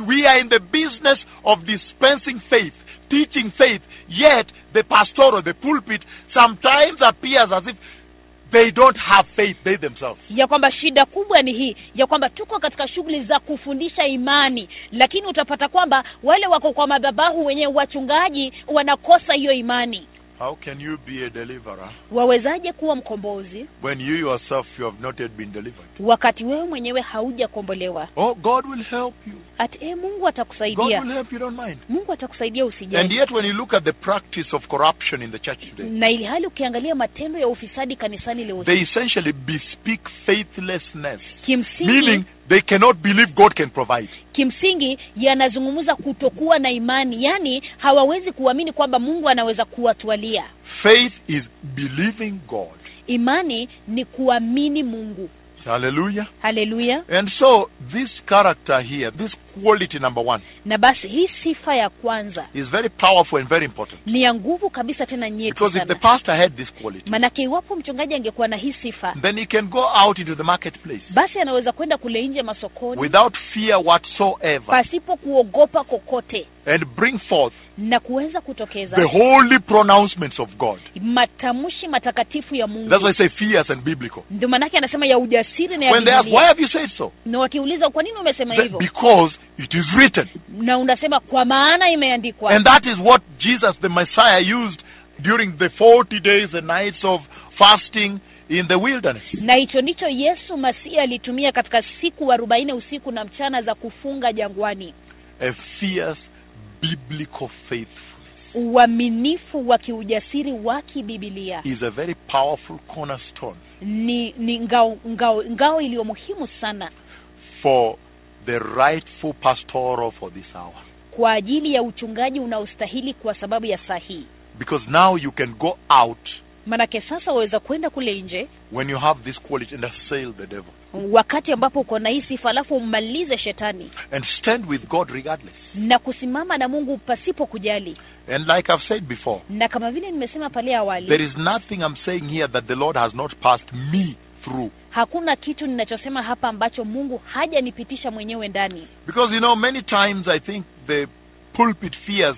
Speaker 6: we are in the business of dispensing faith, teaching faith, yet the pastoral, the pulpit, sometimes appears as if they don't have faith, they themselves.
Speaker 7: ya kwamba shida kubwa ni hii ya kwamba tuko katika shughuli za kufundisha imani lakini utapata kwamba wale wako kwa madhabahu wenyewe wachungaji wanakosa hiyo imani
Speaker 6: How can you be a deliverer
Speaker 7: wawezaje kuwa mkombozi
Speaker 6: when you yourself you have not yet been delivered?
Speaker 7: wakati wewe mwenyewe haujakombolewa
Speaker 6: Oh, God will help you.
Speaker 7: ati e, mungu
Speaker 6: God
Speaker 7: atakusaidia
Speaker 6: will help you, don't mind.
Speaker 7: mungu atakusaidia
Speaker 6: And
Speaker 7: usijali
Speaker 6: yet, when you look at the practice of corruption in the church today,
Speaker 7: na ili hali ukiangalia matendo ya ufisadi kanisani leo
Speaker 6: they essentially bespeak faithlessness,
Speaker 7: kimsingi
Speaker 6: meaning they cannot believe God can provide.
Speaker 7: kimsingi yanazungumza kutokuwa na imani yaani hawawezi kuamini kwamba mungu anaweza kuwatwalia
Speaker 6: Faith is believing God.
Speaker 7: imani ni kuamini mungu
Speaker 6: Hallelujah.
Speaker 7: haleluya
Speaker 6: And so, this character here, this quality number one,
Speaker 7: na basi hii sifa ya kwanza
Speaker 6: is very powerful and very important.
Speaker 7: ni ya nguvu kabisa tena nyeti
Speaker 6: Because if the
Speaker 7: sana
Speaker 6: pastor had this quality,
Speaker 7: manake iwapo mchungaji angekuwa na hii sifa
Speaker 6: then he can go out into the marketplace
Speaker 7: basi anaweza kwenda kule nje masokoni
Speaker 6: without fear whatsoever
Speaker 7: pasipo kuogopa kokote
Speaker 6: and bring forth
Speaker 7: na kuweza kutokeza
Speaker 6: the holy pronouncements of God.
Speaker 7: matamshi matakatifu ya
Speaker 6: That's why
Speaker 7: mungu
Speaker 6: I say fierce and biblical.
Speaker 7: ndio maanake anasema ya ujasiri na ya
Speaker 6: When they ask,
Speaker 7: Biblia.
Speaker 6: why have you said so?
Speaker 7: na wakiuliza kwa nini umesema
Speaker 6: Say,
Speaker 7: hivyo
Speaker 6: because it is written.
Speaker 7: na unasema kwa maana imeandikwa
Speaker 6: And that is what Jesus the Messiah used during the 40 days and nights of fasting in the wilderness.
Speaker 7: na hicho ndicho yesu masihi alitumia katika siku arobaini usiku na mchana za kufunga jangwani
Speaker 6: A fierce biblical faith
Speaker 7: uaminifu wa kiujasiri wa kibibilia
Speaker 6: is a very powerful cornerstone
Speaker 7: ni ni ngao ngao ngao iliyo muhimu sana
Speaker 6: for the rightful pastoral for this hour.
Speaker 7: kwa ajili ya uchungaji unaostahili kwa sababu ya saa hii
Speaker 6: Because now you can go out
Speaker 7: manake sasa waweza kwenda kule nje
Speaker 6: when you have this quality and assail the devil
Speaker 7: wakati ambapo uko na hii sifa alafu ummalize shetani
Speaker 6: and stand with God regardless.
Speaker 7: na kusimama na mungu pasipo kujali
Speaker 6: And like I've said before,
Speaker 7: na kama vile nimesema pale
Speaker 6: there
Speaker 7: awali
Speaker 6: is nothing I'm saying here that the Lord has not passed me through.
Speaker 7: hakuna kitu ninachosema hapa ambacho mungu hajanipitisha mwenyewe ndani
Speaker 6: Because you know, many times I think the pulpit fears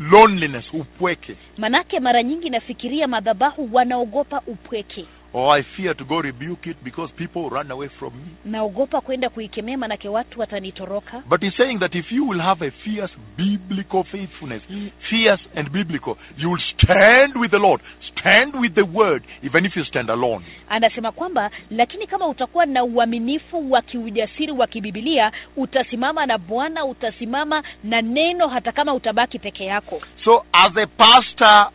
Speaker 6: loneliness, upweke,
Speaker 7: manake mara nyingi nafikiria madhabahu wanaogopa upweke
Speaker 6: or I fear to go rebuke it because people run away from me.
Speaker 7: naogopa kwenda kuikemea manake watu watanitoroka
Speaker 6: But he's saying that if you will have a fierce biblical faithfulness, fierce and biblical, you will stand with the Lord, stand with the word, even if you stand alone.
Speaker 7: anasema kwamba lakini kama utakuwa na uaminifu wa kiujasiri wa kibibilia utasimama na bwana utasimama na neno hata kama utabaki peke yako
Speaker 6: So, as a pastor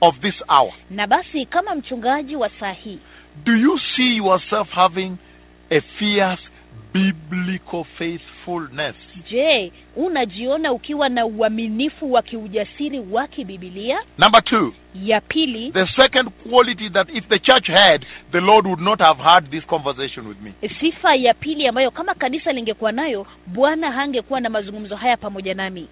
Speaker 6: of this hour,
Speaker 7: na basi kama mchungaji wa saa hii
Speaker 6: Do you see yourself having a fierce biblical faithfulness?
Speaker 7: je unajiona ukiwa na uaminifu wa kiujasiri wa kibibilia
Speaker 6: Number two,
Speaker 7: ya pili
Speaker 6: the second quality that if the church had, the Lord would not have had this conversation with me.
Speaker 7: sifa ya pili ambayo kama kanisa lingekuwa nayo bwana hangekuwa na mazungumzo haya pamoja nami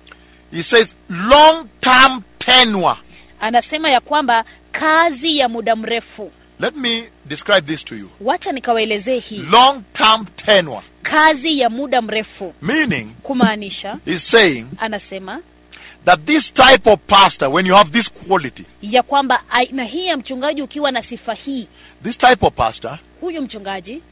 Speaker 6: He says, long term tenure.
Speaker 7: anasema ya kwamba kazi ya muda mrefu
Speaker 6: Let me describe this to you.
Speaker 7: wacha nikawaelezee hii
Speaker 6: Long term tenure.
Speaker 7: kazi ya muda mrefu
Speaker 6: Meaning,
Speaker 7: kumaanisha
Speaker 6: he's saying
Speaker 7: anasema
Speaker 6: that this type of pastor, when you have this quality,
Speaker 7: ya kwamba aina hii ya mchungaji ukiwa na sifa hii
Speaker 6: this type of pastor,
Speaker 7: huyu mchungaji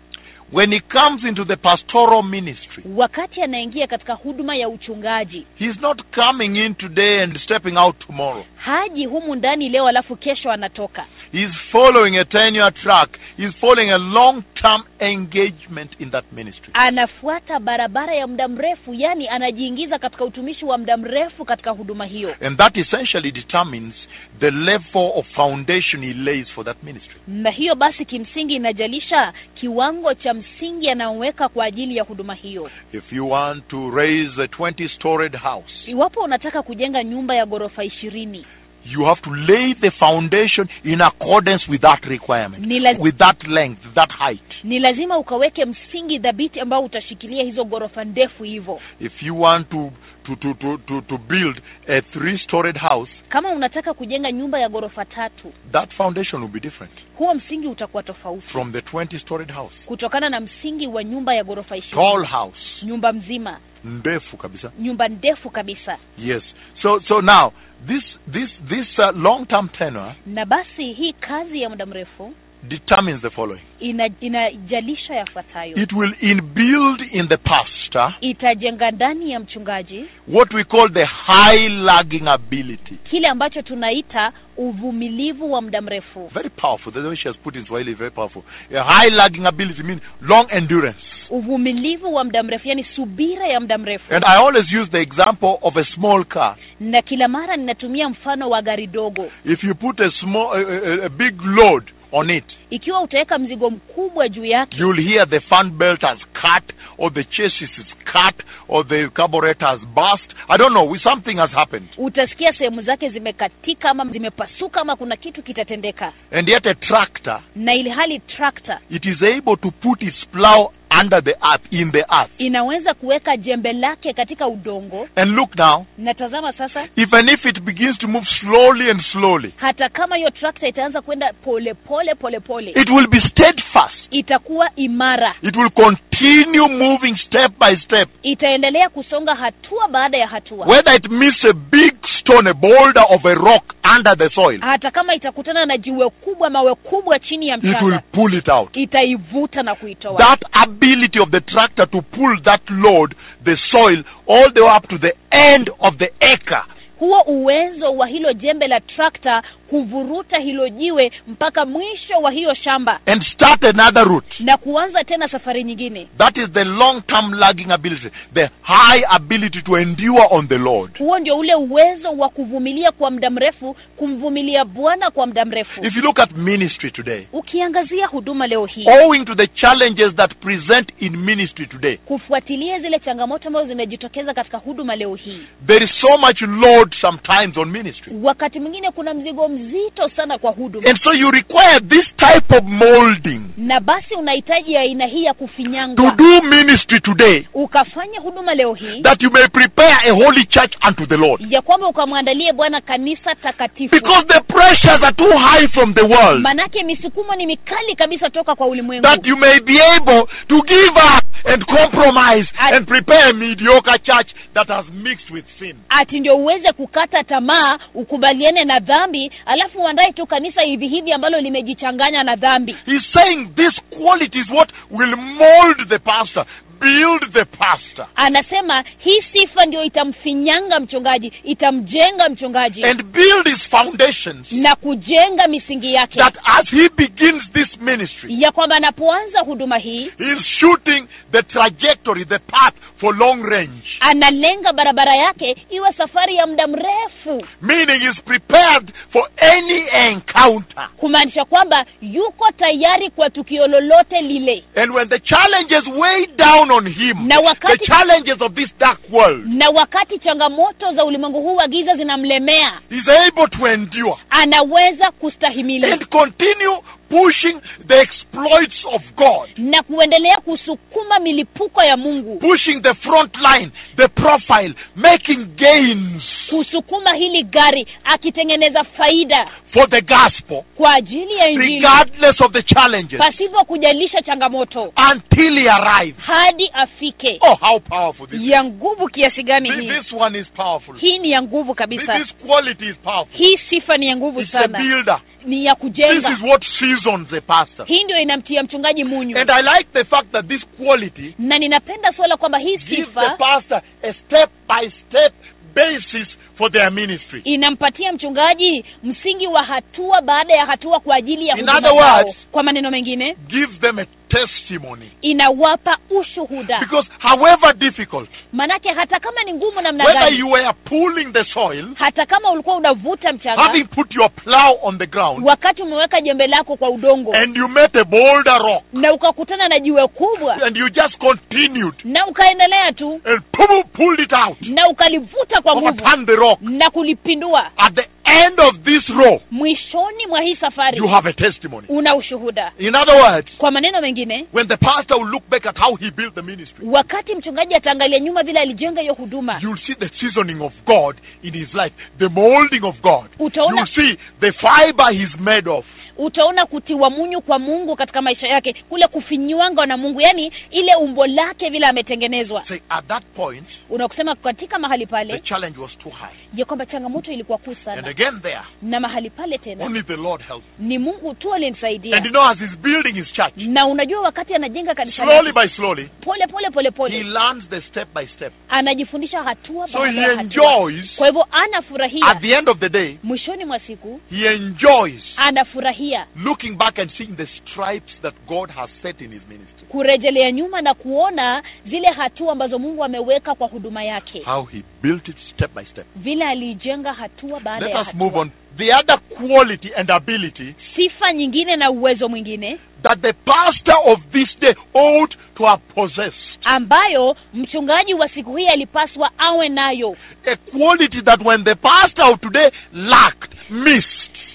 Speaker 6: when he comes into the pastoral ministry,
Speaker 7: wakati anaingia katika huduma ya uchungaji
Speaker 6: he's not coming in today and stepping out tomorrow.
Speaker 7: haji humu ndani leo alafu kesho anatoka
Speaker 6: He's following a tenure track. He's following a long term engagement in that ministry.
Speaker 7: anafuata barabara ya muda mrefu yani anajiingiza katika utumishi wa muda mrefu katika huduma hiyo
Speaker 6: And that essentially determines the level of foundation he lays for that ministry.
Speaker 7: na hiyo basi kimsingi inajalisha kiwango cha msingi anaoweka kwa ajili ya huduma hiyo
Speaker 6: If you want to raise a 20 storied house,
Speaker 7: iwapo unataka kujenga nyumba ya ghorofa ishirini
Speaker 6: you have to lay the foundation in accordance with that requirement,
Speaker 7: ni, laz-
Speaker 6: with that length, that height.
Speaker 7: ni lazima ukaweke msingi dhabiti ambao utashikilia hizo ghorofa ndefu hivyo
Speaker 6: If you want to, to, to, to, to, to build a three storied house,
Speaker 7: kama unataka kujenga nyumba ya ghorofa tatu
Speaker 6: that foundation will be different
Speaker 7: huo msingi utakuwa tofauti
Speaker 6: from the 20 storied house.
Speaker 7: kutokana na msingi wa nyumba ya ghorofa ishirini
Speaker 6: Tall house.
Speaker 7: nyumba mzima
Speaker 6: ndefu kabisa
Speaker 7: nyumba ndefu kabisa
Speaker 6: yes so so now this this this uh, long term tenure
Speaker 7: na basi hii kazi ya muda mrefu
Speaker 6: determines the following
Speaker 7: ina inajalisha yafuatayo
Speaker 6: it will inbuild in the pastor
Speaker 7: itajenga ndani ya mchungaji
Speaker 6: what we call the high lagging ability
Speaker 7: kile ambacho tunaita uvumilivu wa muda mrefu
Speaker 6: very powerful the way she has put in swahili is very powerful a high lagging ability means long endurance
Speaker 7: uvumilivu wa muda mrefu yani subira ya muda mrefu
Speaker 6: and i always use the example of a small car
Speaker 7: na kila mara ninatumia mfano wa gari dogo
Speaker 6: if you put a small a, a, a big load on it
Speaker 7: ikiwa utaweka mzigo mkubwa juu yake
Speaker 6: you'll hear the fan belt has cut or the chassis is cut or the carburetor has burst. I don't know. we- Something has happened.
Speaker 7: utasikia sehemu zake zimekatika ama zimepasuka ama kuna kitu kitatendeka
Speaker 6: And yet a tractor,
Speaker 7: na ili hali trakta
Speaker 6: it is able to put its plow under the earth, in the earth.
Speaker 7: inaweza kuweka jembe lake katika udongo
Speaker 6: And look now,
Speaker 7: natazama sasa
Speaker 6: even if it begins to move slowly and slowly,
Speaker 7: hata kama hiyo trakta itaanza kwenda pole pole pole pole
Speaker 6: it will be steadfast.
Speaker 7: itakuwa imara
Speaker 6: It will continue moving step by step.
Speaker 7: itaendelea kusonga hatua baada ya hatua
Speaker 6: Whether it meets a big stone, a boulder of a rock under the soil,
Speaker 7: hata kama itakutana na jiwe kubwa mawe kubwa chini ya
Speaker 6: it will
Speaker 7: mchanga
Speaker 6: pull it out.
Speaker 7: itaivuta na kuitoa
Speaker 6: That ability of the tractor to pull that load, the soil, all the way up to the end of the acre
Speaker 7: huo uwezo wa hilo jembe la trakta kuvuruta hilo jiwe mpaka mwisho wa hiyo shamba
Speaker 6: and start another route.
Speaker 7: na kuanza tena safari nyingine
Speaker 6: That is the long term lagging ability, the high ability to endure on the Lord.
Speaker 7: huo ndio ule uwezo wa kuvumilia kwa muda mrefu kumvumilia bwana kwa muda mrefu
Speaker 6: If you look at ministry today,
Speaker 7: ukiangazia huduma leo hii
Speaker 6: owing to the challenges that present in ministry today,
Speaker 7: kufuatilia zile changamoto ambazo zimejitokeza katika huduma leo hii
Speaker 6: there is so much load sometimes on ministry.
Speaker 7: wakati mwingine kuna mzigo mzito sana kwa huduma
Speaker 6: And so you require this type of molding
Speaker 7: na basi unahitaji aina hii ya
Speaker 6: to
Speaker 7: kufinyangwa
Speaker 6: do ministry today
Speaker 7: ukafanya huduma leo hii
Speaker 6: that you may prepare a holy church unto the Lord.
Speaker 7: ya kwamba ukamwandalie bwana kanisa takatifu
Speaker 6: Because the pressures are too high from the world
Speaker 7: manake misukumo ni mikali kabisa toka kwa ulimwengu
Speaker 6: that you may be able to give up and compromise and prepare a mediocre church that has mixed with sin.
Speaker 7: ati ndio uweze kukata tamaa ukubaliane na dhambi alafu uandae tu kanisa hivi hivi ambalo limejichanganya na dhambi
Speaker 6: He's saying this quality is what will mold the pastor, build the pastor,
Speaker 7: anasema hii sifa ndio itamfinyanga mchungaji itamjenga mchungaji
Speaker 6: and build his foundations
Speaker 7: na kujenga misingi yake
Speaker 6: that as he begins this ministry,
Speaker 7: ya kwamba anapoanza huduma hii
Speaker 6: he is shooting the trajectory, the path for long range.
Speaker 7: analenga barabara yake iwe safari ya muda mrefu
Speaker 6: Meaning he's prepared for any encounter.
Speaker 7: kumaanisha kwamba yuko tayari kwa tukio lolote lile
Speaker 6: And when the challenges weigh down on him,
Speaker 7: Na wakati-
Speaker 6: the challenges of this dark world,
Speaker 7: na wakati changamoto za ulimwengu huu wa giza zinamlemea
Speaker 6: he's able to endure
Speaker 7: anaweza kustahimili
Speaker 6: and continue pushing the exploits of God,
Speaker 7: na kuendelea kusukuma milipuko ya mungu
Speaker 6: pushing the front line, the profile, making gains
Speaker 7: kusukuma hili gari akitengeneza faida
Speaker 6: for the gospel,
Speaker 7: kwa ajili ya injili
Speaker 6: regardless of the challenges,
Speaker 7: pasipo kujalisha changamoto
Speaker 6: until he arrives.
Speaker 7: hadi afike
Speaker 6: Oh, how powerful this is.
Speaker 7: ya nguvu kiasi gani
Speaker 6: Thi-
Speaker 7: hii
Speaker 6: This one is powerful. Thi-
Speaker 7: hii ni ya nguvu kabisa
Speaker 6: This quality is powerful.
Speaker 7: hii sifa ni ya nguvu
Speaker 6: It's a
Speaker 7: sana
Speaker 6: builder.
Speaker 7: ni ya
Speaker 6: This
Speaker 7: kujenga
Speaker 6: is what seasons a pastor.
Speaker 7: hii ndio inamtia mchungaji munyu
Speaker 6: And I like the fact that this quality
Speaker 7: na ninapenda suala kwamba hii
Speaker 6: gives the
Speaker 7: sifa
Speaker 6: pastor a step by step basis for their ministry.
Speaker 7: inampatia mchungaji msingi wa hatua baada ya hatua kwa ajili ya
Speaker 6: In
Speaker 7: huduma
Speaker 6: other
Speaker 7: zao.
Speaker 6: words-
Speaker 7: kwa maneno mengine
Speaker 6: Gives them a testimony.
Speaker 7: inawapa ushuhuda
Speaker 6: Because however difficult,
Speaker 7: manake hata kama ni ngumu namna
Speaker 6: whether
Speaker 7: gani
Speaker 6: you were pulling the soil,
Speaker 7: hata kama ulikuwa unavuta mchanga
Speaker 6: having put your plow on the ground,
Speaker 7: wakati umeweka jembe lako kwa udongo
Speaker 6: and you met a boulder rock,
Speaker 7: na ukakutana na jiwe kubwa
Speaker 6: and you just continued
Speaker 7: na ukaendelea tu
Speaker 6: and pull- pulled it out,
Speaker 7: na ukalivuta kwa nguvu
Speaker 6: overturned the rock.
Speaker 7: na kulipindua
Speaker 6: At the end of this row,
Speaker 7: mwishoni mwa hii safari
Speaker 6: you have a testimony.
Speaker 7: una ushuhuda
Speaker 6: In other words,
Speaker 7: kwa maneno mengine
Speaker 6: when the pastor will look back at how he built the ministry,
Speaker 7: wakati mchungaji ataangalia nyuma vile alijenga hiyo huduma
Speaker 6: you'll see the seasoning of God in his life, the molding of God.
Speaker 7: utaona
Speaker 6: You'll see the fiber he's made of,
Speaker 7: utaona kutiwa munyu kwa mungu katika maisha yake kule kufinywanga na mungu yaani ile umbo lake vile ametengenezwa
Speaker 6: Say, at that point,
Speaker 7: unakusema katika mahali
Speaker 6: the
Speaker 7: pale
Speaker 6: challenge was too high.
Speaker 7: je kwamba changamoto ilikuwa kuu
Speaker 6: And
Speaker 7: sana
Speaker 6: again, there,
Speaker 7: na mahali pale tena
Speaker 6: only the Lord helps.
Speaker 7: ni mungu tu
Speaker 6: And you
Speaker 7: alinisaidia
Speaker 6: know, as he's building his church,
Speaker 7: na unajua wakati anajenga kanisa
Speaker 6: slowly
Speaker 7: lake,
Speaker 6: by slowly,
Speaker 7: pole pole pole
Speaker 6: he
Speaker 7: pole
Speaker 6: learns the step by step.
Speaker 7: anajifundisha hatua
Speaker 6: So
Speaker 7: baada
Speaker 6: he
Speaker 7: ya hatua
Speaker 6: enjoys,
Speaker 7: kwa hivyo
Speaker 6: at
Speaker 7: anafurahia
Speaker 6: the end of the day,
Speaker 7: mwishoni mwa siku
Speaker 6: he enjoys
Speaker 7: anafurahia
Speaker 6: looking back and seeing the stripes that God has set in his ministry,
Speaker 7: kurejelea nyuma na kuona zile hatua ambazo mungu ameweka kwa huduma yake
Speaker 6: how he built it step by step.
Speaker 7: vile aliijenga hatua baada
Speaker 6: Let
Speaker 7: ya
Speaker 6: us move
Speaker 7: hatua
Speaker 6: on. The other quality and ability
Speaker 7: sifa nyingine na uwezo mwingine
Speaker 6: that the pastor of this day ought to have possessed.
Speaker 7: ambayo mchungaji wa siku hii alipaswa awe nayo
Speaker 6: A quality that when the pastor of today lacked, missed.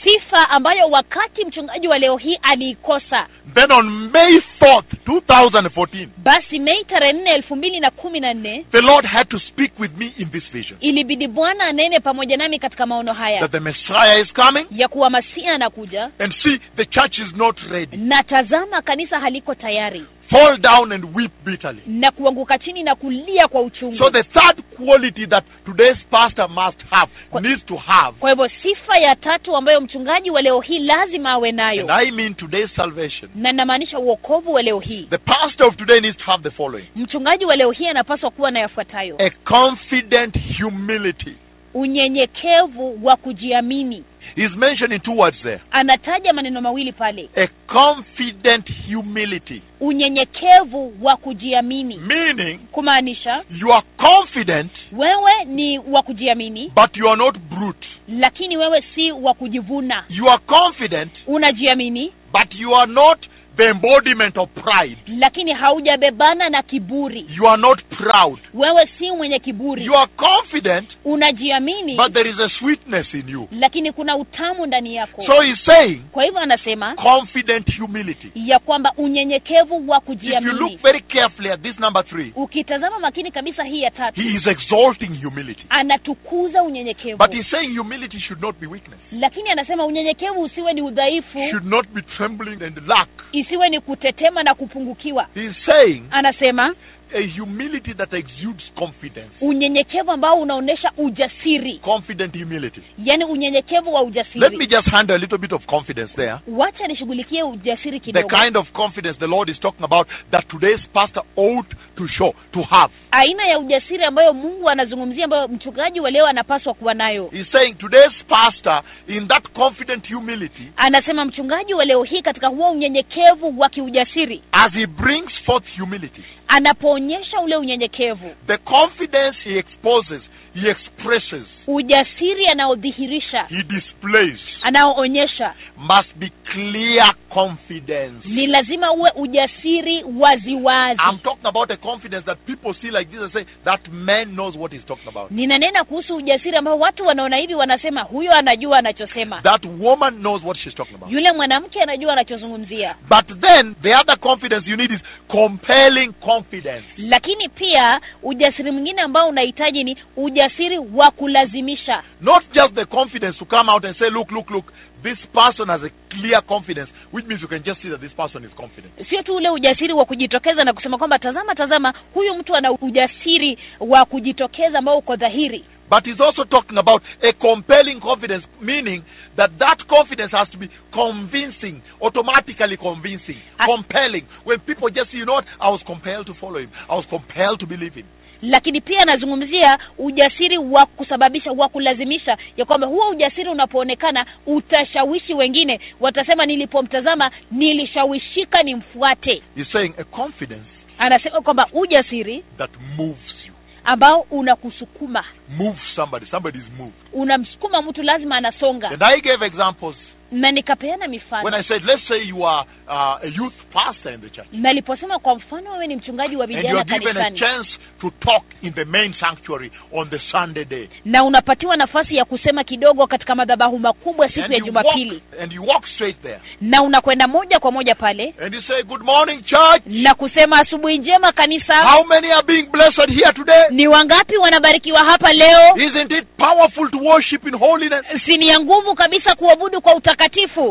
Speaker 7: sifa ambayo wakati mchungaji wa leo hii aliikosa
Speaker 6: Then on May 4th, 2014,
Speaker 7: basi mei tarehe nne elfu mbili na kumi na nne
Speaker 6: the Lord had to speak with me in this vision
Speaker 7: ilibidi bwana anene pamoja nami katika maono haya
Speaker 6: that the Messiah is coming
Speaker 7: ya kuwa masia anakuja
Speaker 6: and see the church is not ready.
Speaker 7: na tazama kanisa haliko tayari
Speaker 6: fall down and weep bitterly.
Speaker 7: na kuanguka chini na kulia kwa uchungu
Speaker 6: So the third quality that today's pastor must have,
Speaker 7: Kwa-
Speaker 6: needs to have,
Speaker 7: kwa hivyo sifa ya tatu ambayo mchungaji wa leo hii lazima awe
Speaker 6: and
Speaker 7: nayo
Speaker 6: I mean today's salvation,
Speaker 7: na namaanisha uokovu wa leo hii
Speaker 6: the pastor of today needs to have the following
Speaker 7: mchungaji wa leo hii anapaswa kuwa na yafuatayo
Speaker 6: a confident humility.
Speaker 7: unyenyekevu wa kujiamini
Speaker 6: He's mentioned in two words there
Speaker 7: anataja maneno mawili pale
Speaker 6: a confident humility,
Speaker 7: unyenyekevu wa kujiamini
Speaker 6: meaning
Speaker 7: kumaanisha
Speaker 6: you are confident,
Speaker 7: wewe ni wa kujiamini
Speaker 6: but you are not brute.
Speaker 7: lakini wewe si wa kujivuna
Speaker 6: You are confident,
Speaker 7: unajiamini
Speaker 6: but you are not the embodiment of pride.
Speaker 7: lakini haujabebana na kiburi
Speaker 6: You are not proud.
Speaker 7: wewe si mwenye kiburi
Speaker 6: You are confident,
Speaker 7: unajiamini
Speaker 6: but there is a sweetness in you.
Speaker 7: lakini kuna utamu ndani yako
Speaker 6: So he's saying
Speaker 7: kwa hivyo anasema
Speaker 6: confident humility.
Speaker 7: ya kwamba unyenyekevu wa
Speaker 6: If you look
Speaker 7: kujiamini
Speaker 6: very carefully at this number three,
Speaker 7: ukitazama makini kabisa hii ya tatu
Speaker 6: he is exalting humility.
Speaker 7: anatukuza unyenyekevu
Speaker 6: But he's saying humility should not be weakness,
Speaker 7: lakini anasema unyenyekevu usiwe ni udhaifu
Speaker 6: should not be trembling and lack.
Speaker 7: isiwe ni kutetema na kupungukiwa
Speaker 6: He's saying
Speaker 7: anasema
Speaker 6: a humility that exudes confidence,
Speaker 7: unyenyekevu ambao unaonyesha ujasiri
Speaker 6: confident humility.
Speaker 7: yaani unyenyekevu wa
Speaker 6: Let me
Speaker 7: ujasiri
Speaker 6: just handle a little bit of confidence there.
Speaker 7: wacha nishughulikie ujasiri
Speaker 6: The
Speaker 7: kidogo
Speaker 6: kind of confidence the Lord is talking about that today's pastor ought to show, to have.
Speaker 7: aina ya ujasiri ambayo mungu anazungumzia ambayo mchungaji wa leo anapaswa kuwa nayo
Speaker 6: He's saying today's pastor, in that confident humility,
Speaker 7: anasema mchungaji wa leo hii katika huo unyenyekevu wa kiujasiri
Speaker 6: as he brings forth humility,
Speaker 7: anapoonyesha ule unyenyekevu
Speaker 6: the confidence he exposes, he expresses,
Speaker 7: ujasiri anaodhihirisha
Speaker 6: he displays,
Speaker 7: anaoonyesha
Speaker 6: must be clear confidence.
Speaker 7: ni lazima uwe ujasiri waziwazi
Speaker 6: I'm talking about a confidence that people see like this and say, that man knows what he's talking about.
Speaker 7: ninanena kuhusu ujasiri ambao watu wanaona hivi wanasema huyo anajua anachosema
Speaker 6: That woman knows what she's talking about.
Speaker 7: yule mwanamke anajua anachozungumzia
Speaker 6: But then, the other confidence you need is compelling confidence.
Speaker 7: lakini pia ujasiri mwingine ambao unahitaji ni ujasiri wa kulazimisha
Speaker 6: Not just the confidence to come out and say, look, look, look, this person has a clear confidence, which means you can just see that this person is confident.
Speaker 7: sio tu ule ujasiri wa kujitokeza na kusema kwamba tazama tazama huyu mtu ana ujasiri wa kujitokeza ambao uko dhahiri
Speaker 6: But he's also talking about a compelling confidence, meaning that that confidence has to be convincing, automatically convincing,
Speaker 7: I-
Speaker 6: compelling. When people just say, you know what, I was compelled to follow him, I was compelled to believe him.
Speaker 7: lakini pia anazungumzia ujasiri wa kusababisha wa kulazimisha ya kwamba huo ujasiri unapoonekana utashawishi wengine watasema nilipomtazama nilishawishika nimfuate
Speaker 6: He's saying a confidence
Speaker 7: anasema kwamba ujasiri
Speaker 6: that moves you,
Speaker 7: ambao unakusukuma
Speaker 6: moves somebody, somebody is moved.
Speaker 7: unamsukuma mtu lazima anasonga
Speaker 6: And I gave examples
Speaker 7: na nikapeana
Speaker 6: when
Speaker 7: mifano
Speaker 6: I said, let's say you are uh, a youth pastor in the church.
Speaker 7: naliposema kwa mfano wewe ni mchungaji wa
Speaker 6: and you are
Speaker 7: vijana
Speaker 6: given a
Speaker 7: kanisani
Speaker 6: chance to talk in the main sanctuary on the Sunday day.
Speaker 7: na unapatiwa nafasi ya kusema kidogo katika madhabahu makubwa siku
Speaker 6: And
Speaker 7: ya
Speaker 6: you, walk,
Speaker 7: jumapili
Speaker 6: and you walk straight there.
Speaker 7: na unakwenda moja kwa moja pale
Speaker 6: And you say, Good morning, church.
Speaker 7: na kusema asubuhi njema kanisa
Speaker 6: How many are being blessed here today?
Speaker 7: ni wangapi wanabarikiwa hapa leo
Speaker 6: Isn't it powerful to worship in holiness?
Speaker 7: si ni ya nguvu kabisa kuabudu kwa utakatifu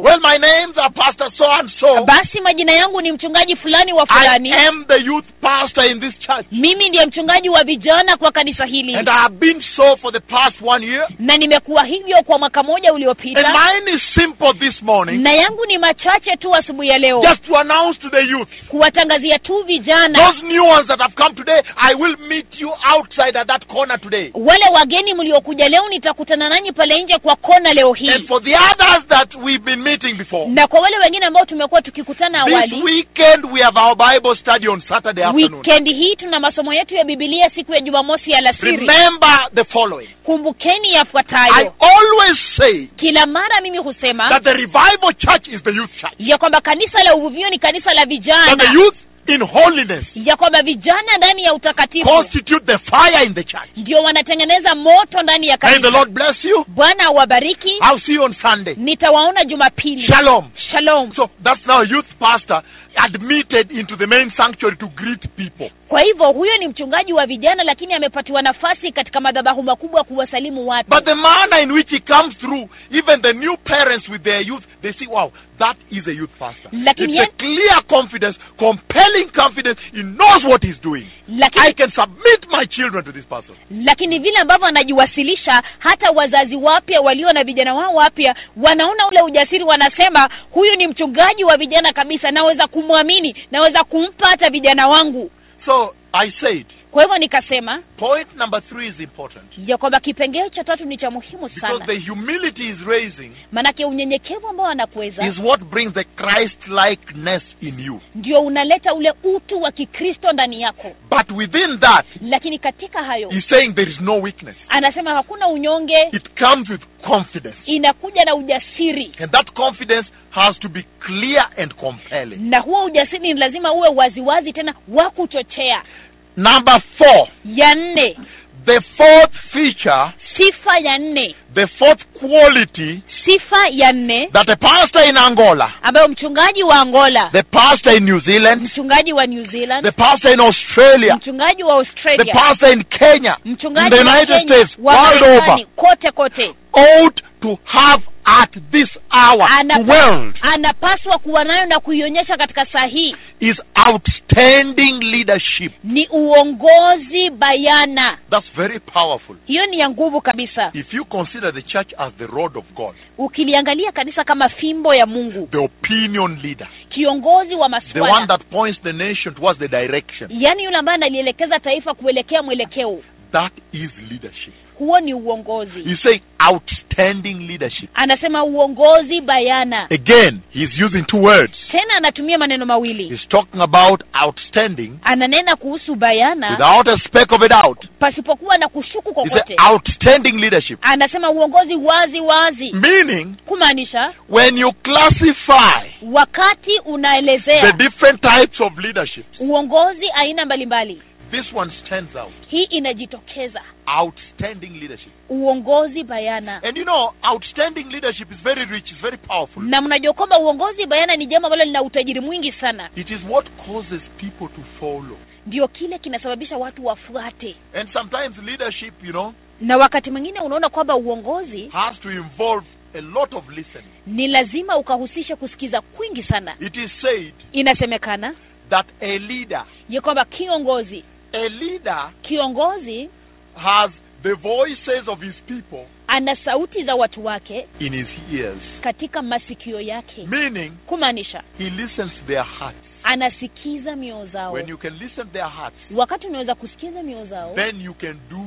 Speaker 6: Well, my names are Pastor so and so.
Speaker 7: basi majina yangu ni mchungaji fulani wa
Speaker 6: I
Speaker 7: fulani
Speaker 6: am the youth pastor in this church.
Speaker 7: mimi ndiye mchungaji wa vijana kwa kanisa hili
Speaker 6: And I have been so for the past one year.
Speaker 7: na nimekuwa hivyo kwa mwaka moja
Speaker 6: And
Speaker 7: uliopita
Speaker 6: mine is simple this morning
Speaker 7: na yangu ni machache tu asubuhi ya leo
Speaker 6: just to announce to the youth.
Speaker 7: kuwatangazia tu vijana
Speaker 6: Those new ones that have come today, I will meet you outside at that corner today.
Speaker 7: wale wageni mliokuja leo nitakutana nanyi pale nje kwa kona leo
Speaker 6: And
Speaker 7: hii
Speaker 6: for the others that we've been meeting before,
Speaker 7: na kwa wale wengine ambao tumekuwa tukikutana
Speaker 6: this
Speaker 7: awali
Speaker 6: weekend we have our Bible study on Saturday afternoon.
Speaker 7: wikendi hii tuna masomo yetu ya bibilia siku ya jumamosi ya alasiri
Speaker 6: Remember the following.
Speaker 7: kumbukeni
Speaker 6: I
Speaker 7: yafuatayo
Speaker 6: always say
Speaker 7: kila mara mimi husema
Speaker 6: that the revival church is the youth church.
Speaker 7: ya kwamba kanisa la uvuvio ni kanisa la
Speaker 6: That the
Speaker 7: vijana
Speaker 6: youth in holiness
Speaker 7: ya kwamba vijana ndani ya utakatifu
Speaker 6: constitute the fire in the church.
Speaker 7: ndio wanatengeneza moto ndani ya
Speaker 6: May the
Speaker 7: kanisa
Speaker 6: Lord bless you.
Speaker 7: bwana awabariki
Speaker 6: I'll see you on Sunday.
Speaker 7: nitawaona jumapili
Speaker 6: Shalom.
Speaker 7: shalom
Speaker 6: So that's now a youth pastor admitted into the main sanctuary to greet people.
Speaker 7: kwa hivyo huyo ni mchungaji wa vijana lakini amepatiwa nafasi katika madhabahu makubwa kuwasalimu watu
Speaker 6: But the manner in which he comes through, even the new parents with their youth, they see, wow, that is a youth pastor.
Speaker 7: Lakini
Speaker 6: it's a
Speaker 7: yet-
Speaker 6: clear confidence, compelling confidence. He knows what he's doing. I
Speaker 7: lakini
Speaker 6: can submit my children to this pastor.
Speaker 7: lakini vile ambavyo anajiwasilisha hata wazazi wapya walio na vijana wao wapya wanaona ule ujasiri wanasema huyu ni mchungaji wa vijana kabisa naweza kumwamini naweza kumpa hata vijana wangu
Speaker 6: So I said,
Speaker 7: kwa hivyo nikasema
Speaker 6: point number three is important
Speaker 7: ya kwamba kipengele cha tatu ni cha muhimu
Speaker 6: because
Speaker 7: sana
Speaker 6: the humility is raising
Speaker 7: maanake unyenyekevu ambao anakuweza
Speaker 6: is what brings the Christ likeness in you.
Speaker 7: ndio unaleta ule utu wa kikristo ndani yako
Speaker 6: But within that,
Speaker 7: lakini katika hayo
Speaker 6: he's saying there is no weakness.
Speaker 7: anasema hakuna unyonge
Speaker 6: It comes with confidence.
Speaker 7: inakuja na ujasiri
Speaker 6: And that confidence has to be clear and compelling.
Speaker 7: na huo ujasiri ni lazima uwe waziwazi tena wa kuchochea
Speaker 6: Number four,
Speaker 7: ya nne
Speaker 6: the fourth feature,
Speaker 7: sifa ya nne
Speaker 6: the fourth quality
Speaker 7: sifa ya nne
Speaker 6: that a pastor in Angola,
Speaker 7: ambayo mchungaji wa angola
Speaker 6: the pastor in New Zealand,
Speaker 7: mchungaji wa new zealand
Speaker 6: the pastor in Australia,
Speaker 7: mchungaji wa
Speaker 6: the
Speaker 7: australia
Speaker 6: pastor in Kenya, in
Speaker 7: mchungaji
Speaker 6: the
Speaker 7: wa
Speaker 6: United
Speaker 7: Kenya,
Speaker 6: States,
Speaker 7: wa
Speaker 6: world
Speaker 7: Marekani,
Speaker 6: over,
Speaker 7: kote kote
Speaker 6: ought to have at this hour
Speaker 7: Ana-
Speaker 6: the world
Speaker 7: anapaswa kuwa nayo na kuionyesha katika saa hii
Speaker 6: is outstanding leadership.
Speaker 7: ni uongozi bayana
Speaker 6: That's very powerful.
Speaker 7: hiyo ni ya nguvu kabisa
Speaker 6: If you consider the church as the rod of God,
Speaker 7: ukiliangalia kanisa kama fimbo ya mungu
Speaker 6: the opinion leader,
Speaker 7: kiongozi wa
Speaker 6: the one
Speaker 7: masuala
Speaker 6: that points the nation towards the direction.
Speaker 7: yaani yule ambaye analielekeza taifa kuelekea mwelekeo
Speaker 6: That is leadership.
Speaker 7: huo ni uongozi
Speaker 6: He's saying outstanding leadership.
Speaker 7: anasema uongozi bayana
Speaker 6: Again, he's using two words.
Speaker 7: tena anatumia maneno mawili
Speaker 6: He's talking about outstanding
Speaker 7: ananena kuhusu bayana
Speaker 6: without a speck of a doubt.
Speaker 7: pasipokuwa na kushuku
Speaker 6: It's an
Speaker 7: kokote
Speaker 6: outstanding leadership.
Speaker 7: anasema uongozi wazi
Speaker 6: Mm.
Speaker 7: wazi
Speaker 6: Meaning,
Speaker 7: kumaanisha
Speaker 6: when you classify
Speaker 7: wakati
Speaker 6: the
Speaker 7: unaelezea
Speaker 6: different types of leadership,
Speaker 7: uongozi aina mbalimbali
Speaker 6: this one stands out.
Speaker 7: hii inajitokeza
Speaker 6: Outstanding leadership.
Speaker 7: uongozi bayana
Speaker 6: And you know, outstanding leadership is very rich, it's very powerful.
Speaker 7: na mnajua kwamba uongozi bayana ni jambo ambalo lina utajiri mwingi sana
Speaker 6: It is what causes people to follow.
Speaker 7: ndio kile kinasababisha watu wafuate
Speaker 6: And sometimes leadership, you know,
Speaker 7: na wakati mwingine unaona kwamba uongozi
Speaker 6: has to involve a lot of listening.
Speaker 7: ni lazima ukahusisha kusikiza kwingi sana
Speaker 6: It is said
Speaker 7: inasemekana
Speaker 6: that a leader,
Speaker 7: ya kwamba kiongozi
Speaker 6: a leader
Speaker 7: kiongozi
Speaker 6: has the voices of his people
Speaker 7: ana sauti za watu wake
Speaker 6: in his ears,
Speaker 7: katika masikio yake
Speaker 6: meaning
Speaker 7: kumaanisha
Speaker 6: he listens to their hearts.
Speaker 7: anasikiza mioyo zao
Speaker 6: When you can listen to their hearts,
Speaker 7: wakati unaweza kusikiza mioyo zao
Speaker 6: then you can do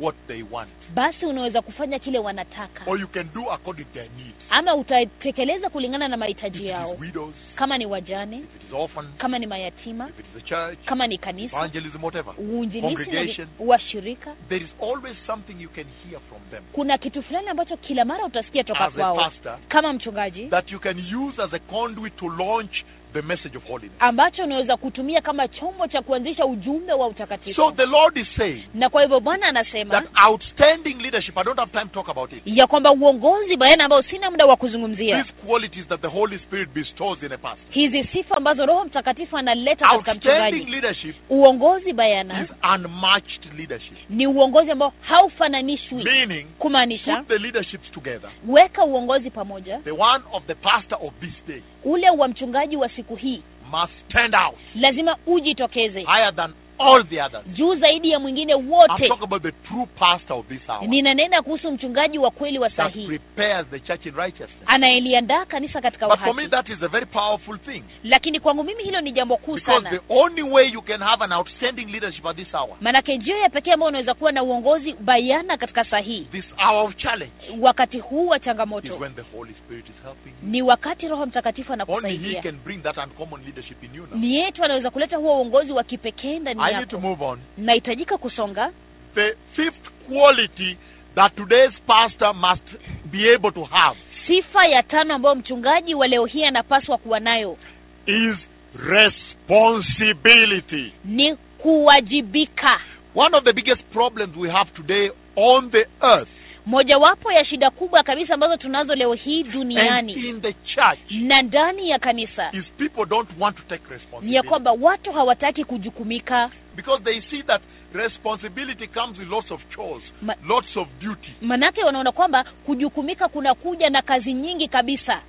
Speaker 6: what they want,
Speaker 7: basi unaweza kufanya kile wanataka
Speaker 6: or you can do according to their needs.
Speaker 7: ama utatekeleza kulingana na mahitaji
Speaker 6: If it
Speaker 7: yao
Speaker 6: is widows,
Speaker 7: kama ni wajane
Speaker 6: if it is orphans,
Speaker 7: kama ni mayatima
Speaker 6: if it is the church,
Speaker 7: kama ni kanisa
Speaker 6: evangelism, whatever.
Speaker 7: uinjilisi na vi-
Speaker 6: Congregation.
Speaker 7: washirika
Speaker 6: There is always something you can hear from them
Speaker 7: kuna kitu fulani ambacho kila mara utasikia toka
Speaker 6: as a
Speaker 7: kwao
Speaker 6: pastor
Speaker 7: kama mchungaji
Speaker 6: that you can use as a conduit to launch the message of holiness.
Speaker 7: ambacho unaweza kutumia kama chombo cha kuanzisha ujumbe
Speaker 6: So
Speaker 7: wa utakatifu
Speaker 6: the Lord is saying
Speaker 7: na kwa hivyo bwana
Speaker 6: that
Speaker 7: anasema
Speaker 6: outstanding leadership, I don't have time to talk about it.
Speaker 7: ya kwamba uongozi bayana ambao sina muda wa kuzungumzia
Speaker 6: These qualities that the Holy Spirit bestows in a pastor.
Speaker 7: hizi sifa ambazo roho mtakatifu analeta katika
Speaker 6: Outstanding
Speaker 7: mchungaji
Speaker 6: leadership
Speaker 7: uongozi bayana
Speaker 6: is unmatched leadership,
Speaker 7: ni uongozi ambao haufananishwi
Speaker 6: meaning
Speaker 7: kumaanisha
Speaker 6: put the leaderships together.
Speaker 7: weka uongozi pamoja
Speaker 6: The one of the pastor of this day
Speaker 7: ule wa mchungaji wa siku hii
Speaker 6: must stand out
Speaker 7: lazima ujitokeze
Speaker 6: higher than all the others.
Speaker 7: juu zaidi ya mwingine
Speaker 6: I'm
Speaker 7: wote
Speaker 6: talking about the true pastor of this hour
Speaker 7: ninanena kuhusu mchungaji wa kweli wa
Speaker 6: that
Speaker 7: sahihi
Speaker 6: prepares the church in righteousness.
Speaker 7: anayeliandaa kanisa katika
Speaker 6: But for me,
Speaker 7: uhaki
Speaker 6: that is a very powerful thing
Speaker 7: lakini kwangu mimi hilo ni jambo kuu
Speaker 6: because
Speaker 7: sana
Speaker 6: the only way you can have an outstanding leadership at this hour,
Speaker 7: manake njia ya pekee ambayo unaweza kuwa na uongozi bayana katika sahihi
Speaker 6: this hour of challenge,
Speaker 7: wakati huu wa
Speaker 6: is
Speaker 7: changamoto
Speaker 6: when the Holy Spirit is helping you.
Speaker 7: ni wakati roho mtakatifu
Speaker 6: Only He
Speaker 7: anakusaidia
Speaker 6: can bring that uncommon leadership in you now.
Speaker 7: ni yetu anaweza kuleta huo uongozi wa kipekee ndani
Speaker 6: I need to
Speaker 7: yako
Speaker 6: move on.
Speaker 7: nahitajika kusonga
Speaker 6: The fifth quality that today's pastor must be able to have
Speaker 7: sifa ya tano ambayo mchungaji wa leo hii anapaswa kuwa nayo
Speaker 6: is responsibility.
Speaker 7: ni kuwajibika
Speaker 6: One of the biggest problems we have today on the earth
Speaker 7: mojawapo ya shida kubwa kabisa ambazo tunazo leo hii
Speaker 6: and
Speaker 7: duniani
Speaker 6: in the church
Speaker 7: na ndani ya kanisa
Speaker 6: is people don't want to take
Speaker 7: ni ya
Speaker 6: responsibility
Speaker 7: kwamba watu hawataki kujukumika
Speaker 6: because they see that responsibility comes with lots of chores,
Speaker 7: Ma-
Speaker 6: lots of duty,
Speaker 7: manake wanaona kwamba kujukumika kuna kuja na kazi nyingi kabisa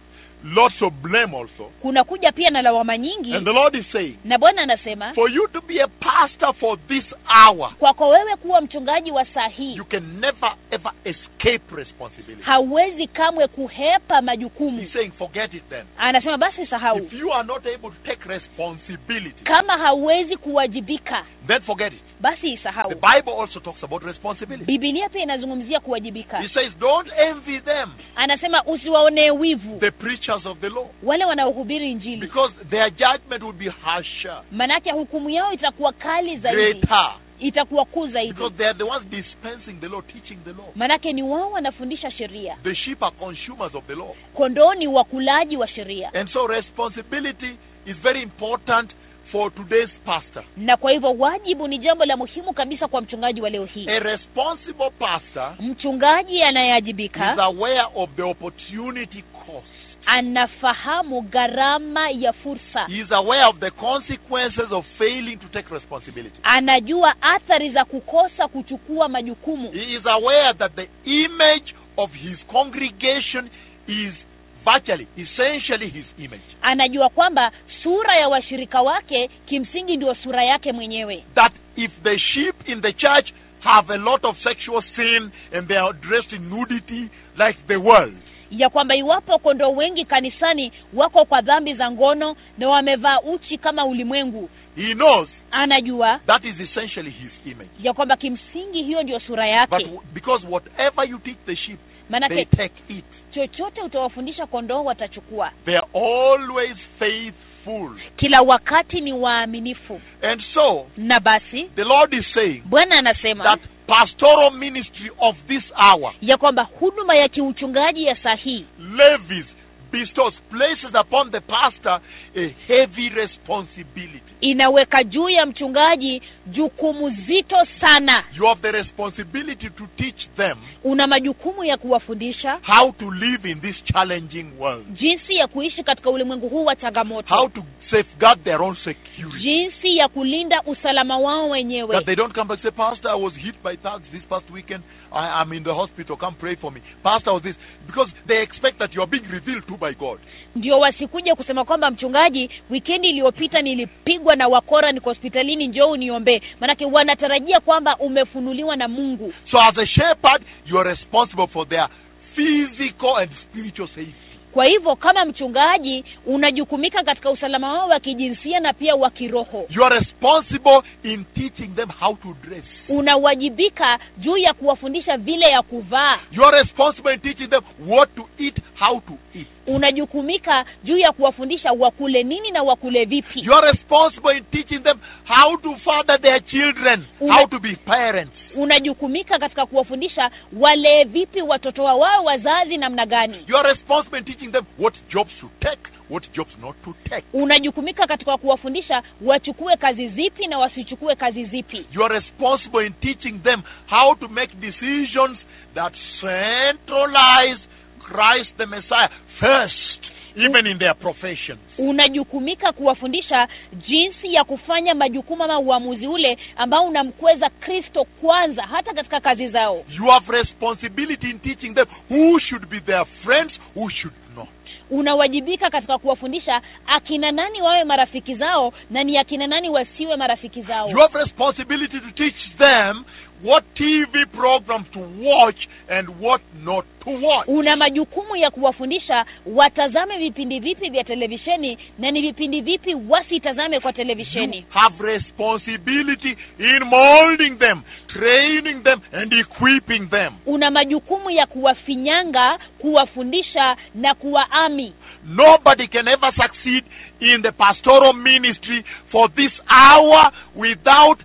Speaker 6: lots of blame also.
Speaker 7: kuna kuja pia na lawama nyingi
Speaker 6: And the Lord is saying,
Speaker 7: na bwana anasema
Speaker 6: for you to be a pastor for this hour,
Speaker 7: kwako wewe kuwa mchungaji wa saa hii
Speaker 6: you can never ever escape responsibility.
Speaker 7: hauwezi kamwe kuhepa majukumu
Speaker 6: He's saying, forget it then.
Speaker 7: anasema basi sahau
Speaker 6: If you are not able to take responsibility,
Speaker 7: kama hauwezi kuwajibika
Speaker 6: then forget it.
Speaker 7: basi isahau
Speaker 6: The Bible also talks about responsibility.
Speaker 7: bibilia pia inazungumzia kuwajibika
Speaker 6: He says, don't envy them,
Speaker 7: anasema usiwaonee wivu
Speaker 6: the preachers of the law,
Speaker 7: wale wanaohubiri injili
Speaker 6: because their judgment will be harsher,
Speaker 7: manake hukumu yao itakuwa kali zaidi
Speaker 6: greater,
Speaker 7: itakuwa kuu
Speaker 6: because
Speaker 7: zaidi
Speaker 6: they are the ones dispensing the law, teaching the law.
Speaker 7: manake ni wao wanafundisha sheria
Speaker 6: The sheep are consumers of the law.
Speaker 7: kondoo ni wakulaji wa sheria
Speaker 6: And so responsibility is very important for today's pastor.
Speaker 7: na kwa hivyo wajibu ni jambo la muhimu kabisa kwa mchungaji wa leo hii
Speaker 6: A responsible pastor
Speaker 7: mchungaji
Speaker 6: is
Speaker 7: anayeajibika
Speaker 6: aware of the opportunity cost.
Speaker 7: anafahamu gharama ya fursa
Speaker 6: He is aware of the consequences of failing to take responsibility.
Speaker 7: anajua athari za kukosa kuchukua majukumu
Speaker 6: He is aware that the image of his congregation is virtually, essentially his image.
Speaker 7: anajua kwamba sura ya washirika wake kimsingi ndio sura yake mwenyewe
Speaker 6: That if the sheep in the church have a lot of sexual sin and they are dressed in nudity like the world,
Speaker 7: ya kwamba iwapo kondoo wengi kanisani wako kwa dhambi za ngono na wamevaa uchi kama ulimwengu
Speaker 6: he knows
Speaker 7: anajua
Speaker 6: that is essentially his image.
Speaker 7: ya kwamba kimsingi hiyo ndio sura
Speaker 6: But
Speaker 7: yake
Speaker 6: w- because whatever you teach the sheep, they
Speaker 7: maanake
Speaker 6: take it.
Speaker 7: chochote utawafundisha kondoo watachukua
Speaker 6: They are always faithful.
Speaker 7: kila wakati ni waaminifu
Speaker 6: And so,
Speaker 7: na basi
Speaker 6: the Lord is saying
Speaker 7: bwana anasema
Speaker 6: that pastoral ministry of this hour,
Speaker 7: ya kwamba huduma ya kiuchungaji ya saa hii
Speaker 6: levies, bestows, places upon the pastor a heavy responsibility.
Speaker 7: inaweka juu ya mchungaji jukumu zito sana
Speaker 6: You have the responsibility to teach them
Speaker 7: una majukumu ya kuwafundisha
Speaker 6: how to live in this challenging world,
Speaker 7: jinsi ya kuishi katika ulimwengu huu wa changamoto
Speaker 6: how to safeguard their own security.
Speaker 7: jinsi ya kulinda usalama wao
Speaker 6: That
Speaker 7: wenyewe
Speaker 6: they don't come back and say, Pastor, I was hit by thugs this past weekend. I, I'm in the hospital. Come pray for me. Pastor was this. Because they expect that you are being revealed to by God.
Speaker 7: ndio wasikuje kusema kwamba mchungaji wikendi iliyopita nilipigwa na wakora niko hospitalini njoo uniombee maanake wanatarajia kwamba umefunuliwa na mungu
Speaker 6: So as a shepherd, you are responsible for their physical and spiritual safety.
Speaker 7: kwa hivyo kama mchungaji unajukumika katika usalama wao wa kijinsia na pia wa kiroho
Speaker 6: You are responsible in teaching them how to dress.
Speaker 7: unawajibika juu ya kuwafundisha vile ya kuvaa
Speaker 6: You are responsible in teaching them what to eat, how to eat.
Speaker 7: unajukumika juu ya kuwafundisha wakule nini na wakule vipi
Speaker 6: You are responsible in teaching them how to father their children,
Speaker 7: Una-
Speaker 6: how to be parents.
Speaker 7: unajukumika katika kuwafundisha walee vipi watoto wa wao wazazi namna gani
Speaker 6: You are responsible in teaching them what jobs to take, what jobs not to take.
Speaker 7: unajukumika katika kuwafundisha wachukue kazi zipi na wasichukue kazi zipi
Speaker 6: You are responsible in teaching them how to make decisions that centralize Christ the Messiah first, even in their profession.
Speaker 7: unajukumika kuwafundisha jinsi ya kufanya majukumu ama uamuzi ule ambao unamkweza kristo kwanza hata katika kazi zao
Speaker 6: You have responsibility in teaching them who should be their friends, who should not.
Speaker 7: unawajibika katika kuwafundisha akina nani wawe marafiki zao na ni akina nani wasiwe marafiki zao
Speaker 6: You have responsibility to teach them what TV programs to watch and what not to watch.
Speaker 7: una majukumu ya kuwafundisha watazame vipindi vipi vya televisheni na ni vipindi vipi wasitazame kwa
Speaker 6: You
Speaker 7: televisheni
Speaker 6: have responsibility in molding them, training them, and equipping them.
Speaker 7: una majukumu ya kuwafinyanga kuwafundisha na kuwaami
Speaker 6: Nobody can ever succeed in the pastoral ministry for this hour without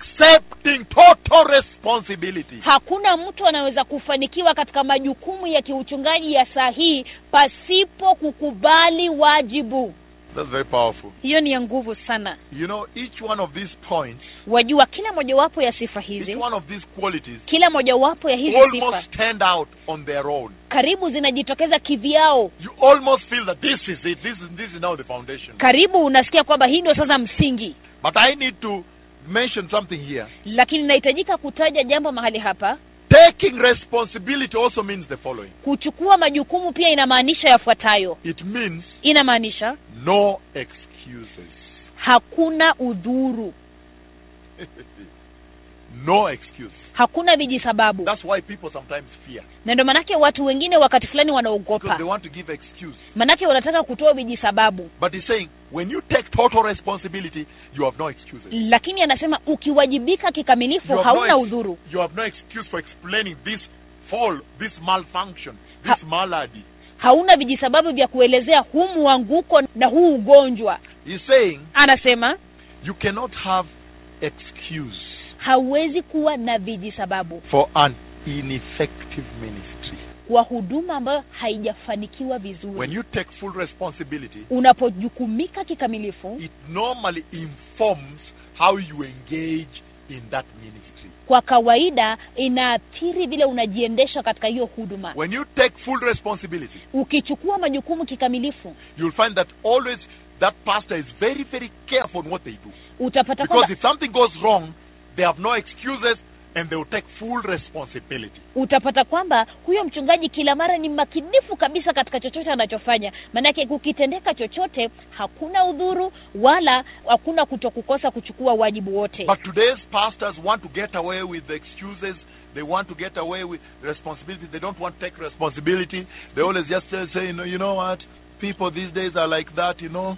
Speaker 6: accepting total responsibility.
Speaker 7: hakuna mtu anaweza kufanikiwa katika majukumu ya kiuchungaji ya saa hii pasipo kukubali wajibu
Speaker 6: That's very powerful.
Speaker 7: hiyo ni ya nguvu sana
Speaker 6: You know, each one of these points,
Speaker 7: wajua kila mojawapo ya sifa
Speaker 6: each
Speaker 7: hizi
Speaker 6: one of these qualities
Speaker 7: kila mojawapo ya hizi sifa
Speaker 6: almost stand out on their own.
Speaker 7: karibu zinajitokeza kivyao
Speaker 6: You almost feel that this is it. This is this is now the foundation.
Speaker 7: karibu unasikia kwamba hii ndio sasa msingi
Speaker 6: But I need to mention something here.
Speaker 7: lakini inahitajika kutaja jambo mahali hapa
Speaker 6: Taking responsibility also means the following.
Speaker 7: kuchukua majukumu pia inamaanisha yafuatayo
Speaker 6: It means
Speaker 7: inamaanisha
Speaker 6: no excuses.
Speaker 7: hakuna udhuru
Speaker 6: no excuse.
Speaker 7: hakuna vijisababu
Speaker 6: That's why people sometimes fear
Speaker 7: na ndio manake watu wengine wakati fulani
Speaker 6: because they
Speaker 7: wanaogopa
Speaker 6: want to give excuse.
Speaker 7: manake wanataka kutoa vijisababu
Speaker 6: But he's saying when you take total responsibility, you have no excuses.
Speaker 7: lakini anasema ukiwajibika kikamilifu
Speaker 6: You have
Speaker 7: hauna
Speaker 6: no ex-
Speaker 7: udhuru
Speaker 6: You have no excuse for explaining this fall, this malfunction, this malady.
Speaker 7: hauna vijisababu vya kuelezea huu mwanguko na huu ugonjwa
Speaker 6: He's saying
Speaker 7: anasema
Speaker 6: you cannot have excuse
Speaker 7: hauwezi kuwa na vijisababu
Speaker 6: for an ineffective ministry.
Speaker 7: kwa huduma ambayo haijafanikiwa
Speaker 6: When
Speaker 7: vizuri
Speaker 6: you take full responsibility,
Speaker 7: unapojukumika kikamilifu
Speaker 6: it normally informs how you engage in that ministry.
Speaker 7: kwa kawaida inaathiri vile unajiendesha katika hiyo huduma
Speaker 6: When you take full responsibility,
Speaker 7: ukichukua majukumu kikamilifu
Speaker 6: you'll find that always that pastor is very, very careful in what they do.
Speaker 7: utapata
Speaker 6: Because
Speaker 7: kwamba
Speaker 6: if something goes wrong, they have no excuses and they will take full responsibility.
Speaker 7: utapata kwamba huyo mchungaji kila mara ni makinifu kabisa katika chochote anachofanya maanake kukitendeka chochote hakuna udhuru wala hakuna kutokukosa kuchukua wajibu wote
Speaker 6: But today's pastors want to get away with the excuses. They want to get away with responsibility. They don't want to take responsibility. They always just say, say you, know, you know what? People these days are like that, you know.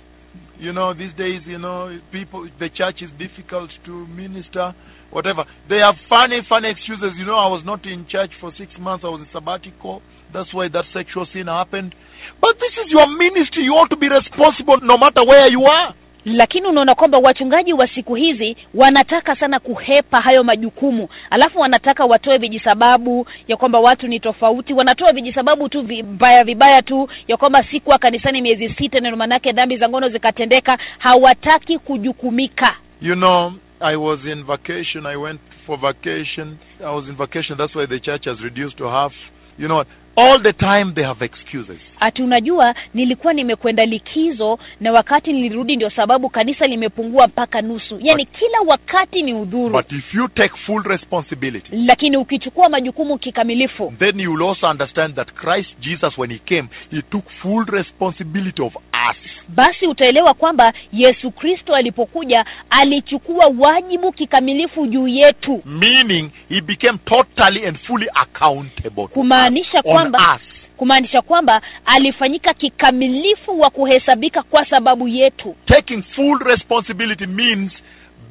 Speaker 6: You know, these days, you know, people, the church is difficult to minister, whatever. They have funny, funny excuses. You know, I was not in church for six months. I was in sabbatical. That's why that sexual sin happened. But this is your ministry. You ought to be responsible no matter where you are.
Speaker 7: lakini unaona kwamba wachungaji wa siku hizi wanataka sana kuhepa hayo majukumu alafu wanataka watoe vijisababu ya kwamba watu ni tofauti wanatoa vijisababu tu vibaya vibaya tu ya kwamba sikuwa kanisani miezi sita na ndio maanake dhambi za ngono zikatendeka hawataki kujukumika
Speaker 6: You know, I was in vacation. I went for vacation. I was in vacation. That's why the church has reduced to half. You know, all the time they have excuses.
Speaker 7: ati unajua nilikuwa nimekwenda likizo na wakati nilirudi ndio sababu kanisa limepungua mpaka nusu yaani kila wakati ni udhuru
Speaker 6: But if you take full responsibility,
Speaker 7: lakini ukichukua majukumu kikamilifu
Speaker 6: then you will also understand that Christ Jesus, when he came, he took full responsibility of us.
Speaker 7: basi utaelewa kwamba yesu kristo alipokuja alichukua wajibu kikamilifu juu yetu
Speaker 6: Meaning, he became totally and fully accountable. to
Speaker 7: Kumaanisha
Speaker 6: us, on
Speaker 7: kwamba-
Speaker 6: us.
Speaker 7: kumaanisha kwamba alifanyika kikamilifu wa kuhesabika kwa sababu yetu
Speaker 6: Taking full responsibility means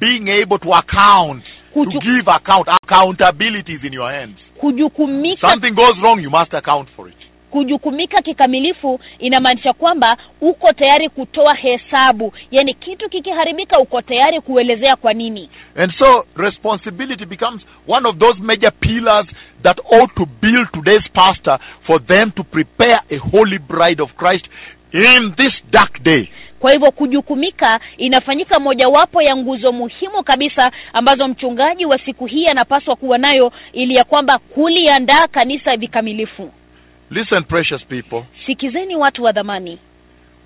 Speaker 6: being able to account, to
Speaker 7: Kuchu-
Speaker 6: give account. Accountability is in your hands.
Speaker 7: kujukumika
Speaker 6: Something goes wrong, you must account for it.
Speaker 7: kujukumika kikamilifu inamaanisha kwamba uko tayari kutoa hesabu yaani kitu kikiharibika uko tayari kuelezea kwa nini
Speaker 6: And so responsibility becomes one of those major pillars that ought to build today's pastor for them to prepare a holy bride of Christ in this dark day.
Speaker 7: kwa hivyo kujukumika inafanyika mojawapo ya nguzo muhimu kabisa ambazo mchungaji wa siku hii anapaswa kuwa nayo ili ya kwamba kuliandaa kanisa vikamilifu
Speaker 6: Listen, precious people,
Speaker 7: sikizeni watu wa dhamani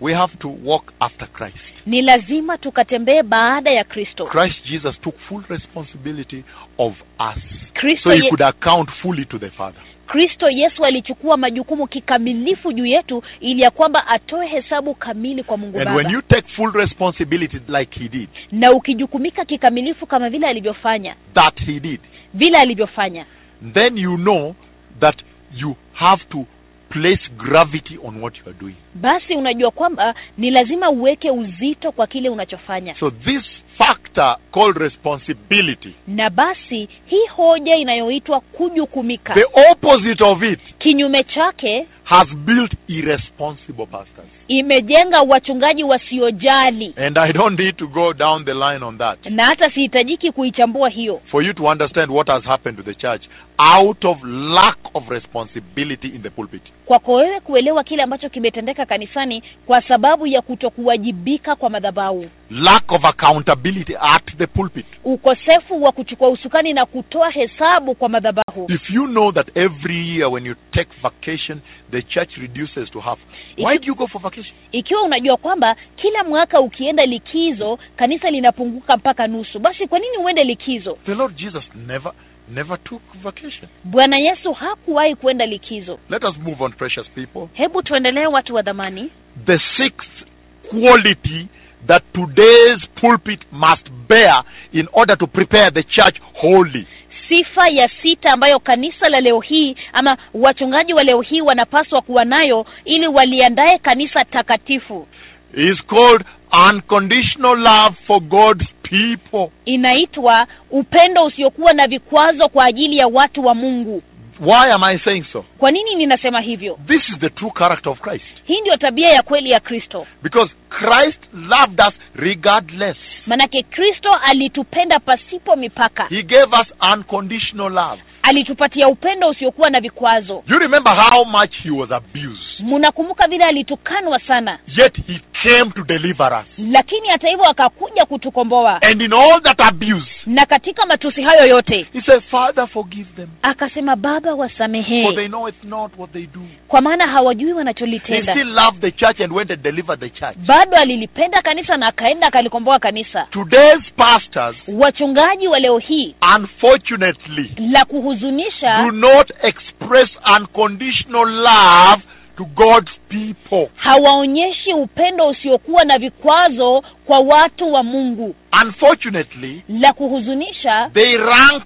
Speaker 6: we have to walk after Christ.
Speaker 7: ni lazima tukatembee baada ya kristo
Speaker 6: Christ Jesus took full responsibility of us. So
Speaker 7: kristo,
Speaker 6: he
Speaker 7: ye,
Speaker 6: could account fully to the Father.
Speaker 7: kristo yesu alichukua majukumu kikamilifu juu yetu ili ya kwamba atoe hesabu kamili kwa mungu
Speaker 6: And when
Speaker 7: baba
Speaker 6: you take full responsibility like he did,
Speaker 7: na ukijukumika kikamilifu kama vile alivyofanya
Speaker 6: that he did,
Speaker 7: vile alivyofanya
Speaker 6: then you know that you have to place gravity on what you are doing.
Speaker 7: basi unajua kwamba ni lazima uweke uzito kwa kile unachofanya
Speaker 6: So this factor called responsibility,
Speaker 7: na basi hii hoja inayoitwa kujukumika
Speaker 6: the opposite of it
Speaker 7: kinyume chake
Speaker 6: has built irresponsible pastors.
Speaker 7: imejenga wachungaji wasiojali
Speaker 6: And I don't need to go down the line on that.
Speaker 7: na hata sihitajiki kuichambua hiyo
Speaker 6: For you to understand what has happened to the church out of lack of responsibility in the pulpit.
Speaker 7: kwako wewe kuelewa kile ambacho kimetendeka kanisani kwa sababu ya kutokuwajibika kwa madhabahu
Speaker 6: Lack of accountability at the pulpit.
Speaker 7: ukosefu wa kuchukua usukani na kutoa hesabu kwa madhabahu
Speaker 6: If you know that every year when you take vacation, the church reduces to half, why do you go for vacation?
Speaker 7: ikiwa unajua kwamba kila mwaka ukienda likizo kanisa linapunguka mpaka nusu basi kwa nini uende likizo
Speaker 6: The Lord Jesus never, never took vacation.
Speaker 7: bwana yesu hakuwahi kuenda likizo
Speaker 6: Let us move on, precious people.
Speaker 7: hebu tuendelee watu wa dhamani
Speaker 6: The sixth quality that today's pulpit must bear in order to prepare the church wholly
Speaker 7: sifa ya sita ambayo kanisa la leo hii ama wachungaji wa leo hii wanapaswa kuwa nayo ili waliandae kanisa takatifu
Speaker 6: is called unconditional love for God's people.
Speaker 7: inaitwa upendo usiokuwa na vikwazo kwa ajili ya watu wa mungu
Speaker 6: Why am I saying so?
Speaker 7: kwa nini ninasema hivyo
Speaker 6: This is the true character of Christ.
Speaker 7: hii ndiyo tabia ya kweli ya kristo
Speaker 6: Because Christ loved us regardless.
Speaker 7: manake kristo alitupenda pasipo mipaka
Speaker 6: He gave us unconditional love.
Speaker 7: alitupatia upendo usiokuwa na vikwazo
Speaker 6: You remember how much he was abused,
Speaker 7: mnakumbuka vile alitukanwa sana
Speaker 6: yet he came to deliver us.
Speaker 7: lakini hata hivyo akakuja kutukomboa
Speaker 6: And in all that abuse,
Speaker 7: na katika matusi hayo yote
Speaker 6: he said, Father, forgive them,
Speaker 7: akasema baba
Speaker 6: for they
Speaker 7: wasamehee
Speaker 6: know it's not what they do.
Speaker 7: kwa maana hawajui
Speaker 6: He
Speaker 7: wanacholitenda
Speaker 6: still loved the church and went and delivered the church.
Speaker 7: bado alilipenda kanisa na akaenda akalikomboa kanisa
Speaker 6: Today's pastors,
Speaker 7: wachungaji wa leo hii
Speaker 6: unfortunately,
Speaker 7: la kuhuzunisha
Speaker 6: do not express unconditional love to God's people.
Speaker 7: hawaonyeshi upendo usiokuwa na vikwazo kwa watu wa mungu
Speaker 6: Unfortunately,
Speaker 7: la kuhuzunisha
Speaker 6: they rank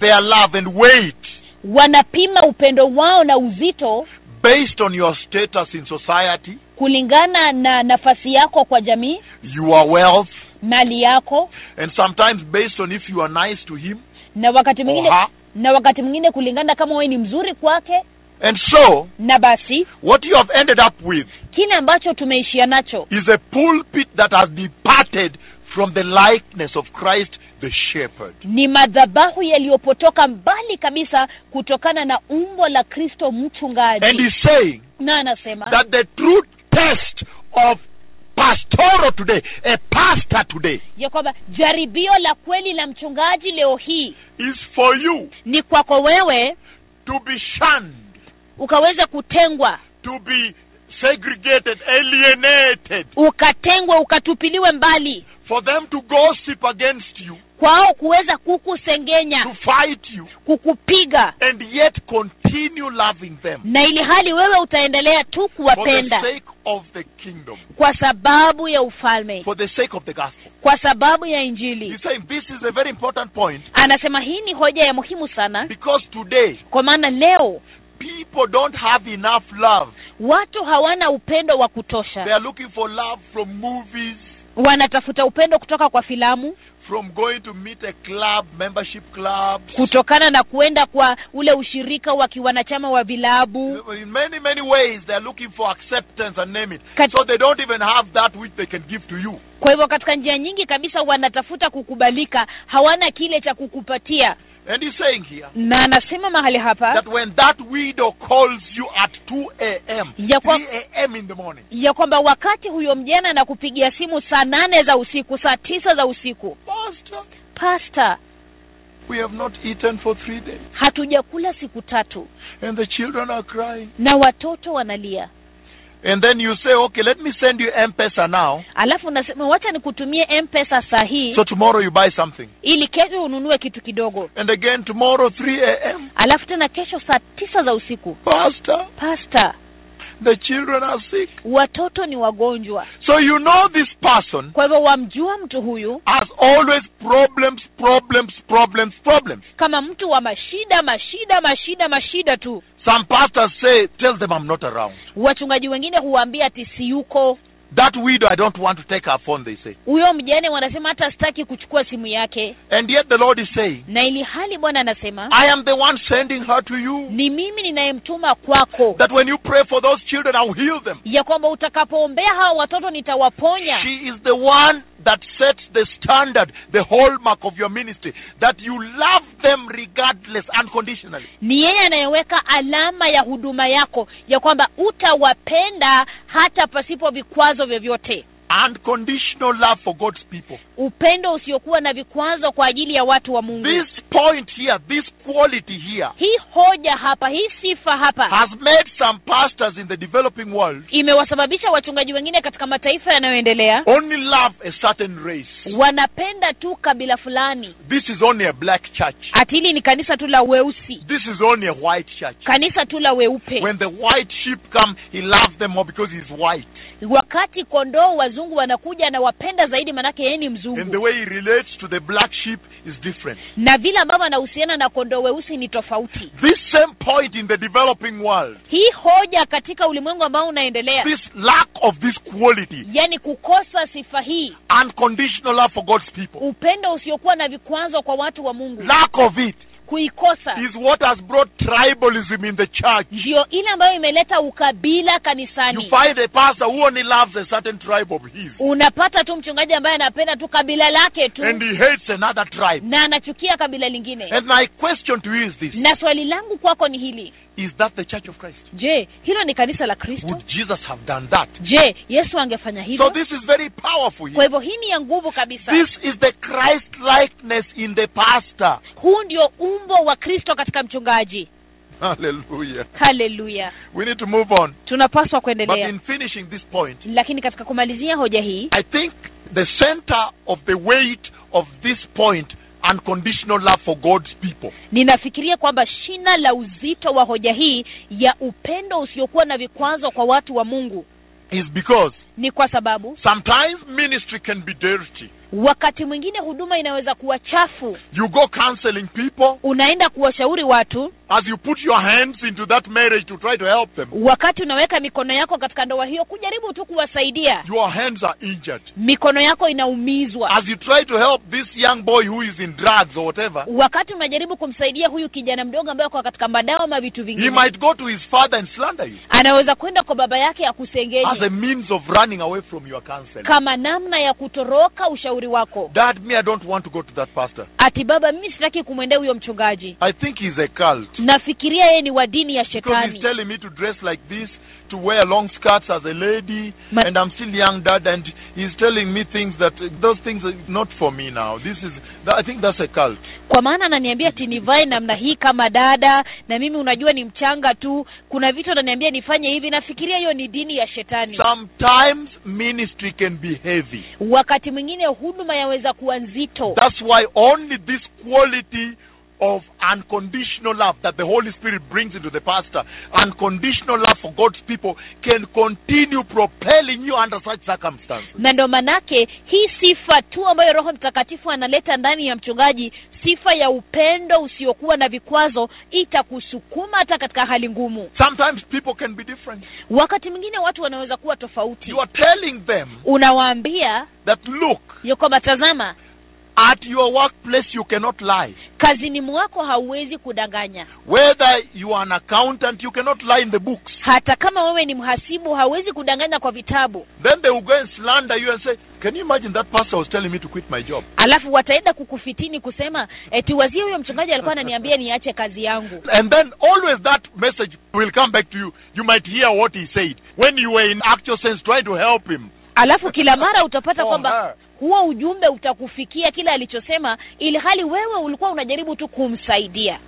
Speaker 6: their love and weight
Speaker 7: wanapima upendo wao na uzito
Speaker 6: based on your status in society,
Speaker 7: kulingana na nafasi yako kwa jamii
Speaker 6: your wealth,
Speaker 7: mali yako
Speaker 6: and sometimes based on if you are nice to him
Speaker 7: na wakati
Speaker 6: or
Speaker 7: mwingine
Speaker 6: her.
Speaker 7: na wakati mwingine kulingana kama wewe ni mzuri kwake
Speaker 6: And so,
Speaker 7: na basi
Speaker 6: what you have ended up with
Speaker 7: kile ambacho tumeishia nacho
Speaker 6: is a pulpit that has departed from the likeness of Christ the shepherd.
Speaker 7: ni madhabahu yaliyopotoka mbali kabisa kutokana na umbo la kristo
Speaker 6: And
Speaker 7: mchungaji
Speaker 6: he's saying
Speaker 7: na anasema
Speaker 6: that the true test of pastoral today, a pastor today,
Speaker 7: ya kwamba jaribio la kweli la mchungaji leo hii
Speaker 6: is for you
Speaker 7: ni kwako wewe
Speaker 6: to be shunned,
Speaker 7: ukaweza kutengwa
Speaker 6: to be segregated, alienated,
Speaker 7: ukatengwa ukatupiliwe mbali
Speaker 6: for them to gossip against you,
Speaker 7: kwao kuweza
Speaker 6: to
Speaker 7: kukusengenya
Speaker 6: fight you,
Speaker 7: kukupiga
Speaker 6: and yet continue loving them
Speaker 7: na ili hali wewe utaendelea tu
Speaker 6: for the
Speaker 7: kuwapenda
Speaker 6: sake of the kingdom,
Speaker 7: kwa sababu ya ufalme
Speaker 6: for the sake of the gospel.
Speaker 7: kwa sababu ya
Speaker 6: He's
Speaker 7: injili
Speaker 6: saying this is a very important point
Speaker 7: anasema hii ni hoja ya muhimu sana
Speaker 6: because today
Speaker 7: kwa maana leo
Speaker 6: people don't have enough love.
Speaker 7: watu hawana upendo wa
Speaker 6: They
Speaker 7: kutosha
Speaker 6: are looking for love from movies,
Speaker 7: wanatafuta upendo kutoka kwa filamu
Speaker 6: from going to meet a club, membership club.
Speaker 7: kutokana na kuenda kwa ule ushirika wa kiwanachama wa vilabu
Speaker 6: In many, many ways, they are looking for acceptance and name it.
Speaker 7: Kat-
Speaker 6: So they don't even have that which they can give to you.
Speaker 7: kwa hivyo katika njia nyingi kabisa wanatafuta kukubalika hawana kile cha kukupatia
Speaker 6: And he's saying here
Speaker 7: na anasema mahali hapa
Speaker 6: that when that widow calls you at 2 a.m.,
Speaker 7: Ya kwa-
Speaker 6: 3 a.m. in the morning,
Speaker 7: ya kwamba wakati huyo mjana anakupigia simu saa nane za usiku saa tisa za usiku
Speaker 6: Pastor,
Speaker 7: pasta
Speaker 6: we have not eaten for three days,
Speaker 7: hatujakula siku tatu
Speaker 6: and the children are crying.
Speaker 7: na watoto wanalia
Speaker 6: And then you say, okay, let me send you M-Pesa now.
Speaker 7: alafu nasema wacha nikutumie mpesa saa hii
Speaker 6: So tomorrow you buy something.
Speaker 7: ili kesho ununue kitu kidogo
Speaker 6: And again tomorrow 3 a.m.
Speaker 7: alafu tena kesho saa tisa za usiku
Speaker 6: Pastor,
Speaker 7: pasta
Speaker 6: the children are sick.
Speaker 7: watoto ni wagonjwa
Speaker 6: So you know this person
Speaker 7: kwa hivyo wamjua mtu huyu
Speaker 6: has always problems, problems, problems, problems.
Speaker 7: kama mtu wa mashida mashida mashida mashida tu
Speaker 6: Some pastors say, tell them I'm not around.
Speaker 7: wachungaji wengine huwaambia ati siyuko
Speaker 6: That widow, I don't want to take her phone, they say.
Speaker 7: huyo mjane wanasema hata sitaki kuchukua simu yake
Speaker 6: And yet the Lord is saying,
Speaker 7: na ili hali bwana anasema
Speaker 6: I am the one sending her to you.
Speaker 7: ni mimi ninayemtuma kwako
Speaker 6: That when you pray for those children, I'll heal them.
Speaker 7: ya kwamba utakapoombea hawa watoto nitawaponya
Speaker 6: She is the one that sets the standard, the hallmark of your ministry, that you love them regardless, unconditionally.
Speaker 7: ni yeye anayeweka alama ya huduma yako ya kwamba utawapenda hata pasipo vikwazo vyovyote
Speaker 6: Unconditional love for God's people.
Speaker 7: upendo usiokuwa na vikwazo kwa ajili ya watu wa mungu
Speaker 6: This point here, this quality here,
Speaker 7: hii hoja hapa hii sifa hapa
Speaker 6: has made some pastors in the developing world
Speaker 7: imewasababisha wachungaji wengine katika mataifa yanayoendelea
Speaker 6: only love a certain race.
Speaker 7: wanapenda tu kabila fulani
Speaker 6: This is only a black church.
Speaker 7: ati hili ni kanisa tu la weusi
Speaker 6: This is only a white church.
Speaker 7: kanisa tu la weupe
Speaker 6: When the white sheep come, he loves them more because he's white.
Speaker 7: wakati kondoo wazungu wanakuja anawapenda zaidi manake yeye ni
Speaker 6: And the
Speaker 7: mzungu
Speaker 6: way he relates to the black sheep is different.
Speaker 7: na vile ambavyo anahusiana na kondoo weusi ni tofauti
Speaker 6: This same point in the developing world,
Speaker 7: hii hoja katika ulimwengu ambao unaendelea
Speaker 6: this lack of this quality,
Speaker 7: yaani kukosa sifa hii
Speaker 6: unconditional love for God's people,
Speaker 7: upendo usiokuwa na vikwazo kwa watu wa mungu
Speaker 6: lack of it
Speaker 7: kuikosa
Speaker 6: is what has brought tribalism in the church.
Speaker 7: ndiyo ile ambayo imeleta ukabila
Speaker 6: You
Speaker 7: kanisani
Speaker 6: find a pastor who only loves a certain tribe of his,
Speaker 7: unapata tu mchungaji ambaye anapenda tu kabila lake tu
Speaker 6: and he hates another tribe.
Speaker 7: na anachukia kabila lingine
Speaker 6: And my question to you is this
Speaker 7: na swali langu kwako ni hili
Speaker 6: Is that the church of Christ?
Speaker 7: je hilo ni kanisa la kristo
Speaker 6: Would Jesus have done that?
Speaker 7: je yesu angefanya
Speaker 6: So
Speaker 7: hivyo
Speaker 6: this is very powerful.
Speaker 7: kwa
Speaker 6: Here.
Speaker 7: hivyo hii ni ya nguvu kabisa
Speaker 6: This is the Christ likeness in the pastor.
Speaker 7: huu ndio umbo wa kristo katika mchungaji
Speaker 6: Hallelujah.
Speaker 7: haleluya
Speaker 6: We need to move on.
Speaker 7: tunapaswa
Speaker 6: But
Speaker 7: kuendelea
Speaker 6: in finishing this point,
Speaker 7: lakini katika kumalizia hoja hii
Speaker 6: I think the center of the weight of this point, unconditional love for God's people,
Speaker 7: ninafikiria kwamba shina la uzito wa hoja hii ya upendo usiokuwa na vikwazo kwa watu wa mungu
Speaker 6: is because
Speaker 7: ni kwa sababu
Speaker 6: sometimes ministry can be dirty.
Speaker 7: wakati mwingine huduma inaweza kuwa chafu
Speaker 6: You go counseling people
Speaker 7: unaenda kuwashauri watu
Speaker 6: as you put your hands into that marriage to try to help them.
Speaker 7: wakati unaweka mikono yako katika ndoa hiyo kujaribu tu kuwasaidia
Speaker 6: Your hands are injured.
Speaker 7: mikono yako inaumizwa
Speaker 6: As you try to help this young boy who is in drugs or whatever,
Speaker 7: wakati unajaribu kumsaidia huyu kijana mdogo ambaye ako katika madawa ama vitu
Speaker 6: he
Speaker 7: vingine
Speaker 6: might go to his father and slander you
Speaker 7: anaweza kwenda kwa baba yake
Speaker 6: as a
Speaker 7: akusengenye
Speaker 6: means of running away from your counseling.
Speaker 7: kama namna ya kutoroka ushauri wako
Speaker 6: Dad, me, I don't want to go to that pastor.
Speaker 7: ati baba mimi sitaki kumwendea huyo mchungaji
Speaker 6: I think he's a cult.
Speaker 7: nafikiria yeye ni wa dini ya
Speaker 6: Because he's
Speaker 7: shetani
Speaker 6: telling me to dress like this, to wear long skirts as a lady,
Speaker 7: Ma-
Speaker 6: and I'm still young, Dad, and he's telling me things that those things are not for me now. This is, I think that's a cult.
Speaker 7: kwa maana ananiambia ati nivae namna hii kama dada na mimi unajua ni mchanga tu kuna vitu ananiambia nifanye hivi nafikiria hiyo ni dini ya shetani
Speaker 6: Sometimes ministry can be heavy.
Speaker 7: wakati mwingine huduma yaweza kuwa nzito
Speaker 6: That's why only this quality of unconditional love that the Holy Spirit brings into the pastor, unconditional love for God's people, can continue propelling you under such circumstances.
Speaker 7: na ndo manake hii sifa tu ambayo roho mtakatifu analeta ndani ya mchungaji sifa ya upendo usiokuwa na vikwazo itakusukuma hata katika hali ngumu
Speaker 6: Sometimes people can be different.
Speaker 7: wakati mwingine watu wanaweza kuwa tofauti
Speaker 6: You are telling them
Speaker 7: unawaambia
Speaker 6: that look
Speaker 7: ya kwamba tazama
Speaker 6: at your workplace you cannot lie
Speaker 7: kazini mwako hauwezi kudanganya
Speaker 6: whether you are an accountant you cannot lie in the books
Speaker 7: hata kama wewe ni mhasibu hauwezi kudanganya kwa vitabu
Speaker 6: then they will go and slander you and say can you imagine that pastor was telling me to quit my job
Speaker 7: alafu wataenda kukufitini kusema eti wazie huyo mchungaji alikuwa ananiambia niache kazi yangu
Speaker 6: and then always that message will come back to you you might hear what he said when you were in actual sense trying to help him
Speaker 7: alafu kila mara utapata
Speaker 6: Oh,
Speaker 7: kwamba
Speaker 6: her.
Speaker 7: huo ujumbe utakufikia kile alichosema ili hali wewe ulikuwa unajaribu tu kumsaidia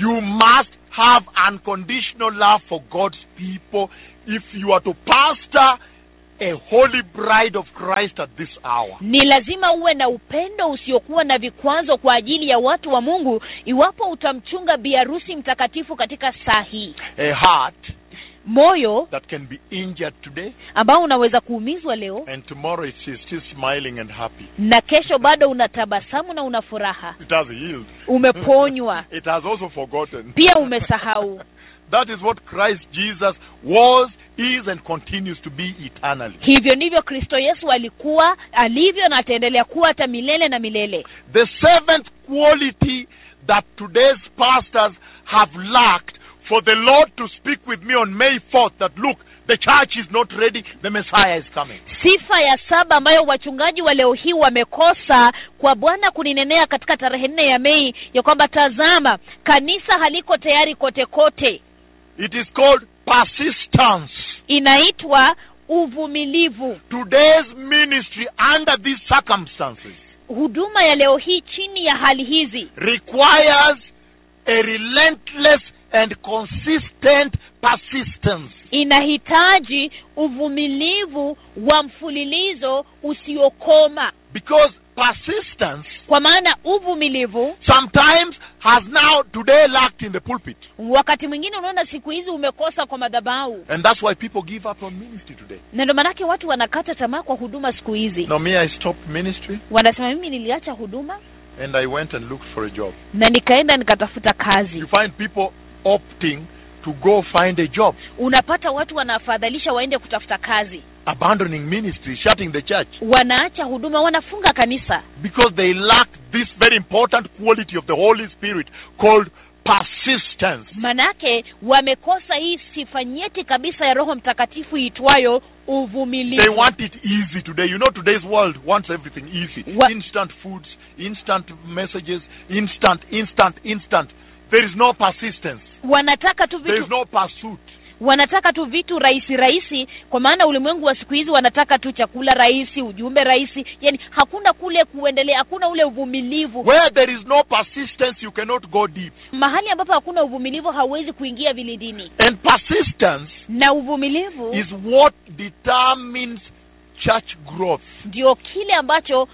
Speaker 6: you must have unconditional love for god's people if you are to pastor a holy bride of christ at this hour
Speaker 7: ni lazima uwe na upendo usiokuwa na vikwazo kwa ajili ya watu wa mungu iwapo utamchunga biharusi mtakatifu katika saa hii
Speaker 6: a heart
Speaker 7: moyo
Speaker 6: that can be injured today
Speaker 7: ambao unaweza kuumizwa leo
Speaker 6: and tomorrow it is still smiling and happy.
Speaker 7: na kesho bado unatabasamu na una furaha
Speaker 6: It has healed.
Speaker 7: Umeponywa.
Speaker 6: it has also forgotten.
Speaker 7: Pia umesahau.
Speaker 6: that is what Christ Jesus was is and continues to be eternally.
Speaker 7: hivyo ndivyo kristo yesu alikuwa alivyo na ataendelea kuwa hata milele na milele
Speaker 6: The seventh quality that today's pastors have lacked for the Lord to speak with me on May 4th that look, the church is not ready, the Messiah is coming.
Speaker 7: sifa ya saba ambayo wachungaji wa leo hii wamekosa kwa bwana kuninenea katika tarehe nne ya mei ya kwamba tazama kanisa haliko tayari kote kote
Speaker 6: It is called persistence.
Speaker 7: inaitwa uvumilivu
Speaker 6: Today's ministry under these circumstances
Speaker 7: huduma ya leo hii chini ya hali hizi
Speaker 6: requires a relentless and consistent persistence.
Speaker 7: inahitaji uvumilivu wa mfululizo usiokoma
Speaker 6: Because persistence
Speaker 7: kwa maana uvumilivu
Speaker 6: sometimes has now today lacked in the pulpit.
Speaker 7: wakati mwingine unaona siku hizi umekosa kwa madhabau
Speaker 6: And that's why people give up on ministry today.
Speaker 7: na ndio maanake watu wanakata tamaa kwa huduma siku hizi
Speaker 6: Now, me, I stopped ministry
Speaker 7: wanasema mimi niliacha huduma
Speaker 6: and I went and looked for a job.
Speaker 7: na nikaenda nikatafuta kazi
Speaker 6: You find people opting to go find a job,
Speaker 7: unapata watu wanafadhalisha waende kutafuta kazi
Speaker 6: abandoning ministry, shutting the church,
Speaker 7: wanaacha huduma wanafunga kanisa
Speaker 6: because they lack this very important quality of the Holy Spirit called persistence.
Speaker 7: manake wamekosa hii sifa nyeti kabisa ya roho mtakatifu iitwayo
Speaker 6: They
Speaker 7: uvumilivu
Speaker 6: want it easy today. You know, today's world wants everything easy
Speaker 7: Wha-
Speaker 6: instant foods, instant messages, instant, instant, instant. There is no persistence,
Speaker 7: wanataka tu
Speaker 6: there
Speaker 7: vitu
Speaker 6: is no pursuit.
Speaker 7: wanataka tu vitu rahisi rahisi kwa maana ulimwengu wa siku hizi wanataka tu chakula rahisi ujumbe rahisi yani hakuna kule kuendelea hakuna ule uvumilivu
Speaker 6: Where there is no persistence, you cannot go deep.
Speaker 7: mahali ambapo hakuna uvumilivu hauwezi kuingia vilindini
Speaker 6: And persistence
Speaker 7: na uvumilivu
Speaker 6: is what determines church growth.
Speaker 7: ndio kile ambacho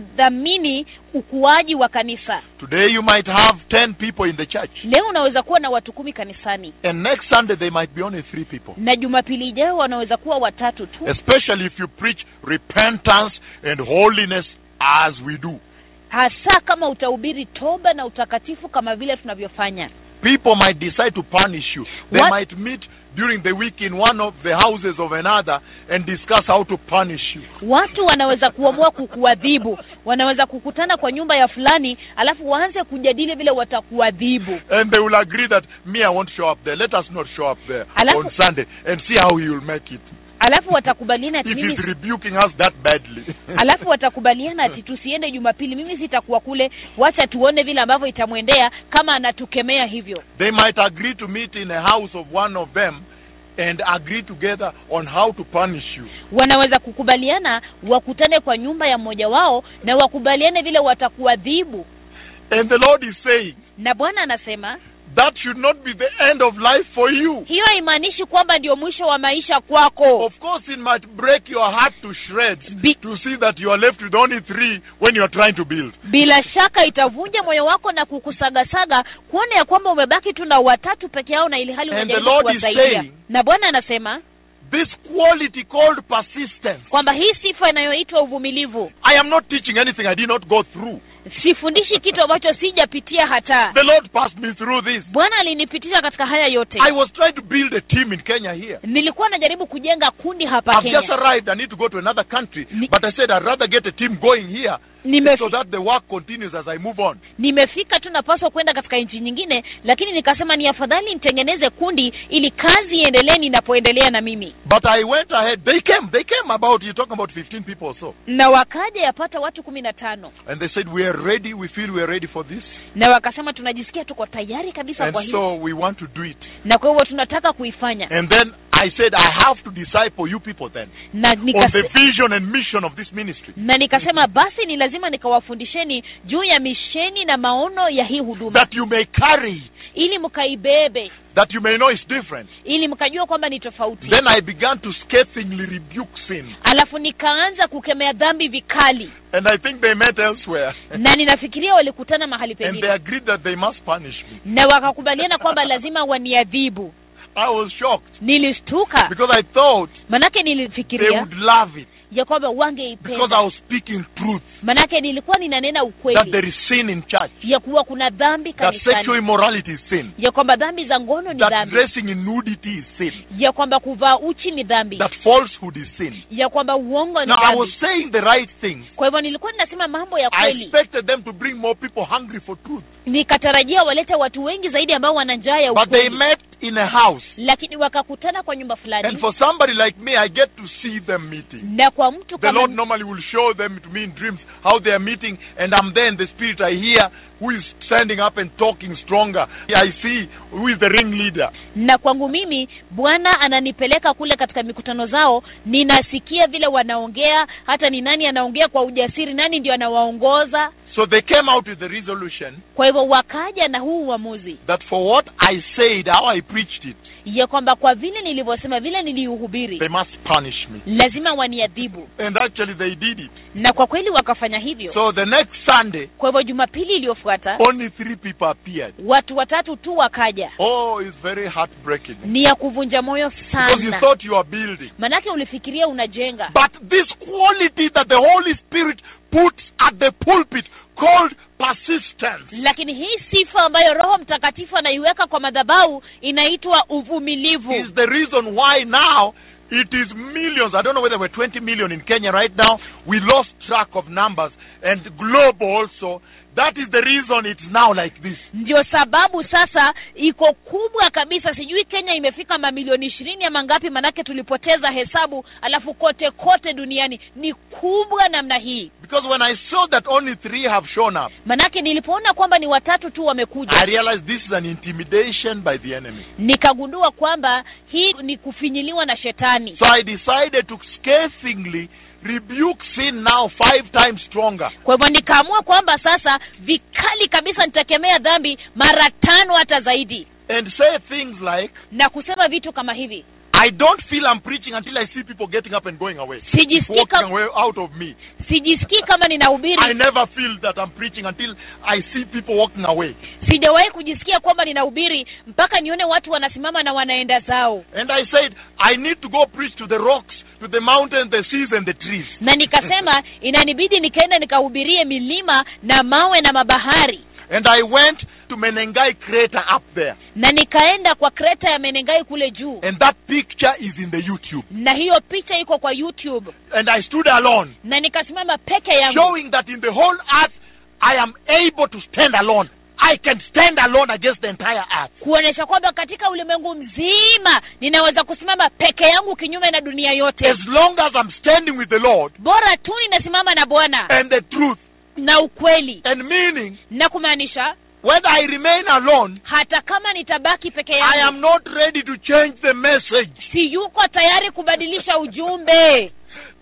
Speaker 7: kinadhamini ukuaji wa kanisa
Speaker 6: Today you might have 10 people in the church,
Speaker 7: leo unaweza kuwa na watu kumi kanisani
Speaker 6: and next Sunday they might be only 3 people.
Speaker 7: na jumapili ijayo wanaweza kuwa watatu tu
Speaker 6: Especially if you preach repentance and holiness as we do.
Speaker 7: hasa kama utahubiri toba na utakatifu kama vile tunavyofanya
Speaker 6: People might decide to punish you. They
Speaker 7: What-
Speaker 6: might meet during the week in one of the houses of another and discuss how to punish you.
Speaker 7: watu wanaweza kuamua kukuadhibu wanaweza kukutana kwa nyumba ya fulani alafu waanze kujadili vile watakuadhibu
Speaker 6: And they will agree that me, I won't show up there. Let us not show up there
Speaker 7: Alafu-
Speaker 6: on Sunday and see how he will make it.
Speaker 7: alafu watakubaliana ati
Speaker 6: If
Speaker 7: mimi
Speaker 6: he's rebuking us that badly.
Speaker 7: alafu watakubaliana ati tusiende jumapili mimi sitakuwa kule wacha tuone vile ambavyo itamwendea kama anatukemea hivyo
Speaker 6: They might agree to meet in a house of one of them and agree together on how to punish you.
Speaker 7: wanaweza kukubaliana wakutane kwa nyumba ya mmoja wao na wakubaliane vile watakuadhibu
Speaker 6: And the Lord is saying,
Speaker 7: na bwana anasema
Speaker 6: that should not be the end of life for you.
Speaker 7: hiyo haimaanishi kwamba ndio mwisho wa maisha kwako
Speaker 6: Of course, it might break your heart to shreds
Speaker 7: Oh. Be-
Speaker 6: to see that you are left with only three when you are trying to build.
Speaker 7: bila shaka itavunja moyo wako na kukusagasaga kuona ya kwamba umebaki tu na watatu peke yao na ili hali
Speaker 6: And the
Speaker 7: hujajaribu
Speaker 6: Lord is
Speaker 7: kuwasaidia
Speaker 6: saying-
Speaker 7: na bwana anasema
Speaker 6: This quality called persistence.
Speaker 7: kwamba hii sifa inayoitwa uvumilivu
Speaker 6: I am not teaching anything I did not go through.
Speaker 7: sifundishi kitu ambacho sijapitia hata
Speaker 6: The Lord passed me through this.
Speaker 7: bwana alinipitisha katika haya yote
Speaker 6: I was trying to build a team in Kenya here.
Speaker 7: nilikuwa najaribu kujenga kundi hapa
Speaker 6: I've
Speaker 7: kenya
Speaker 6: just arrived. I need to go to another country.
Speaker 7: Ni-
Speaker 6: But I said I'd rather get a team going here
Speaker 7: Nime-
Speaker 6: so that the work continues as I move on.
Speaker 7: nimefika tu napaswa kwenda katika nchi nyingine lakini nikasema ni afadhali nitengeneze kundi ili kazi iendelee ninapoendelea na mimi
Speaker 6: But I went ahead. They came. They came about, you're talking about 15 people or so.
Speaker 7: na wakaja yapata watu kumi na tano
Speaker 6: And they said, We are ready. We feel we are ready for this.
Speaker 7: na wakasema tunajisikia tuko tayari kabisa
Speaker 6: And
Speaker 7: kwa hii
Speaker 6: so we want to do it.
Speaker 7: na kwa hivyo tunataka kuifanya
Speaker 6: And then I said, I have to decide for you people then
Speaker 7: na
Speaker 6: on the
Speaker 7: nikase-
Speaker 6: vision and mission of this ministry.
Speaker 7: na nikasema basi ni lazima nikawafundisheni juu ya misheni na maono ya hii huduma
Speaker 6: That you may carry,
Speaker 7: ili mkaibebe
Speaker 6: that you may know it's different.
Speaker 7: ili mkajua kwamba ni tofauti
Speaker 6: Then I began to scathingly rebuke sin.
Speaker 7: alafu nikaanza kukemea dhambi vikali
Speaker 6: And I think they met elsewhere.
Speaker 7: na ninafikiria walikutana mahali
Speaker 6: And they
Speaker 7: pengine
Speaker 6: agreed that they must punish me.
Speaker 7: na wakakubaliana kwamba lazima waniadhibu
Speaker 6: I was shocked
Speaker 7: nilistuka
Speaker 6: Ah. because I thought they
Speaker 7: manake nilifikiria
Speaker 6: would love it.
Speaker 7: ya kwamba
Speaker 6: because I
Speaker 7: wangeipenda
Speaker 6: was speaking truth
Speaker 7: manake nilikuwa ninanena
Speaker 6: that
Speaker 7: ukweli
Speaker 6: there is sin in church,
Speaker 7: ya kuwa kuna dhambi
Speaker 6: that sexual
Speaker 7: kanisani
Speaker 6: immorality is sin,
Speaker 7: ya kwamba dhambi za ngono ni
Speaker 6: that
Speaker 7: dhambi
Speaker 6: dressing in nudity is sin,
Speaker 7: ya kwamba kuvaa uchi ni dhambi
Speaker 6: that falsehood is sin.
Speaker 7: ya kwamba uongo ni
Speaker 6: Now I was
Speaker 7: dhambi
Speaker 6: saying the right things.
Speaker 7: kwa hivyo nilikuwa ninasema mambo ya
Speaker 6: I
Speaker 7: kweli
Speaker 6: expected them to bring more people hungry for truth.
Speaker 7: nikatarajia walete watu wengi zaidi ambao wana njaa ya
Speaker 6: But they
Speaker 7: ukweli
Speaker 6: met in a house.
Speaker 7: lakini wakakutana kwa nyumba fulani
Speaker 6: And for somebody like me, I get to see them meeting.
Speaker 7: na kwa mtu
Speaker 6: The Lord
Speaker 7: kama
Speaker 6: normally will show them to me in dreams how they are meeting, and I'm there in the spirit. I hear who is standing up and talking stronger. I see who is the ringleader.
Speaker 7: na kwangu mimi bwana ananipeleka kule katika mikutano zao ninasikia vile wanaongea hata ni nani anaongea kwa ujasiri nani ndio anawaongoza
Speaker 6: So they came out with the resolution
Speaker 7: kwa hivyo wakaja na huu uamuzi
Speaker 6: that for what I said, how I preached it,
Speaker 7: ya kwamba kwa vile nilivyosema
Speaker 6: they
Speaker 7: vile niliuhubiri
Speaker 6: must punish me.
Speaker 7: lazima waniadhibu
Speaker 6: And actually, they did it.
Speaker 7: na kwa kweli wakafanya hivyo
Speaker 6: So the next Sunday,
Speaker 7: kwa hivyo jumapili iliyofuata
Speaker 6: only three people appeared.
Speaker 7: watu watatu tu wakaja
Speaker 6: Oh, it's very heartbreaking.
Speaker 7: ni ya kuvunja moyo
Speaker 6: Because you
Speaker 7: sana
Speaker 6: thought you are building.
Speaker 7: manake ulifikiria unajenga
Speaker 6: But this quality that the Holy Spirit puts at the pulpit called persistence.
Speaker 7: lakini hii sifa ambayo roho mtakatifu anaiweka kwa madhabahu inaitwa uvumilivu
Speaker 6: Is the reason why now it is millions. I don't know whether we're 20 million in Kenya right now. We lost track of numbers and global also. That is the reason it's now like this.
Speaker 7: ndio sababu sasa iko kubwa kabisa sijui kenya imefika mamilioni ishirini ama ngapi manake tulipoteza hesabu alafu kote kote duniani ni kubwa namna hii
Speaker 6: Because when I saw that only three have shown up,
Speaker 7: manake nilipoona kwamba ni watatu tu
Speaker 6: I
Speaker 7: wamekuja
Speaker 6: realized this is an intimidation by the enemy.
Speaker 7: nikagundua kwamba hii ni kufinyiliwa na shetani
Speaker 6: So I decided to scarcingly rebuke sin now five times stronger.
Speaker 7: kwa hivyo nikaamua kwamba sasa vikali kabisa nitakemea dhambi mara tano hata zaidi
Speaker 6: and say things like,
Speaker 7: na kusema vitu kama hivi
Speaker 6: I don't feel I'm preaching until I see people getting up and going away, walking
Speaker 7: sijisikii
Speaker 6: away out of me.
Speaker 7: sijisikii kama
Speaker 6: I
Speaker 7: ninahubiri
Speaker 6: never feel that I'm preaching until I see people walking away.
Speaker 7: sijawahi kujisikia kwamba ninahubiri mpaka nione watu wanasimama na wanaenda zao
Speaker 6: And I said, I need to go preach to the rocks, to the mountains, the seas, and the trees.
Speaker 7: na nikasema inanibidi nikaenda nikahubirie milima na mawe na mabahari
Speaker 6: And I went to Menengai crater up there.
Speaker 7: na nikaenda kwa kreta ya menengai kule juu
Speaker 6: And that picture is in the YouTube.
Speaker 7: na hiyo picha iko kwa youtube
Speaker 6: And I stood alone,
Speaker 7: na nikasimama peke yangu
Speaker 6: showing that in the whole earth, I am able to stand alone. I can stand alone against the entire earth.
Speaker 7: kuonyesha kwamba katika ulimwengu mzima ninaweza kusimama peke yangu kinyume na dunia yote
Speaker 6: As long as I'm standing with the Lord
Speaker 7: bora tu ninasimama na bwana
Speaker 6: and the truth,
Speaker 7: na ukweli
Speaker 6: and meaning
Speaker 7: na kumaanisha
Speaker 6: whether I remain alone,
Speaker 7: hata kama nitabaki peke
Speaker 6: I am
Speaker 7: yangu
Speaker 6: not ready to change the message.
Speaker 7: siyuko tayari kubadilisha ujumbe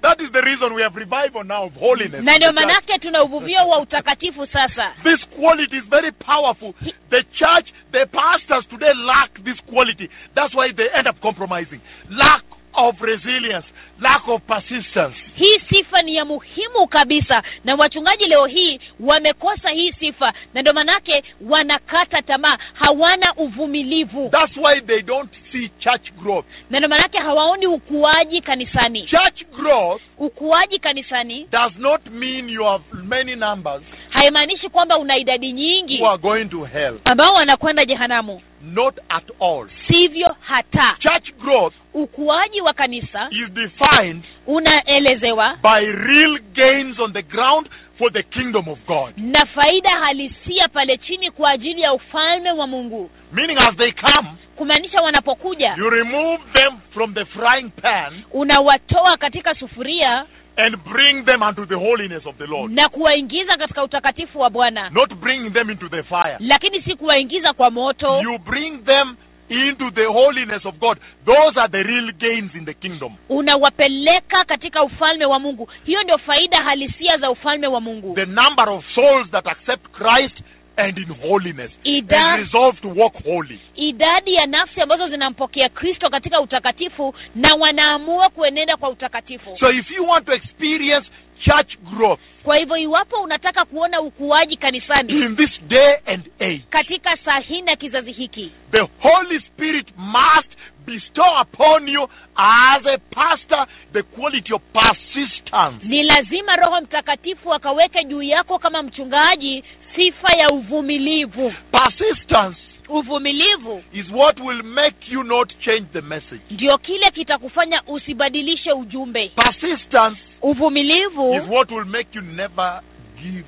Speaker 6: That is the reason we have revival now of holiness.
Speaker 7: na
Speaker 6: in
Speaker 7: ndio
Speaker 6: the church.
Speaker 7: manake tuna uvuvio wa utakatifu sasa
Speaker 6: This quality is very powerful. The church, the pastors today lack this quality. That's why they end up compromising. Lack of resilience, lack of persistence.
Speaker 7: hii sifa ni ya muhimu kabisa na wachungaji leo hii wamekosa hii sifa na ndio manake wanakata tamaa hawana uvumilivu
Speaker 6: That's why they don't see church growth.
Speaker 7: na ndio manake hawaoni ukuaji kanisani
Speaker 6: Church growth
Speaker 7: ukuaji kanisani
Speaker 6: does not mean you have many numbers
Speaker 7: haimaanishi kwamba una idadi nyingi
Speaker 6: who are going to hell.
Speaker 7: ambao wanakwenda jehanamu
Speaker 6: Not at all.
Speaker 7: sivyo hata
Speaker 6: Church growth
Speaker 7: ukuaji wa kanisa
Speaker 6: is defined
Speaker 7: unaelezewa
Speaker 6: by real gains on the ground for the kingdom of God.
Speaker 7: na faida halisia pale chini kwa ajili ya ufalme wa mungu
Speaker 6: Meaning, as they come,
Speaker 7: kumaanisha wanapokuja
Speaker 6: you remove them from the frying pan
Speaker 7: unawatoa katika sufuria
Speaker 6: and bring them unto the holiness of the Lord.
Speaker 7: na kuwaingiza katika utakatifu wa bwana
Speaker 6: Not bringing them into the fire.
Speaker 7: lakini si kuwaingiza kwa moto
Speaker 6: You bring them into the holiness of God. Those are the real gains in the kingdom.
Speaker 7: unawapeleka katika ufalme wa mungu hiyo ndio faida halisia za ufalme wa mungu
Speaker 6: The number of souls that accept Christ and in holiness and
Speaker 7: Ida,
Speaker 6: resolve to walk holy.
Speaker 7: idadi ya nafsi ambazo zinampokea kristo katika utakatifu na wanaamua kuenenda kwa utakatifu
Speaker 6: So, if you want to experience church growth
Speaker 7: kwa hivyo iwapo unataka kuona ukuaji kanisani
Speaker 6: in this day and age,
Speaker 7: katika saa hii na kizazi hiki
Speaker 6: The Holy Spirit must bestow upon you as a pastor the quality of persistence.
Speaker 7: ni lazima roho mtakatifu akaweke juu yako kama mchungaji sifa ya uvumilivu
Speaker 6: Persistence
Speaker 7: uvumilivu
Speaker 6: is what will make you not change the message.
Speaker 7: ndio kile kitakufanya usibadilishe ujumbe
Speaker 6: Persistence is
Speaker 7: uvumilivu
Speaker 6: what will make you never give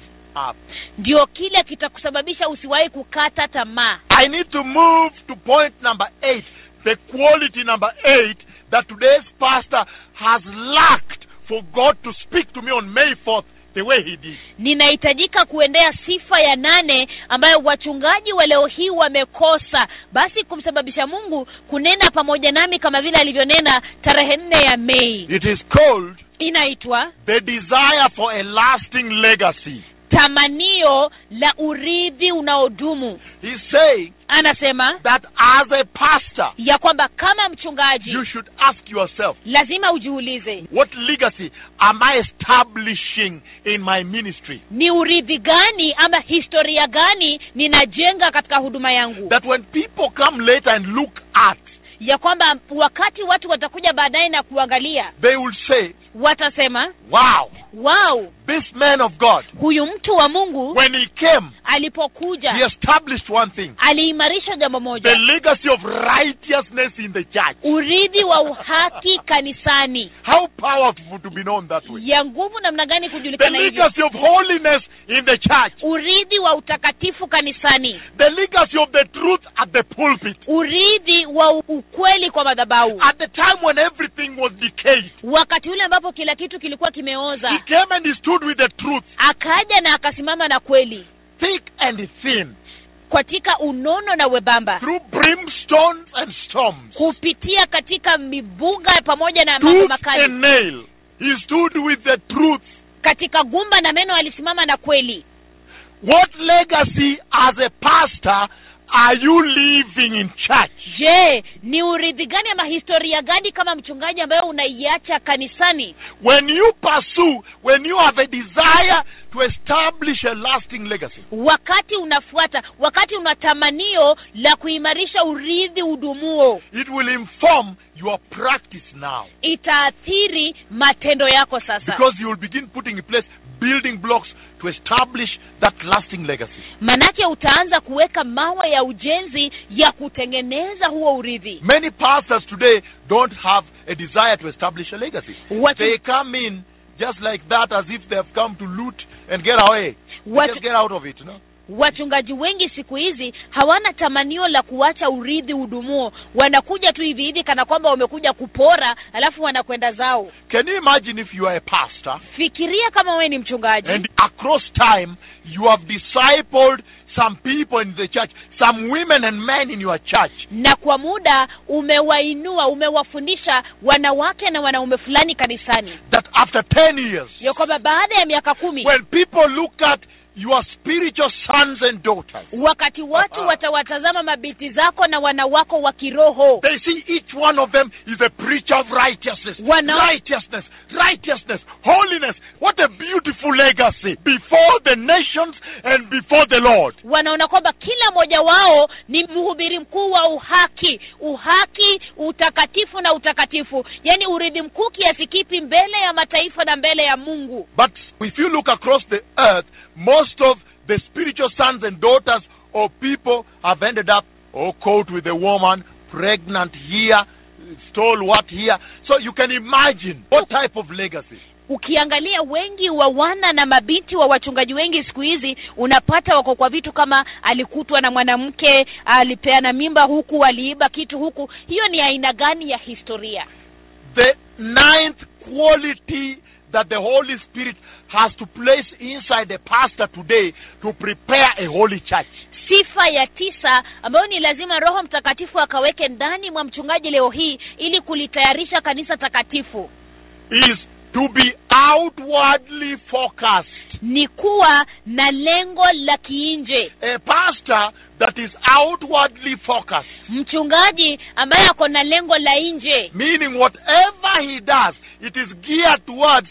Speaker 6: up.
Speaker 7: ndio kile kitakusababisha usiwahi kukata tamaa
Speaker 6: I need to move to point number eight, the quality number eight that today's pastor has lacked for God to speak to me on May 4th the way he did.
Speaker 7: ninahitajika kuendea sifa ya nane ambayo wachungaji wa leo hii wamekosa basi kumsababisha mungu kunena pamoja nami kama vile alivyonena tarehe nne ya mei
Speaker 6: It is called
Speaker 7: inaitwa
Speaker 6: the desire for a lasting legacy.
Speaker 7: tamanio la urithi unaodumu
Speaker 6: He's saying
Speaker 7: anasema
Speaker 6: that as a pastor,
Speaker 7: ya kwamba kama mchungaji
Speaker 6: you should ask yourself,
Speaker 7: lazima ujiulize
Speaker 6: what legacy am I establishing in my ministry?
Speaker 7: ni urithi gani ama historia gani ninajenga katika huduma yangu
Speaker 6: That when people come later and look at,
Speaker 7: ya kwamba wakati watu watakuja baadaye na kuangalia
Speaker 6: they will say,
Speaker 7: watasema
Speaker 6: wow,
Speaker 7: wao
Speaker 6: this man of God,
Speaker 7: huyu mtu wa mungu
Speaker 6: when he came,
Speaker 7: alipokuja
Speaker 6: he established one thing
Speaker 7: aliimarisha jambo
Speaker 6: the
Speaker 7: moja
Speaker 6: legacy of righteousness in the church.
Speaker 7: urithi wa uhaki kanisani
Speaker 6: How powerful to be known that way.
Speaker 7: ya nguvu namna gani
Speaker 6: The
Speaker 7: kujulikana hivyo
Speaker 6: legacy of holiness in the church.
Speaker 7: urithi wa utakatifu kanisani
Speaker 6: The legacy of the truth at the pulpit.
Speaker 7: urithi wa ukweli kwa madhabahu
Speaker 6: At the time when everything was decayed,
Speaker 7: wakati ule ambapo kila kitu kilikuwa
Speaker 6: he
Speaker 7: kimeoza
Speaker 6: came and he stood with the truth,
Speaker 7: akaja na akasimama na kweli
Speaker 6: thick and thin,
Speaker 7: katika unono na webamba
Speaker 6: through brimstone and storms,
Speaker 7: kupitia katika mibuga pamoja na mambo
Speaker 6: tooth
Speaker 7: makali
Speaker 6: and nail. He stood with the truth.
Speaker 7: katika gumba na meno alisimama na kweli
Speaker 6: What legacy as a pastor are you living in church?
Speaker 7: je ni urithi gani ama historia gani kama mchungaji ambayo unaiacha kanisani
Speaker 6: When you pursue, when you have a desire to establish a lasting legacy,
Speaker 7: wakati unafuata wakati una tamanio la kuimarisha urithi udumuo
Speaker 6: it will inform your practice now.
Speaker 7: itaathiri matendo yako sasa
Speaker 6: Because you will begin putting in place building blocks to establish that lasting legacy.
Speaker 7: manake utaanza kuweka mawe ya ujenzi ya kutengeneza huo urithi
Speaker 6: Many pastors today don't have a desire to establish a legacy.
Speaker 7: What-
Speaker 6: They come in just like that as if they have come to loot and get away. They
Speaker 7: What-
Speaker 6: just get out of it, you know.
Speaker 7: wachungaji wengi siku hizi hawana tamanio la kuacha urithi udumuo wanakuja tu hivi hivi kana kwamba wamekuja kupora alafu wanakwenda zao
Speaker 6: Can you imagine if you are a pastor
Speaker 7: fikiria kama wewe ni mchungaji
Speaker 6: And across time, you have discipled some people in the church, some women and men in your church.
Speaker 7: na kwa muda umewainua umewafundisha wanawake na wanaume fulani kanisani
Speaker 6: That after 10 years,
Speaker 7: ya kwamba baada ya miaka kumi
Speaker 6: when people look at your spiritual sons and daughters,
Speaker 7: wakati watu watawatazama mabinti zako na wanawako wa kiroho
Speaker 6: they see each one of them is a preacher of righteousness,
Speaker 7: Wana-
Speaker 6: righteousness, righteousness, holiness. What a beautiful legacy before the nations and before the Lord.
Speaker 7: wanaona kwamba kila mmoja wao ni mhubiri mkuu wa uhaki uhaki utakatifu na utakatifu yaani urithi mkuu kiasi kipi mbele ya mataifa na mbele ya mungu
Speaker 6: But if you look across the earth, most of the spiritual sons and daughters of people have ended up oh, caught with a woman, pregnant here, stole what here. So you can imagine what type of legacy.
Speaker 7: ukiangalia wengi wa wana na mabinti wa wachungaji wengi siku hizi unapata wako kwa vitu kama alikutwa na mwanamke alipeana mimba huku aliiba kitu huku hiyo ni aina gani ya historia
Speaker 6: The ninth quality that the Holy Spirit has to place inside a pastor today to prepare a holy church
Speaker 7: sifa ya tisa ambayo ni lazima roho mtakatifu akaweke ndani mwa mchungaji leo hii ili kulitayarisha kanisa takatifu
Speaker 6: is to be outwardly focused.
Speaker 7: ni kuwa na lengo la kiinje
Speaker 6: A pastor that is outwardly focused
Speaker 7: mchungaji ambaye ako na lengo la nje
Speaker 6: Meaning, whatever he does, it is geared towards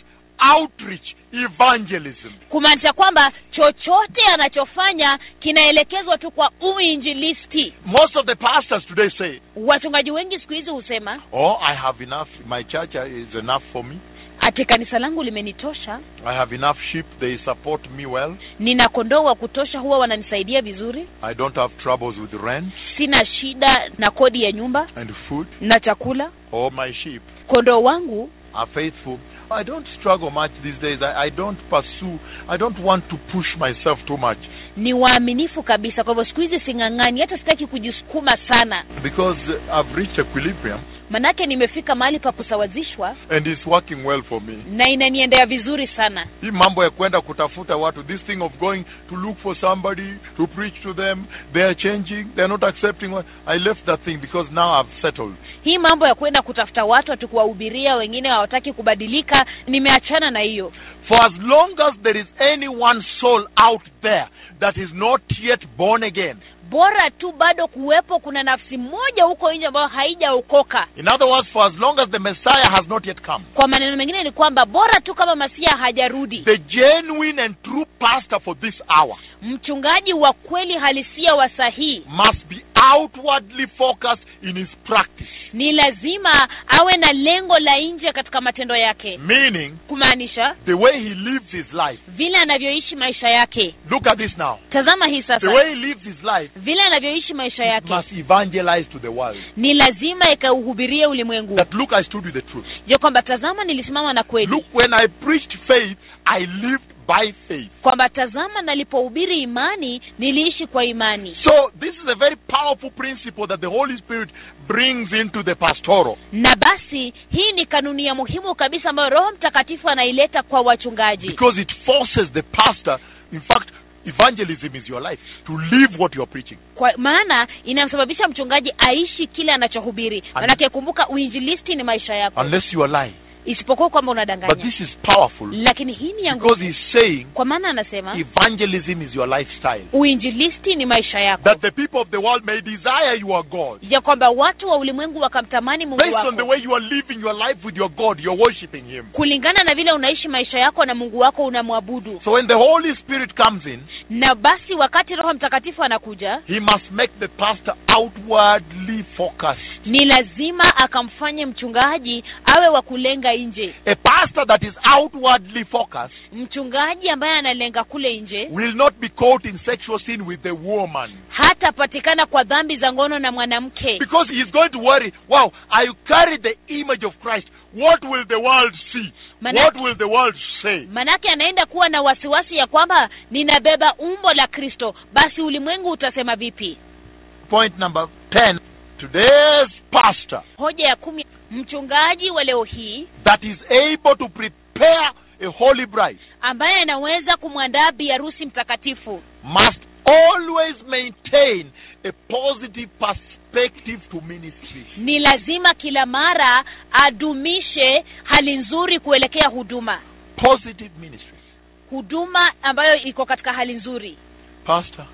Speaker 6: outreach, evangelism.
Speaker 7: kumaanisha kwamba chochote anachofanya kinaelekezwa tu kwa uinjilisti
Speaker 6: Most of the pastors today say,
Speaker 7: wachungaji wengi siku hizi husema
Speaker 6: Oh, I have enough. My church is enough for me.
Speaker 7: ati kanisa langu limenitosha
Speaker 6: I have enough sheep. They support me well.
Speaker 7: nina kondoo wa kutosha huwa wananisaidia vizuri
Speaker 6: I don't have troubles with rent
Speaker 7: sina shida na kodi ya nyumba
Speaker 6: and food.
Speaker 7: na chakula
Speaker 6: All my sheep
Speaker 7: kondoo wangu
Speaker 6: are faithful. I don't struggle much these days. I, I don't pursue. I don't want to push myself too much
Speaker 7: ni waaminifu kabisa kwa hivyo siku hizi sing'ang'ani hata sitaki kujisukuma sana
Speaker 6: because uh, I've reached equilibrium
Speaker 7: manake nimefika mahali pa kusawazishwa
Speaker 6: and it's working well for me.
Speaker 7: na inaniendea vizuri sana
Speaker 6: hii mambo ya kwenda kutafuta watu this thing of going to look for somebody to preach to them they are changing they are not accepting what- i left that thing because now i've settled
Speaker 7: hii mambo ya kwenda kutafuta watu ati kuwahubiria wengine hawataki kubadilika nimeachana na hiyo
Speaker 6: for as long as there is any one soul out there that is not yet born again
Speaker 7: bora tu bado kuwepo kuna nafsi moja huko nje ambayo haijaokoka
Speaker 6: in other words for as long as the messiah has not yet come
Speaker 7: kwa maneno mengine ni kwamba bora tu kama masia hajarudi
Speaker 6: the genuine and true pastor for this hour
Speaker 7: mchungaji wa kweli halisia wa sahihi
Speaker 6: must be outwardly focused in his practice
Speaker 7: ni lazima awe na lengo la nje katika matendo yake
Speaker 6: meaning
Speaker 7: kumaanisha
Speaker 6: the way he lives his life
Speaker 7: vile anavyoishi maisha yake
Speaker 6: look at this now
Speaker 7: tazama hii
Speaker 6: the
Speaker 7: sasa
Speaker 6: way he lives his life
Speaker 7: vile anavyoishi maisha
Speaker 6: It
Speaker 7: yake
Speaker 6: must evangelize to the world
Speaker 7: ni lazima ikauhubirie ulimwengu
Speaker 6: that look I stood with the truth.
Speaker 7: ya kwamba tazama nilisimama na
Speaker 6: Look,
Speaker 7: kweli
Speaker 6: when I preached faith, I lived by faith.
Speaker 7: kwamba tazama nalipohubiri imani niliishi kwa imani
Speaker 6: So this is a very powerful principle that the Holy Spirit brings into the pastoral.
Speaker 7: na basi hii ni kanuni ya muhimu kabisa ambayo roho mtakatifu anaileta kwa wachungaji
Speaker 6: Because it forces the pastor, in fact, evangelism is your life, to live what you're preaching.
Speaker 7: kwa maana inamsababisha mchungaji aishi kile anachohubiri manake kumbuka uinjilisti ni maisha yako
Speaker 6: Unless you are lying.
Speaker 7: isipokuwa kwamba
Speaker 6: But this
Speaker 7: unadanganya
Speaker 6: is powerful
Speaker 7: lakini hii ni ya
Speaker 6: because
Speaker 7: nguvu
Speaker 6: he's saying
Speaker 7: kwa maana anasema
Speaker 6: evangelism is your lifestyle.
Speaker 7: uinjilisti ni maisha yako
Speaker 6: That the people of the world may desire your God.
Speaker 7: ya kwamba watu wa ulimwengu wakamtamani mungu
Speaker 6: Based on the
Speaker 7: wako
Speaker 6: way you are living your life with your God, you're worshiping Him.
Speaker 7: kulingana na vile unaishi maisha yako na mungu wako unamwabudu
Speaker 6: So when the Holy Spirit comes in,
Speaker 7: na basi wakati roho mtakatifu anakuja
Speaker 6: he must make the pastor outwardly focused.
Speaker 7: ni lazima akamfanye mchungaji awe wa kulenga nje
Speaker 6: A pastor that is outwardly focused
Speaker 7: mchungaji ambaye analenga kule nje
Speaker 6: will not be caught in sexual sin with the woman.
Speaker 7: hatapatikana kwa dhambi za ngono na mwanamke
Speaker 6: Because he is going to worry, wow, I carry the image of Christ. What will the world see? What will the world say?
Speaker 7: manake anaenda kuwa na wasiwasi ya kwamba ninabeba umbo la kristo basi ulimwengu utasema vipi
Speaker 6: Point number 10. Today's pastor
Speaker 7: hoja ya kumi mchungaji wa leo hii
Speaker 6: that is able to prepare a holy bride
Speaker 7: ambaye anaweza kumwandaa biharusi mtakatifu
Speaker 6: must always maintain a positive perspective to ministry.
Speaker 7: ni lazima kila mara adumishe hali nzuri kuelekea huduma
Speaker 6: Positive ministry.
Speaker 7: huduma ambayo iko katika hali nzuri
Speaker 6: Pastor,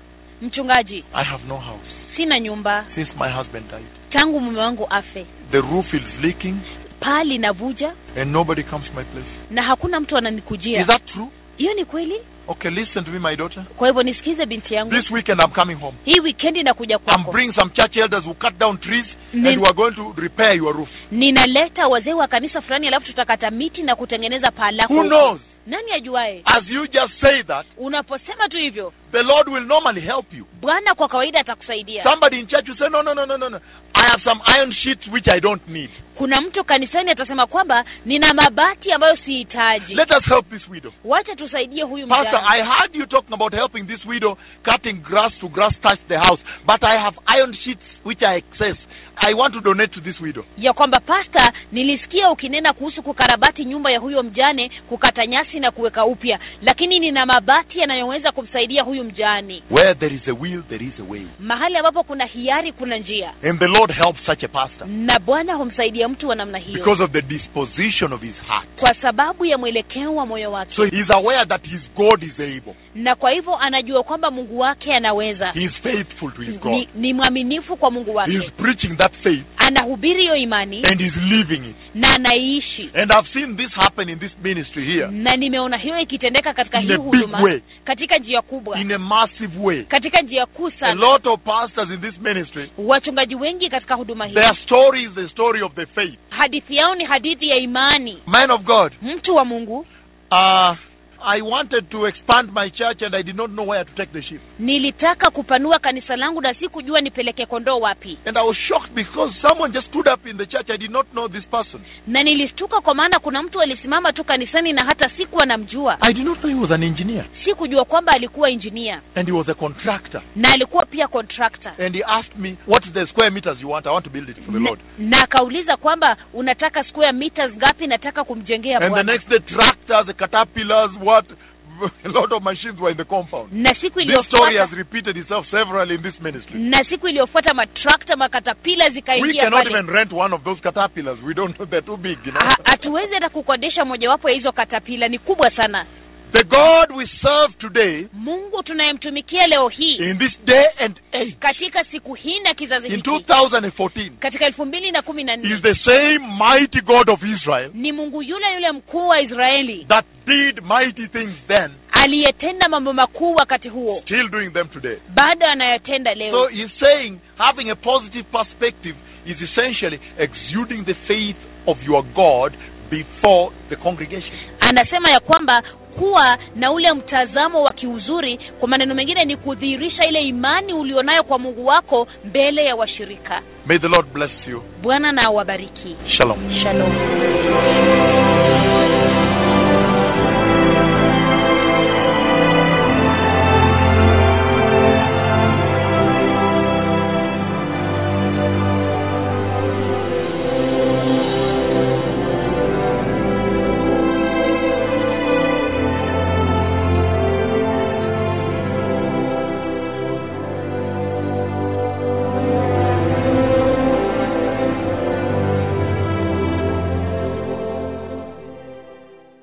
Speaker 7: mchungaji
Speaker 6: I have no house
Speaker 7: sina nyumba
Speaker 6: since my husband died.
Speaker 7: tangu mume wangu afe
Speaker 6: The roof is leaking
Speaker 7: paa linavuja
Speaker 6: and nobody comes to my place.
Speaker 7: na hakuna mtu
Speaker 6: Is
Speaker 7: ananikujia
Speaker 6: that true?
Speaker 7: hiyo ni kweli
Speaker 6: Okay, listen to me, my daughter.
Speaker 7: kwa hivyo nisikize binti yangu
Speaker 6: This weekend I'm coming home.
Speaker 7: hii wikendi nakuja
Speaker 6: I'm
Speaker 7: kwako
Speaker 6: bringing some church elders who cut down trees
Speaker 7: Nin-
Speaker 6: and we are going to repair your roof.
Speaker 7: ninaleta wazee wa kanisa fulani alafu tutakata miti na kutengeneza paa lako
Speaker 6: Who
Speaker 7: huko.
Speaker 6: knows?
Speaker 7: nani ajuae
Speaker 6: As you just say that,
Speaker 7: unaposema tu hivyo
Speaker 6: the Lord will normally help you.
Speaker 7: bwana kwa kawaida atakusaidia
Speaker 6: Somebody in church will say, No, no, no, no, no, no. I have some iron sheets which I don't need.
Speaker 7: kuna mtu kanisani atasema kwamba nina mabati ambayo sihitaji
Speaker 6: Let us help this widow.
Speaker 7: wacha tusaidie huyu
Speaker 6: Pastor,
Speaker 7: mjane.
Speaker 6: I heard you talking about helping this widow cutting grass to grass touch the house, but I have iron sheets which I excess. I want to donate to this widow.
Speaker 7: ya kwamba pasta nilisikia ukinena kuhusu kukarabati nyumba ya huyo mjane kukata nyasi na kuweka upya lakini nina mabati yanayoweza kumsaidia huyu mjane
Speaker 6: Where there is a will, there is a way.
Speaker 7: mahali ambapo kuna hiari kuna njia
Speaker 6: And the Lord helps such a pastor
Speaker 7: na bwana humsaidia mtu wa namna hiyo
Speaker 6: because of the disposition of his heart.
Speaker 7: kwa sababu ya mwelekeo wa moyo wake
Speaker 6: So he is aware that his God is able.
Speaker 7: na kwa hivyo anajua kwamba mungu wake anaweza
Speaker 6: He is faithful to his
Speaker 7: ni,
Speaker 6: God.
Speaker 7: ni mwaminifu kwa mungu
Speaker 6: He
Speaker 7: wake
Speaker 6: is preaching that faith
Speaker 7: anahubiri hiyo imani
Speaker 6: and is living it.
Speaker 7: na anaiishi
Speaker 6: And I've seen this happen in this ministry here
Speaker 7: na nimeona hiyo ikitendeka katika
Speaker 6: In
Speaker 7: hii
Speaker 6: a big way.
Speaker 7: huduma katika njia kubwa
Speaker 6: in a massive way.
Speaker 7: katika njia kuu
Speaker 6: A
Speaker 7: sana
Speaker 6: lot of pastors in this ministry,
Speaker 7: wachungaji wengi katika huduma hii
Speaker 6: their story is the story of the faith.
Speaker 7: hadithi yao ni hadithi ya imani
Speaker 6: Man of God,
Speaker 7: mtu wa mungu
Speaker 6: uh, I wanted to expand my church and I did not know where to take the sheep.
Speaker 7: nilitaka kupanua kanisa langu na sikujua nipeleke kondoo wapi
Speaker 6: And I was shocked because someone just stood up in the church. I did not know this person.
Speaker 7: na nilishtuka kwa maana kuna mtu alisimama tu kanisani na hata sikuwa namjua
Speaker 6: I did not know he was an engineer
Speaker 7: sikujua kwamba alikuwa injinia
Speaker 6: and he was a contractor.
Speaker 7: na alikuwa pia contractor
Speaker 6: And he asked me, What is the square meters you want? I want to build it for the Lord.
Speaker 7: na akauliza kwamba unataka square meters ngapi nataka kumjengea
Speaker 6: And the
Speaker 7: Bwana.
Speaker 6: next day, tractors, the caterpillars, what? A lot of machines were in the compound.
Speaker 7: na siku
Speaker 6: This story
Speaker 7: iliyofuata
Speaker 6: has repeated itself several in this ministry.
Speaker 7: na siku iliyofuata matrakta makatapila
Speaker 6: We
Speaker 7: zikaingia
Speaker 6: cannot
Speaker 7: pale.
Speaker 6: even rent one of those caterpillars. We don't know. They're too big, you know.
Speaker 7: Ha- hatuwezi hata kukodesha mojawapo ya hizo katapila ni kubwa sana
Speaker 6: The God we serve today,
Speaker 7: mungu tunayemtumikia leo hii
Speaker 6: in this day and age,
Speaker 7: katika siku hii na kizazi
Speaker 6: in
Speaker 7: hiki
Speaker 6: 2014,
Speaker 7: katika elfu mbili na kumi na
Speaker 6: is
Speaker 7: nne
Speaker 6: the same mighty God of Israel
Speaker 7: ni mungu yule yule mkuu wa israeli
Speaker 6: that did mighty things then,
Speaker 7: aliyetenda mambo makuu wakati huo
Speaker 6: still doing them today.
Speaker 7: bado anayotenda
Speaker 6: So
Speaker 7: leo
Speaker 6: he's saying having a positive perspective is essentially exuding the faith of your God before the congregation.
Speaker 7: anasema ya kwamba kuwa na ule mtazamo wa kiuzuri kwa maneno mengine ni kudhihirisha ile imani ulionayo kwa mungu wako mbele ya washirika
Speaker 6: May the Lord bless you.
Speaker 7: bwana na awabariki
Speaker 6: Shalom.
Speaker 7: shalom